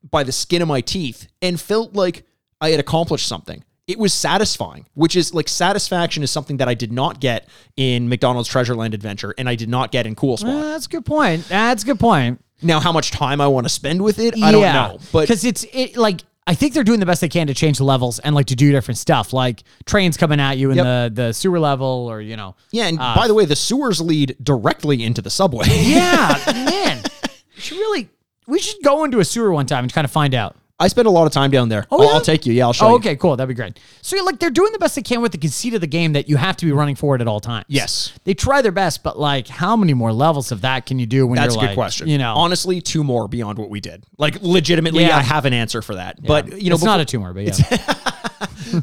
[SPEAKER 3] by the skin of my teeth and felt like I had accomplished something. It was satisfying, which is like satisfaction is something that I did not get in McDonald's Treasureland Adventure and I did not get in Cool Spawn.
[SPEAKER 4] Uh, that's a good point. That's a good point.
[SPEAKER 3] Now, how much time I want to spend with it, I don't know. But
[SPEAKER 4] because it's it like I think they're doing the best they can to change the levels and like to do different stuff, like trains coming at you in the the sewer level or you know.
[SPEAKER 3] yeah, and
[SPEAKER 4] Ah.
[SPEAKER 3] by the way, the sewers lead directly into the subway.
[SPEAKER 4] Yeah, man. We should really we should go into a sewer one time and kind of find out.
[SPEAKER 3] I spend a lot of time down there.
[SPEAKER 4] Oh,
[SPEAKER 3] I'll,
[SPEAKER 4] yeah?
[SPEAKER 3] I'll take you. Yeah, I'll show
[SPEAKER 4] Oh,
[SPEAKER 3] you.
[SPEAKER 4] okay, cool. That'd be great. So you're like they're doing the best they can with the conceit of the game that you have to be running forward at all times.
[SPEAKER 3] Yes.
[SPEAKER 4] They try their best, but like how many more levels of that can you do when
[SPEAKER 3] That's
[SPEAKER 4] you're
[SPEAKER 3] a good
[SPEAKER 4] like,
[SPEAKER 3] question.
[SPEAKER 4] You know,
[SPEAKER 3] honestly, two more beyond what we did. Like, legitimately,
[SPEAKER 4] Yeah.
[SPEAKER 3] I have an answer for that. But you know,
[SPEAKER 4] it's
[SPEAKER 3] before,
[SPEAKER 4] not a tumor, but yeah.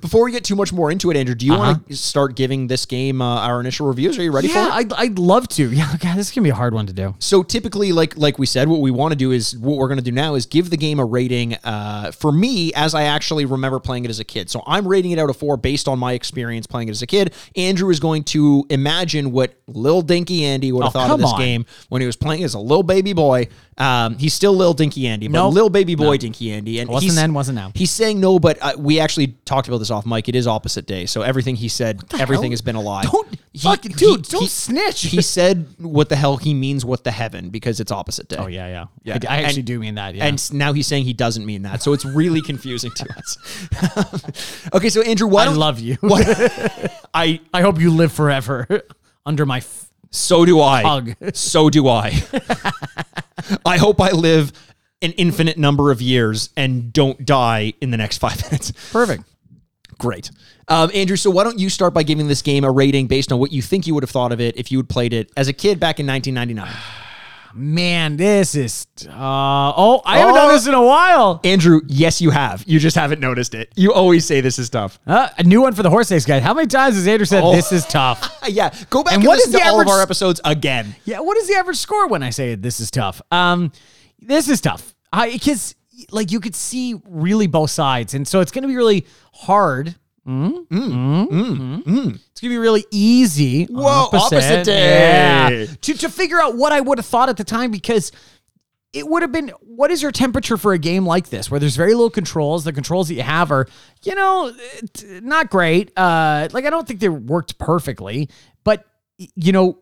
[SPEAKER 3] before we get too much more into it, Andrew, do you want to start giving this game uh, our initial reviews? Are you ready for
[SPEAKER 4] Uh-huh. yeah,
[SPEAKER 3] it?
[SPEAKER 4] I'd, I'd love to. Yeah, God, this is gonna be a hard one to do.
[SPEAKER 3] So typically, like like we said, what we want to do is what we're going to do now is give the game a rating. Uh, for me, as I actually remember playing it as a kid, so I'm rating it out of four based on my experience playing it as a kid. Andrew is going to imagine what little Dinky Andy would have
[SPEAKER 4] Oh,
[SPEAKER 3] thought of
[SPEAKER 4] come
[SPEAKER 3] this
[SPEAKER 4] on.
[SPEAKER 3] game when he was playing as a little baby boy. Um, he's still little Dinky Andy, but
[SPEAKER 4] Nope.
[SPEAKER 3] little baby boy Dinky Andy, and
[SPEAKER 4] Wasn't
[SPEAKER 3] he's-
[SPEAKER 4] then, wasn't now.
[SPEAKER 3] He's saying no, but uh, we actually talked about this off mic. It is opposite day, so everything he said, everything
[SPEAKER 4] hell?
[SPEAKER 3] has been a lie.
[SPEAKER 4] Don't-
[SPEAKER 3] He-
[SPEAKER 4] fuck,
[SPEAKER 3] he-
[SPEAKER 4] dude, don't
[SPEAKER 3] he-
[SPEAKER 4] snitch.
[SPEAKER 3] He said what the hell he means what the heaven because it's opposite day.
[SPEAKER 4] Oh yeah, yeah.
[SPEAKER 3] Yeah.
[SPEAKER 4] I d- I,
[SPEAKER 3] And-
[SPEAKER 4] actually do mean that. Yeah.
[SPEAKER 3] And s- now he's saying he doesn't mean that. So it's really confusing to us. okay, so Andrew, why
[SPEAKER 4] I
[SPEAKER 3] don't-
[SPEAKER 4] love you.
[SPEAKER 3] I
[SPEAKER 4] I hope you live forever under my. F-
[SPEAKER 3] so do I.
[SPEAKER 4] Hug.
[SPEAKER 3] So do I. I hope I live an infinite number of years and don't die in the next 5 minutes.
[SPEAKER 4] Perfect.
[SPEAKER 3] Great. Um, Andrew, so why don't you start by giving this game a rating based on what you think you would have thought of it if you had played it as a kid back in 1999?
[SPEAKER 4] Man, this is. Uh, oh, I haven't done
[SPEAKER 3] Oh.
[SPEAKER 4] this in a while.
[SPEAKER 3] Andrew, yes, you have. You just haven't noticed it. You always say this is tough.
[SPEAKER 4] Uh, a new one for the horse race guy. How many times has Andrew said
[SPEAKER 3] Oh.
[SPEAKER 4] this is tough?
[SPEAKER 3] Yeah, go back
[SPEAKER 4] And
[SPEAKER 3] and,
[SPEAKER 4] what
[SPEAKER 3] listen
[SPEAKER 4] is the
[SPEAKER 3] to all of
[SPEAKER 4] average-
[SPEAKER 3] our episodes again.
[SPEAKER 4] Yeah, what is the average score when I say this is tough? Um, this is tough. I because like you could see really both sides, and so it's going to be really hard. Mm, mm, mm, mm. It's going to be really easy.
[SPEAKER 3] Whoa, opposite day.
[SPEAKER 4] Yeah, to to figure out what I would have thought at the time because. It would have been what is your temperature for a game like this where there's very little controls the controls that you have are you know t- not great uh like I don't think they worked perfectly but y- you know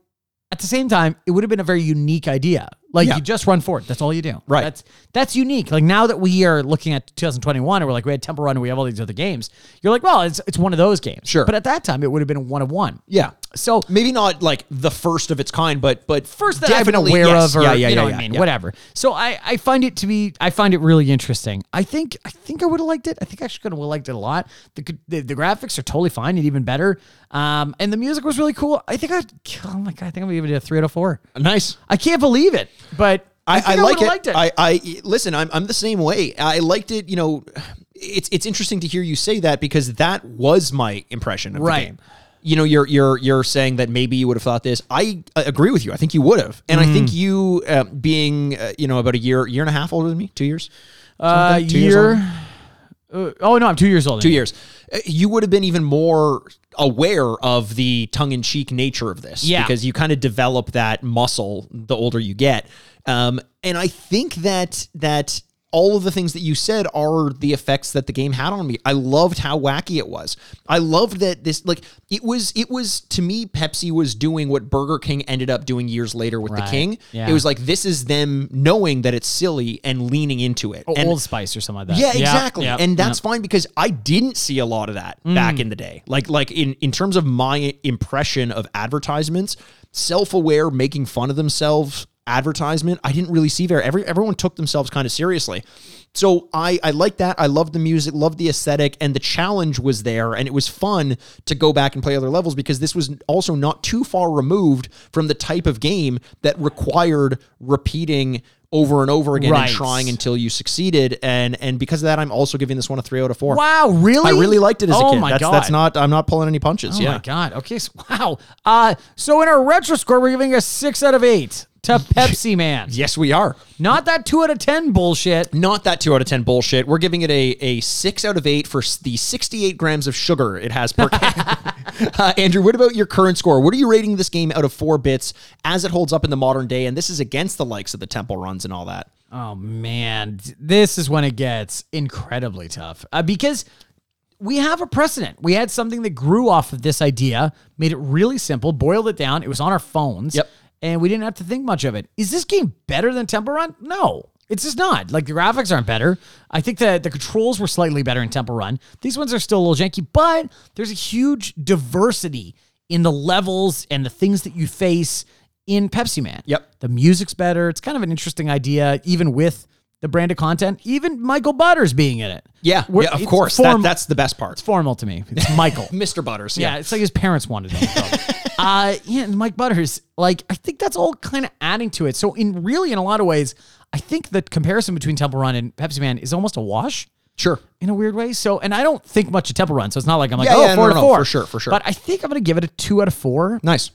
[SPEAKER 4] at the same time, it would have been a very unique idea. Like
[SPEAKER 3] Yeah.
[SPEAKER 4] you just run forward. That's all you do.
[SPEAKER 3] Right.
[SPEAKER 4] That's that's unique. Like now that we are looking at 2021 and we're like, we had Temple Run and we have all these other games, you're like, well, it's it's one of those games.
[SPEAKER 3] Sure.
[SPEAKER 4] But at that time it would have been one of one.
[SPEAKER 3] Yeah.
[SPEAKER 4] So
[SPEAKER 3] Maybe not like the first of its kind, but but
[SPEAKER 4] first that I've been
[SPEAKER 3] definitely,
[SPEAKER 4] aware
[SPEAKER 3] yes.
[SPEAKER 4] of or
[SPEAKER 3] yeah, yeah,
[SPEAKER 4] you know
[SPEAKER 3] yeah,
[SPEAKER 4] what
[SPEAKER 3] yeah,
[SPEAKER 4] I mean,
[SPEAKER 3] yeah.
[SPEAKER 4] whatever. So I, I find it to be I find it really interesting. I think I think I would have liked it. I think I actually could have liked it a lot. The, g- the the graphics are totally fine and even better. Um and the music was really cool. I think I oh my god, I think I'm gonna give it a three out of four.
[SPEAKER 3] Nice.
[SPEAKER 4] I can't believe it, but
[SPEAKER 3] I, I,
[SPEAKER 4] think
[SPEAKER 3] like
[SPEAKER 4] would've
[SPEAKER 3] it.
[SPEAKER 4] Liked it.
[SPEAKER 3] I, I listen. I'm I'm the same way. I liked it. You know, it's it's interesting to hear you say that because that was my impression of the
[SPEAKER 4] Right.
[SPEAKER 3] game. You know, you're you're you're saying that maybe you would have thought this. I uh, agree with you. I think you would have, and I
[SPEAKER 4] Mm.
[SPEAKER 3] think you uh, being uh, you know about a year year and a half older than me, two years.
[SPEAKER 4] uh,
[SPEAKER 3] Something, two years
[SPEAKER 4] year, Uh, oh no, I'm two years old.
[SPEAKER 3] two years, uh, you would have been even more aware of the tongue in cheek nature of this.
[SPEAKER 4] Yeah.
[SPEAKER 3] Because you kind of develop that muscle the older you get. Um, and I think that that all of the things that you said are the effects that the game had on me. I loved how wacky it was. I loved that this like it was it was to me Pepsi was doing what Burger King ended up doing years later with
[SPEAKER 4] Right.
[SPEAKER 3] the King.
[SPEAKER 4] Yeah.
[SPEAKER 3] It was like this is them knowing that it's silly and leaning into it. and
[SPEAKER 4] Oh, Old Spice or something like that.
[SPEAKER 3] yeah, exactly.
[SPEAKER 4] yeah,
[SPEAKER 3] and that's fine because I didn't see a lot of that back in the day. Like like in in terms of my impression of advertisements, self-aware making fun of themselves advertisement, I didn't really see there. Every everyone took themselves kind of seriously. So I I like that. I loved the music, loved the aesthetic and the challenge was there and it was fun to go back and play other levels because this was also not too far removed from the type of game that required repeating over and over again
[SPEAKER 4] Right.
[SPEAKER 3] and trying until you succeeded. And and because of that, I'm also giving this one a three out of four.
[SPEAKER 4] Wow, really?
[SPEAKER 3] I really liked it as
[SPEAKER 4] oh
[SPEAKER 3] a kid.
[SPEAKER 4] my
[SPEAKER 3] that's,
[SPEAKER 4] god,
[SPEAKER 3] that's not I'm not pulling any punches.
[SPEAKER 4] Oh
[SPEAKER 3] yeah.
[SPEAKER 4] my god. Okay. So, wow. Uh, so in our retro score, we're giving a six out of eight to Pepsi Man.
[SPEAKER 3] Yes, we are.
[SPEAKER 4] Not that two out of ten bullshit.
[SPEAKER 3] Not that two out of ten bullshit. We're giving it a a six out of eight for s- the 68 grams of sugar it has per can. uh, Andrew, what about your current score? What are you rating this game out of four bits as it holds up in the modern day? And this is against the likes of the Temple Runs and all that.
[SPEAKER 4] Oh man, this is when it gets incredibly tough uh, because we have a precedent. We had something that grew off of this idea, made it really simple, boiled it down. It was on our phones.
[SPEAKER 3] Yep.
[SPEAKER 4] And we didn't have to think much of it. Is this game better than Temple Run? No. It's just not. Like the graphics aren't better. I think that the controls were slightly better in Temple Run. These ones are still a little janky, but there's a huge diversity in the levels and the things that you face in Pepsi Man.
[SPEAKER 3] Yep.
[SPEAKER 4] The music's better. It's kind of an interesting idea, even with the brand of content, even Michael Butters being in it.
[SPEAKER 3] Yeah,
[SPEAKER 4] We're-
[SPEAKER 3] yeah, of
[SPEAKER 4] it's
[SPEAKER 3] course.
[SPEAKER 4] form-
[SPEAKER 3] that, that's the best part.
[SPEAKER 4] it's formal to me. It's Michael.
[SPEAKER 3] Mr. Butters.
[SPEAKER 4] yeah, it's like his parents wanted him. so. uh, yeah, and Mike Butters. Like, I think that's all kind of adding to it. So, in really, in a lot of ways, I think the comparison between Temple Run and Pepsi Man is almost a wash
[SPEAKER 3] Sure.
[SPEAKER 4] in a weird way. So, and I don't think much of Temple Run, so it's not like I'm like,
[SPEAKER 3] Yeah,
[SPEAKER 4] oh,
[SPEAKER 3] yeah,
[SPEAKER 4] four
[SPEAKER 3] no,
[SPEAKER 4] out of
[SPEAKER 3] no, no,
[SPEAKER 4] four
[SPEAKER 3] for sure, for sure.
[SPEAKER 4] But I think I'm gonna give it a two out of four.
[SPEAKER 3] Nice.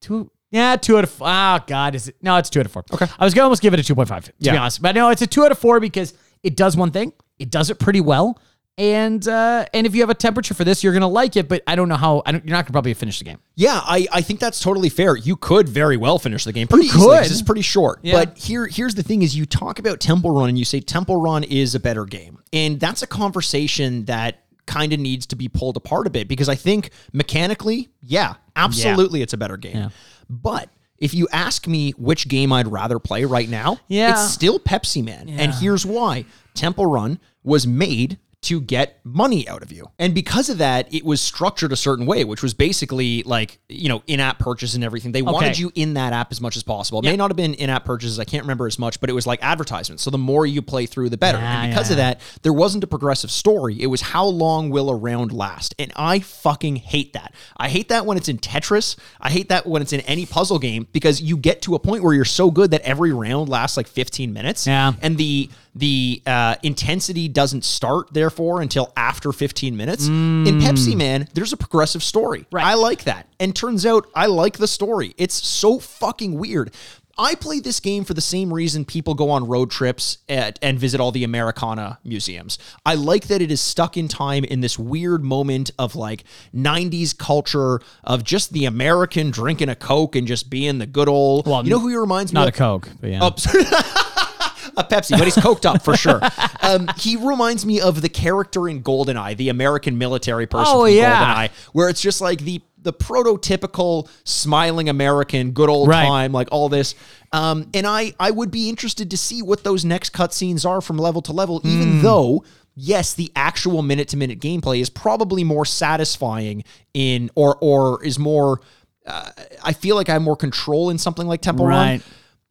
[SPEAKER 4] Two. Yeah, two out of four. Oh, God, is it? No, it's two out of four.
[SPEAKER 3] Okay.
[SPEAKER 4] I was gonna almost give it a two point five to be
[SPEAKER 3] Yeah.
[SPEAKER 4] honest, but no, it's a two out of four because it does one thing. It does it pretty well, and uh, and if you have a temperature for this, you're gonna like it. But I don't know how. I don't, you're not gonna probably finish the game.
[SPEAKER 3] Yeah, I, I think that's totally fair. You could very well finish the game pretty easily.
[SPEAKER 4] could.
[SPEAKER 3] 'cause It's pretty short.
[SPEAKER 4] Yeah.
[SPEAKER 3] But here here's the thing is you talk about Temple Run and you say Temple Run is a better game. And that's a conversation that kind of needs to be pulled apart a bit because I think mechanically, yeah, absolutely it's a better game. But if you ask me which game I'd rather play right now,
[SPEAKER 4] Yeah.
[SPEAKER 3] it's still Pepsi Man. And here's why Temple Run was made to get money out of you. And because of that, it was structured a certain way, which was basically like, you know, in app purchase and everything. They wanted
[SPEAKER 4] Okay.
[SPEAKER 3] you in that app as much as possible. It may not have been in app purchases, I can't remember as much, but it was like advertisements. So the more you play through, the better.
[SPEAKER 4] Yeah,
[SPEAKER 3] and because of that, there wasn't a progressive story. It was how long will a round last? And I fucking hate that. I hate that when it's in Tetris. I hate that when it's in any puzzle game because you get to a point where you're so good that every round lasts like 15 minutes.
[SPEAKER 4] Yeah.
[SPEAKER 3] And the the uh, intensity doesn't start therefore until after 15 minutes. In Pepsi Man, there's a progressive story.
[SPEAKER 4] Mm. Right.
[SPEAKER 3] I like that. And turns out I like the story. It's so fucking weird. I play this game for the same reason people go on road trips at, and visit all the Americana museums. I like that it is stuck in time in this weird moment of like 90s culture of just the American drinking a Coke and just being the good old. you know who he reminds me
[SPEAKER 4] Not
[SPEAKER 3] of?
[SPEAKER 4] a Coke, but yeah.
[SPEAKER 3] Oh, a Pepsi, but he's coked up for sure. Um, he reminds me of the character in GoldenEye, the American military person
[SPEAKER 4] Oh,
[SPEAKER 3] from
[SPEAKER 4] yeah.
[SPEAKER 3] GoldenEye, where it's just like the the prototypical smiling American, good old
[SPEAKER 4] Right.
[SPEAKER 3] time, like all this. Um, and I I would be interested to see what those next cutscenes are from level to level,
[SPEAKER 4] Hmm.
[SPEAKER 3] even though. Yes, the actual minute to minute gameplay is probably more satisfying in or or is more uh, I feel like I have more control in something like Temple
[SPEAKER 4] Right.
[SPEAKER 3] Run.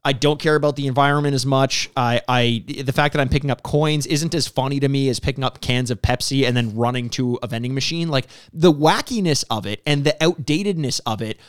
[SPEAKER 3] I don't care about the environment as much. I, I, the fact that I'm picking up coins isn't as funny to me as picking up cans of Pepsi and then running to a vending machine. Like the wackiness of it and the outdatedness of it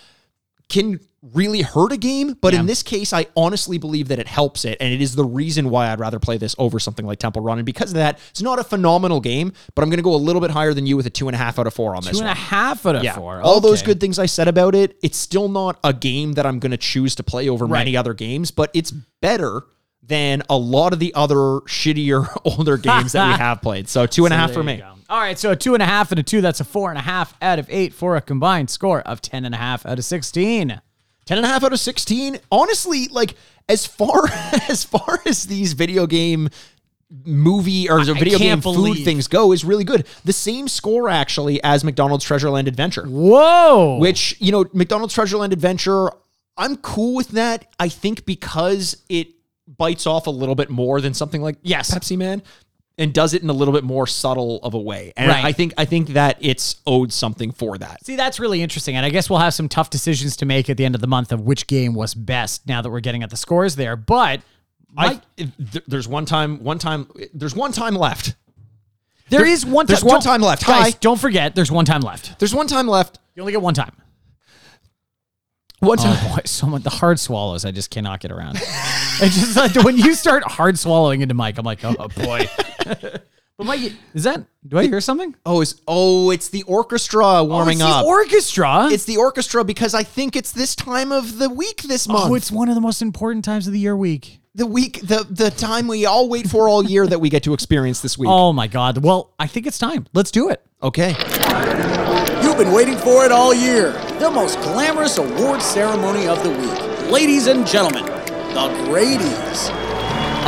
[SPEAKER 3] can really hurt a game. But in this case, I honestly believe that it helps it, and it is the reason why I'd rather play this over something like Temple Run. And because of that, it's not a phenomenal game, but I'm going to go a little bit higher than you with a two and a half out of four on this
[SPEAKER 4] Two and
[SPEAKER 3] one.
[SPEAKER 4] a half out of
[SPEAKER 3] Yeah.
[SPEAKER 4] four.
[SPEAKER 3] All those
[SPEAKER 4] Okay.
[SPEAKER 3] good things I said about it, it's still not a game that I'm going to choose to play over many other games, but it's better than a lot of the other shittier older games that we have played. So two and a half
[SPEAKER 4] There
[SPEAKER 3] for me.
[SPEAKER 4] you go. All right, so a two and a half and a two. That's a four and a half out of eight for a combined score of ten and a half out of sixteen.
[SPEAKER 3] Ten and a half out of sixteen. Honestly, like as far as far as these video game movie or video game
[SPEAKER 4] can't
[SPEAKER 3] food
[SPEAKER 4] believe-
[SPEAKER 3] things go is really good. The same score actually as McDonald's Treasureland Adventure.
[SPEAKER 4] Whoa!
[SPEAKER 3] which you know McDonald's Treasureland Adventure I'm cool with that I think because it bites off a little bit more than something like
[SPEAKER 4] Yes.
[SPEAKER 3] Pepsi Man and does it in a little bit more subtle of a way and
[SPEAKER 4] Right.
[SPEAKER 3] I think I think that it's owed something for that
[SPEAKER 4] See, that's really interesting. And I guess we'll have some tough decisions to make at the end of the month of which game was best now that we're getting at the scores there. But
[SPEAKER 3] I th- there's one time one time there's one time left
[SPEAKER 4] there is one
[SPEAKER 3] there's
[SPEAKER 4] ti-
[SPEAKER 3] one
[SPEAKER 4] don't-
[SPEAKER 3] time left.
[SPEAKER 4] Guys,
[SPEAKER 3] Hi.
[SPEAKER 4] don't forget, there's one time left.
[SPEAKER 3] there's one time left
[SPEAKER 4] You only get one time.
[SPEAKER 3] one time
[SPEAKER 4] Oh boy, someone the hard swallows I just cannot get around. it's just like when you start hard swallowing into Mike, I'm like, oh, oh, boy. but Mike, is that do I hear something?
[SPEAKER 3] oh is oh it's the orchestra warming
[SPEAKER 4] Oh, it's
[SPEAKER 3] up
[SPEAKER 4] the orchestra.
[SPEAKER 3] it's the orchestra because I think it's this time of the week this month
[SPEAKER 4] oh, it's one of the most important times of the year week.
[SPEAKER 3] the week the the time we all wait for all year that we get to experience this week
[SPEAKER 4] Oh my god. Well, I think it's time. Let's do it.
[SPEAKER 3] okay
[SPEAKER 2] You've been waiting for it all year. The most glamorous award ceremony of the week. Ladies and gentlemen, the Grady's.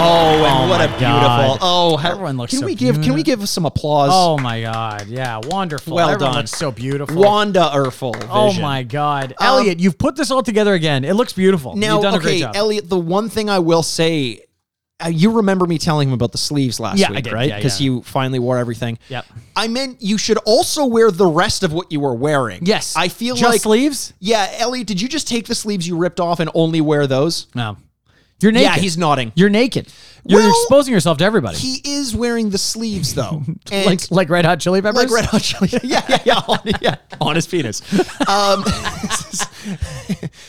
[SPEAKER 3] Oh, and
[SPEAKER 4] Oh
[SPEAKER 3] what
[SPEAKER 4] my
[SPEAKER 3] a beautiful!
[SPEAKER 4] God.
[SPEAKER 3] Oh, how-
[SPEAKER 4] Everyone looks
[SPEAKER 3] Can
[SPEAKER 4] so
[SPEAKER 3] we give? Can we
[SPEAKER 4] beautiful.
[SPEAKER 3] give some applause?
[SPEAKER 4] Oh my god. Yeah, wonderful.
[SPEAKER 3] well
[SPEAKER 4] Everyone
[SPEAKER 3] done.
[SPEAKER 4] looks so beautiful.
[SPEAKER 3] Wanda Erful.
[SPEAKER 4] Oh
[SPEAKER 3] vision. Um,
[SPEAKER 4] my god. Elliot, you've put this all together again. It looks beautiful.
[SPEAKER 3] Now,
[SPEAKER 4] you've done
[SPEAKER 3] okay,
[SPEAKER 4] a great job.
[SPEAKER 3] Elliot. The one thing I will say, uh, you remember me telling him about the sleeves last
[SPEAKER 4] Yeah, I
[SPEAKER 3] week,
[SPEAKER 4] did.
[SPEAKER 3] right?
[SPEAKER 4] Yeah,
[SPEAKER 3] Because
[SPEAKER 4] yeah.
[SPEAKER 3] you finally wore everything.
[SPEAKER 4] Yep.
[SPEAKER 3] I meant you should also wear the rest of what you were wearing.
[SPEAKER 4] yes.
[SPEAKER 3] I feel
[SPEAKER 4] just
[SPEAKER 3] like.
[SPEAKER 4] sleeves?
[SPEAKER 3] yeah, Elliot, did you just take the sleeves you ripped off and only wear those?
[SPEAKER 4] No. You're
[SPEAKER 3] Yeah,
[SPEAKER 4] naked.
[SPEAKER 3] he's nodding.
[SPEAKER 4] You're naked. You're
[SPEAKER 3] Well,
[SPEAKER 4] exposing yourself to everybody.
[SPEAKER 3] He is wearing the sleeves though, and
[SPEAKER 4] like like red hot chili peppers.
[SPEAKER 3] like red hot chili. Yeah, yeah, yeah, on, yeah. on his penis. Um,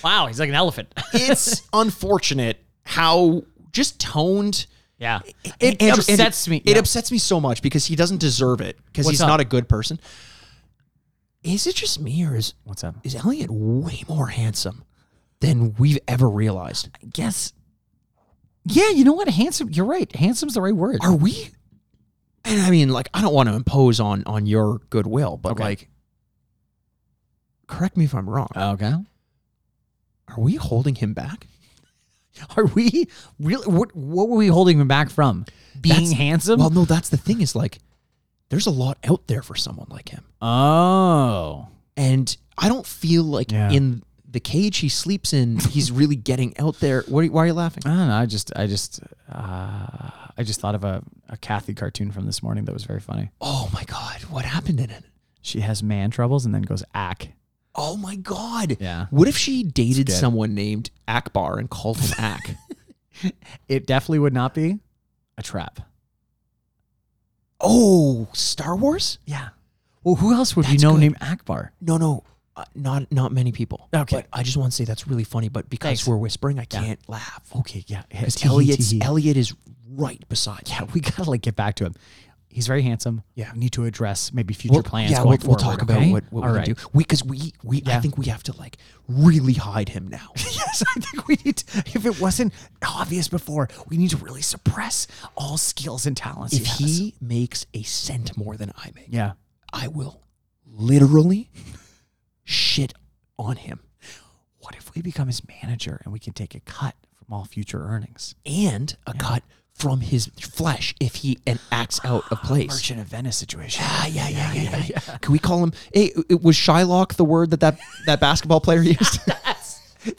[SPEAKER 4] wow, he's like an elephant.
[SPEAKER 3] it's unfortunate how just toned.
[SPEAKER 4] yeah. It
[SPEAKER 3] Andrew-
[SPEAKER 4] upsets
[SPEAKER 3] Andrew,
[SPEAKER 4] me.
[SPEAKER 3] It
[SPEAKER 4] Yeah.
[SPEAKER 3] upsets me so much because he doesn't deserve it because
[SPEAKER 4] What's
[SPEAKER 3] he's
[SPEAKER 4] up?
[SPEAKER 3] not a good person. Is it just me or is
[SPEAKER 4] What's up?
[SPEAKER 3] is Elliot way more handsome than we've ever realized?
[SPEAKER 4] I guess. Yeah, you know what? Handsome. You're right. Handsome's the right word.
[SPEAKER 3] Are we? And I mean, like, I don't want to impose on on your goodwill, but
[SPEAKER 4] Okay.
[SPEAKER 3] like, correct me if I'm wrong.
[SPEAKER 4] okay.
[SPEAKER 3] Are we holding him back?
[SPEAKER 4] Are we really? What What were we holding him back from? Being
[SPEAKER 3] That's-
[SPEAKER 4] handsome.
[SPEAKER 3] Well, no, that's the thing is like, there's a lot out there for someone like him.
[SPEAKER 4] oh.
[SPEAKER 3] And I don't feel like
[SPEAKER 4] Yeah.
[SPEAKER 3] in the cage he sleeps in, he's really getting out there. What are you- why are you laughing?
[SPEAKER 4] I don't know. I just, I just, uh, I just thought of a, a Kathy cartoon from this morning that was very funny.
[SPEAKER 3] Oh my God, what happened in it?
[SPEAKER 4] She has man troubles and then goes ack.
[SPEAKER 3] Oh my God.
[SPEAKER 4] Yeah.
[SPEAKER 3] What if she dated
[SPEAKER 4] good.
[SPEAKER 3] someone named Akbar and called him Ak?
[SPEAKER 4] It definitely would not be a trap.
[SPEAKER 3] oh, Star Wars?
[SPEAKER 4] Yeah. Well, who else would you
[SPEAKER 3] That's
[SPEAKER 4] know
[SPEAKER 3] good.
[SPEAKER 4] named Akbar?
[SPEAKER 3] No, no. Uh, not not many people.
[SPEAKER 4] Okay.
[SPEAKER 3] But I just want to say that's really funny. But because
[SPEAKER 4] Thanks.
[SPEAKER 3] we're whispering, I can't laugh.
[SPEAKER 4] Okay, yeah.
[SPEAKER 3] Because
[SPEAKER 4] Elliot's
[SPEAKER 3] Elliot's Elliot is right beside
[SPEAKER 4] E. yeah, we gotta like get back to him. He's very handsome.
[SPEAKER 3] Yeah.
[SPEAKER 4] We need to address maybe future plans.
[SPEAKER 3] Yeah,
[SPEAKER 4] going
[SPEAKER 3] we'll, we'll
[SPEAKER 4] forward,
[SPEAKER 3] talk
[SPEAKER 4] okay?
[SPEAKER 3] about what, what
[SPEAKER 4] All
[SPEAKER 3] we
[SPEAKER 4] right.
[SPEAKER 3] can do. We because we we I
[SPEAKER 4] Yeah.
[SPEAKER 3] think we have to like really hide him now.
[SPEAKER 4] Yes, I think we need. To, if it wasn't obvious before, we need to really suppress all skills and talents.
[SPEAKER 3] if he makes a cent more than I make,
[SPEAKER 4] yeah,
[SPEAKER 3] I will literally shit on him.
[SPEAKER 4] what if we become his manager and we can take a cut from all future earnings?
[SPEAKER 3] And a cut from his flesh if he and acts out of place.
[SPEAKER 4] Merchant of Venice situation.
[SPEAKER 3] Ah, yeah, yeah, yeah, yeah, yeah. Can we call him? Hey, it was Shylock the word that that, that basketball player used?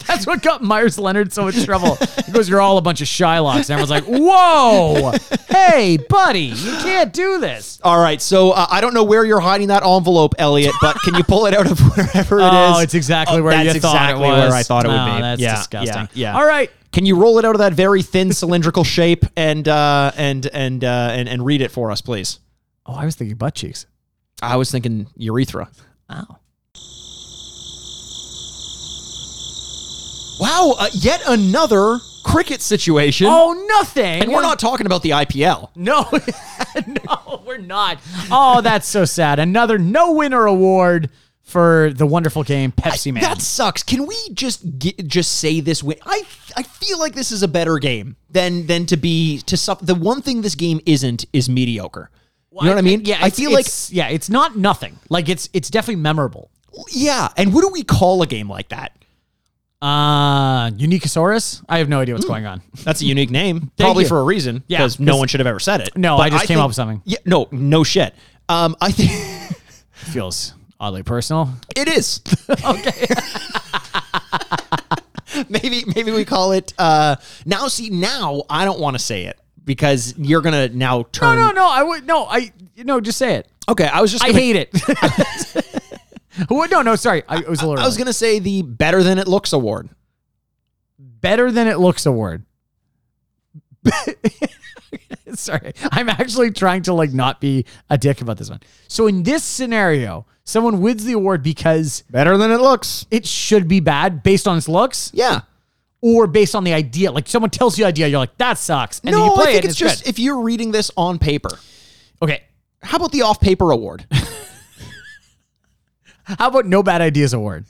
[SPEAKER 4] That's what got Myers Leonard in so much trouble. He goes, You're all a bunch of Shylocks. And everyone's like, Whoa, hey, buddy, you can't do this.
[SPEAKER 3] All right, so uh, I don't know where you're hiding that envelope, Elliot, but can you pull it out of wherever it is?
[SPEAKER 4] oh, it's exactly
[SPEAKER 3] Oh,
[SPEAKER 4] where
[SPEAKER 3] that's
[SPEAKER 4] you thought
[SPEAKER 3] exactly
[SPEAKER 4] it was.
[SPEAKER 3] where I thought it would
[SPEAKER 4] Oh,
[SPEAKER 3] be.
[SPEAKER 4] That's
[SPEAKER 3] Yeah,
[SPEAKER 4] disgusting.
[SPEAKER 3] yeah, yeah.
[SPEAKER 4] All right.
[SPEAKER 3] Can you roll it out of that very thin cylindrical shape and uh, and and uh, and and read it for us, please?
[SPEAKER 4] Oh, I was thinking butt cheeks.
[SPEAKER 3] I was thinking urethra.
[SPEAKER 4] Oh.
[SPEAKER 3] Wow, uh, yet another cricket situation.
[SPEAKER 4] Oh, nothing.
[SPEAKER 3] and we're not talking about the IPL.
[SPEAKER 4] No, no, we're not. Oh, that's so sad. Another no winner award for the wonderful game Pepsi Man.
[SPEAKER 3] That sucks. Can we just get, just say this win? I I feel like this is a better game than than to be to sup. The one thing this game isn't is mediocre. you know what I mean?
[SPEAKER 4] Yeah,
[SPEAKER 3] I
[SPEAKER 4] it's-
[SPEAKER 3] feel like
[SPEAKER 4] it's- yeah, it's not nothing. Like it's it's definitely memorable.
[SPEAKER 3] yeah. And what do we call a game like that?
[SPEAKER 4] Uh, Unicosaurus. I have no idea what's
[SPEAKER 3] Hmm.
[SPEAKER 4] going on.
[SPEAKER 3] That's a unique name, probably
[SPEAKER 4] you.
[SPEAKER 3] for a reason.
[SPEAKER 4] Yeah,
[SPEAKER 3] because no
[SPEAKER 4] 'cause-
[SPEAKER 3] one should have ever said it.
[SPEAKER 4] No, I just came
[SPEAKER 3] think-
[SPEAKER 4] up with something.
[SPEAKER 3] Yeah, no, no shit. Um, I think
[SPEAKER 4] Feels oddly personal.
[SPEAKER 3] it is. okay. maybe maybe we call it uh, now. See, now I don't want to say it because you're gonna now
[SPEAKER 4] No,
[SPEAKER 3] turn.
[SPEAKER 4] no, no. I would no. I no. Just say it.
[SPEAKER 3] Okay, I was just.
[SPEAKER 4] I
[SPEAKER 3] gonna-
[SPEAKER 4] hate it. Well, no, no. Sorry, I, it was a little.
[SPEAKER 3] I was
[SPEAKER 4] early.
[SPEAKER 3] gonna say the better than it looks award.
[SPEAKER 4] better than it looks award. Sorry, I'm actually trying to like not be a dick about this one. So in this scenario, someone wins the award because
[SPEAKER 3] Better than it looks.
[SPEAKER 4] it should be bad based on its looks,
[SPEAKER 3] Yeah.
[SPEAKER 4] or based on the idea. Like someone tells you the idea, you're like, that sucks, and then
[SPEAKER 3] no,
[SPEAKER 4] you play
[SPEAKER 3] I think
[SPEAKER 4] it.
[SPEAKER 3] it's
[SPEAKER 4] and
[SPEAKER 3] just
[SPEAKER 4] good.
[SPEAKER 3] if you're reading this on paper.
[SPEAKER 4] okay.
[SPEAKER 3] How about the off paper award?
[SPEAKER 4] How about no bad ideas award?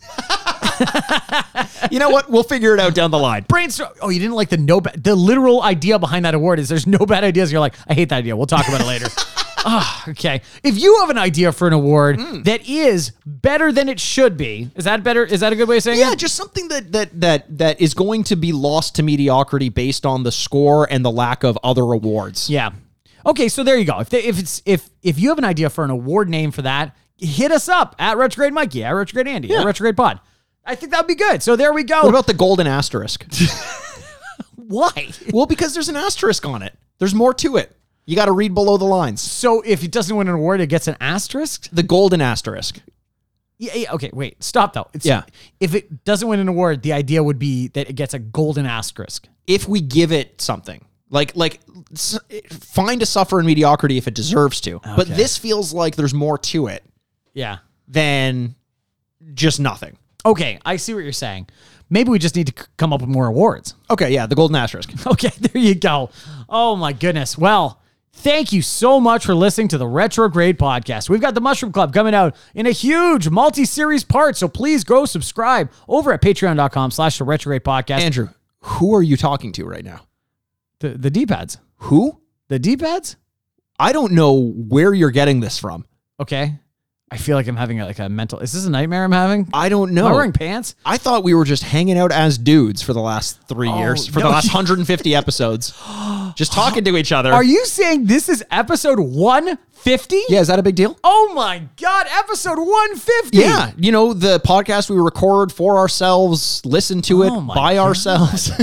[SPEAKER 3] you know what? We'll figure it out down the line.
[SPEAKER 4] Brainstorm. Oh, you didn't like the no bad. The literal idea behind that award is there's no bad ideas. You're like, I hate that idea. We'll talk about it later. Ah, okay. If you have an idea for an award
[SPEAKER 3] Hmm.
[SPEAKER 4] that is better than it should be, is that better? Is that a good way of saying
[SPEAKER 3] Yeah,
[SPEAKER 4] it?
[SPEAKER 3] just something that that that that is going to be lost to mediocrity based on the score and the lack of other awards.
[SPEAKER 4] Yeah. Okay, so there you go. If they, if it's if if you have an idea for an award name for that, hit us up at retrograde Mikey, at retrograde Andy,
[SPEAKER 3] Yeah.
[SPEAKER 4] at retrograde Pod. I think that'd be good. So there we go.
[SPEAKER 3] What about the golden asterisk?
[SPEAKER 4] why?
[SPEAKER 3] well, because there's an asterisk on it. There's more to it. You got to read below the lines.
[SPEAKER 4] So if it doesn't win an award, it gets an asterisk.
[SPEAKER 3] The golden asterisk.
[SPEAKER 4] Yeah, yeah. Okay. Wait. Stop though. It's,
[SPEAKER 3] Yeah.
[SPEAKER 4] If it doesn't win an award, the idea would be that it gets a golden asterisk.
[SPEAKER 3] if we give it something like like s- find a suffer in mediocrity if it deserves to but
[SPEAKER 4] Okay.
[SPEAKER 3] this feels like there's more to it
[SPEAKER 4] Yeah.
[SPEAKER 3] than just nothing
[SPEAKER 4] Okay. I see what you're saying. Maybe we just need to c- come up with more awards.
[SPEAKER 3] okay yeah the golden asterisk
[SPEAKER 4] Okay. There you go. Oh my goodness. Well. Thank you so much for listening to the Retrograde Podcast. We've got the Mushroom Club coming out in a huge multi-series part, so please go subscribe over at patreon.com slash the Retrograde Podcast.
[SPEAKER 3] andrew who are you talking to right now
[SPEAKER 4] the, the D-pads.
[SPEAKER 3] who
[SPEAKER 4] The D-pads?
[SPEAKER 3] i don't know where you're getting this from
[SPEAKER 4] Okay. I feel like I'm having like a mental... Is this a nightmare I'm having?
[SPEAKER 3] i don't
[SPEAKER 4] Am I
[SPEAKER 3] know
[SPEAKER 4] wearing pants?
[SPEAKER 3] i thought we were just hanging out as dudes for the last three years for
[SPEAKER 4] Oh, no.
[SPEAKER 3] the last 150 episodes just talking to each other
[SPEAKER 4] Are you saying this is episode 150?
[SPEAKER 3] yeah is that a big deal
[SPEAKER 4] Oh my God, episode 150.
[SPEAKER 3] Yeah, you know the podcast we record for ourselves, listen to it
[SPEAKER 4] Oh my
[SPEAKER 3] by ourselves.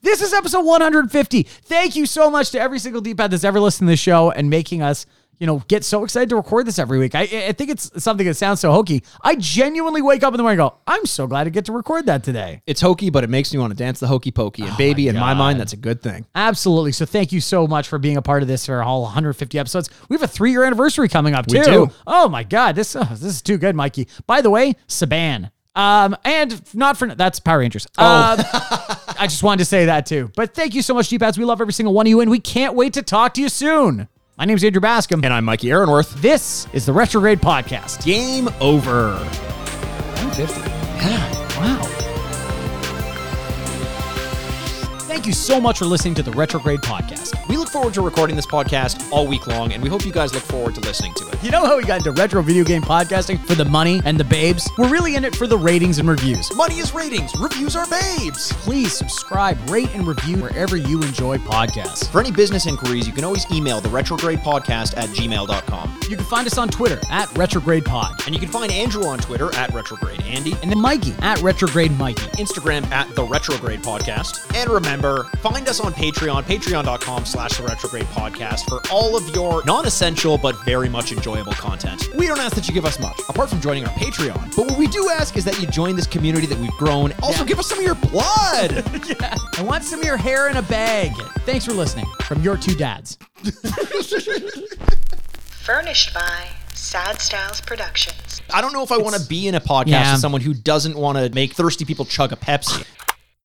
[SPEAKER 4] This is episode 150. Thank you so much to every single deep pad that's ever listened to the show and making us, you know, get so excited to record this every week. I, I think it's something that sounds so hokey. I genuinely wake up in the morning and go, I'm so glad to get to record that today.
[SPEAKER 3] it's hokey, but it makes me want to dance the hokey pokey.
[SPEAKER 4] Oh
[SPEAKER 3] And baby, in my mind, that's a good thing.
[SPEAKER 4] Absolutely. So thank you so much for being a part of this for all 150 episodes. We have a three year anniversary coming up too.
[SPEAKER 3] do.
[SPEAKER 4] Oh my God, this oh, this is too good, Mikey. By the way, Saban. Um, and not for that's Power Rangers.
[SPEAKER 3] Oh.
[SPEAKER 4] Um, I just wanted to say that too. But thank you so much, Deepads. We love every single one of you, and we can't wait to talk to you soon. My name's Andrew Bascom, and
[SPEAKER 3] And I'm Mikey Aaronworth.
[SPEAKER 4] this is the Retrograde Podcast.
[SPEAKER 3] Game over.
[SPEAKER 4] Wow. Thank you so much for listening to the Retrograde Podcast.
[SPEAKER 3] We look forward to recording this podcast all week long, and we hope you guys look forward to listening to it.
[SPEAKER 4] You know how we got into retro video game podcasting for the money and the babes? We're really in it for the ratings and reviews.
[SPEAKER 3] Money is ratings, reviews are babes.
[SPEAKER 4] Please subscribe, rate, and review wherever you enjoy podcasts.
[SPEAKER 3] For any business inquiries, you can always email the retrogradepodcast at gmail.com.
[SPEAKER 4] You can find us on Twitter at Retrograde Pod,
[SPEAKER 3] And you can find Andrew on Twitter at retrograde Andy,
[SPEAKER 4] and then Mikey at Retrograde Mikey.
[SPEAKER 3] Instagram at the Retrograde Podcast. And remember, find us on Patreon, patreon.com slash the retrograde podcast for all of your non-essential but very much enjoyable content. We don't ask that you give us much, apart from joining our Patreon. But what we do ask is that you join this community that we've grown. Also
[SPEAKER 4] Yeah.
[SPEAKER 3] give us some of your blood.
[SPEAKER 4] I want some of your hair in a bag. Thanks for listening from your two dads.
[SPEAKER 1] Furnished by Sad Styles Productions.
[SPEAKER 3] I don't know if I want to be in a podcast
[SPEAKER 4] Yeah.
[SPEAKER 3] with someone who doesn't want to make thirsty people chug a Pepsi.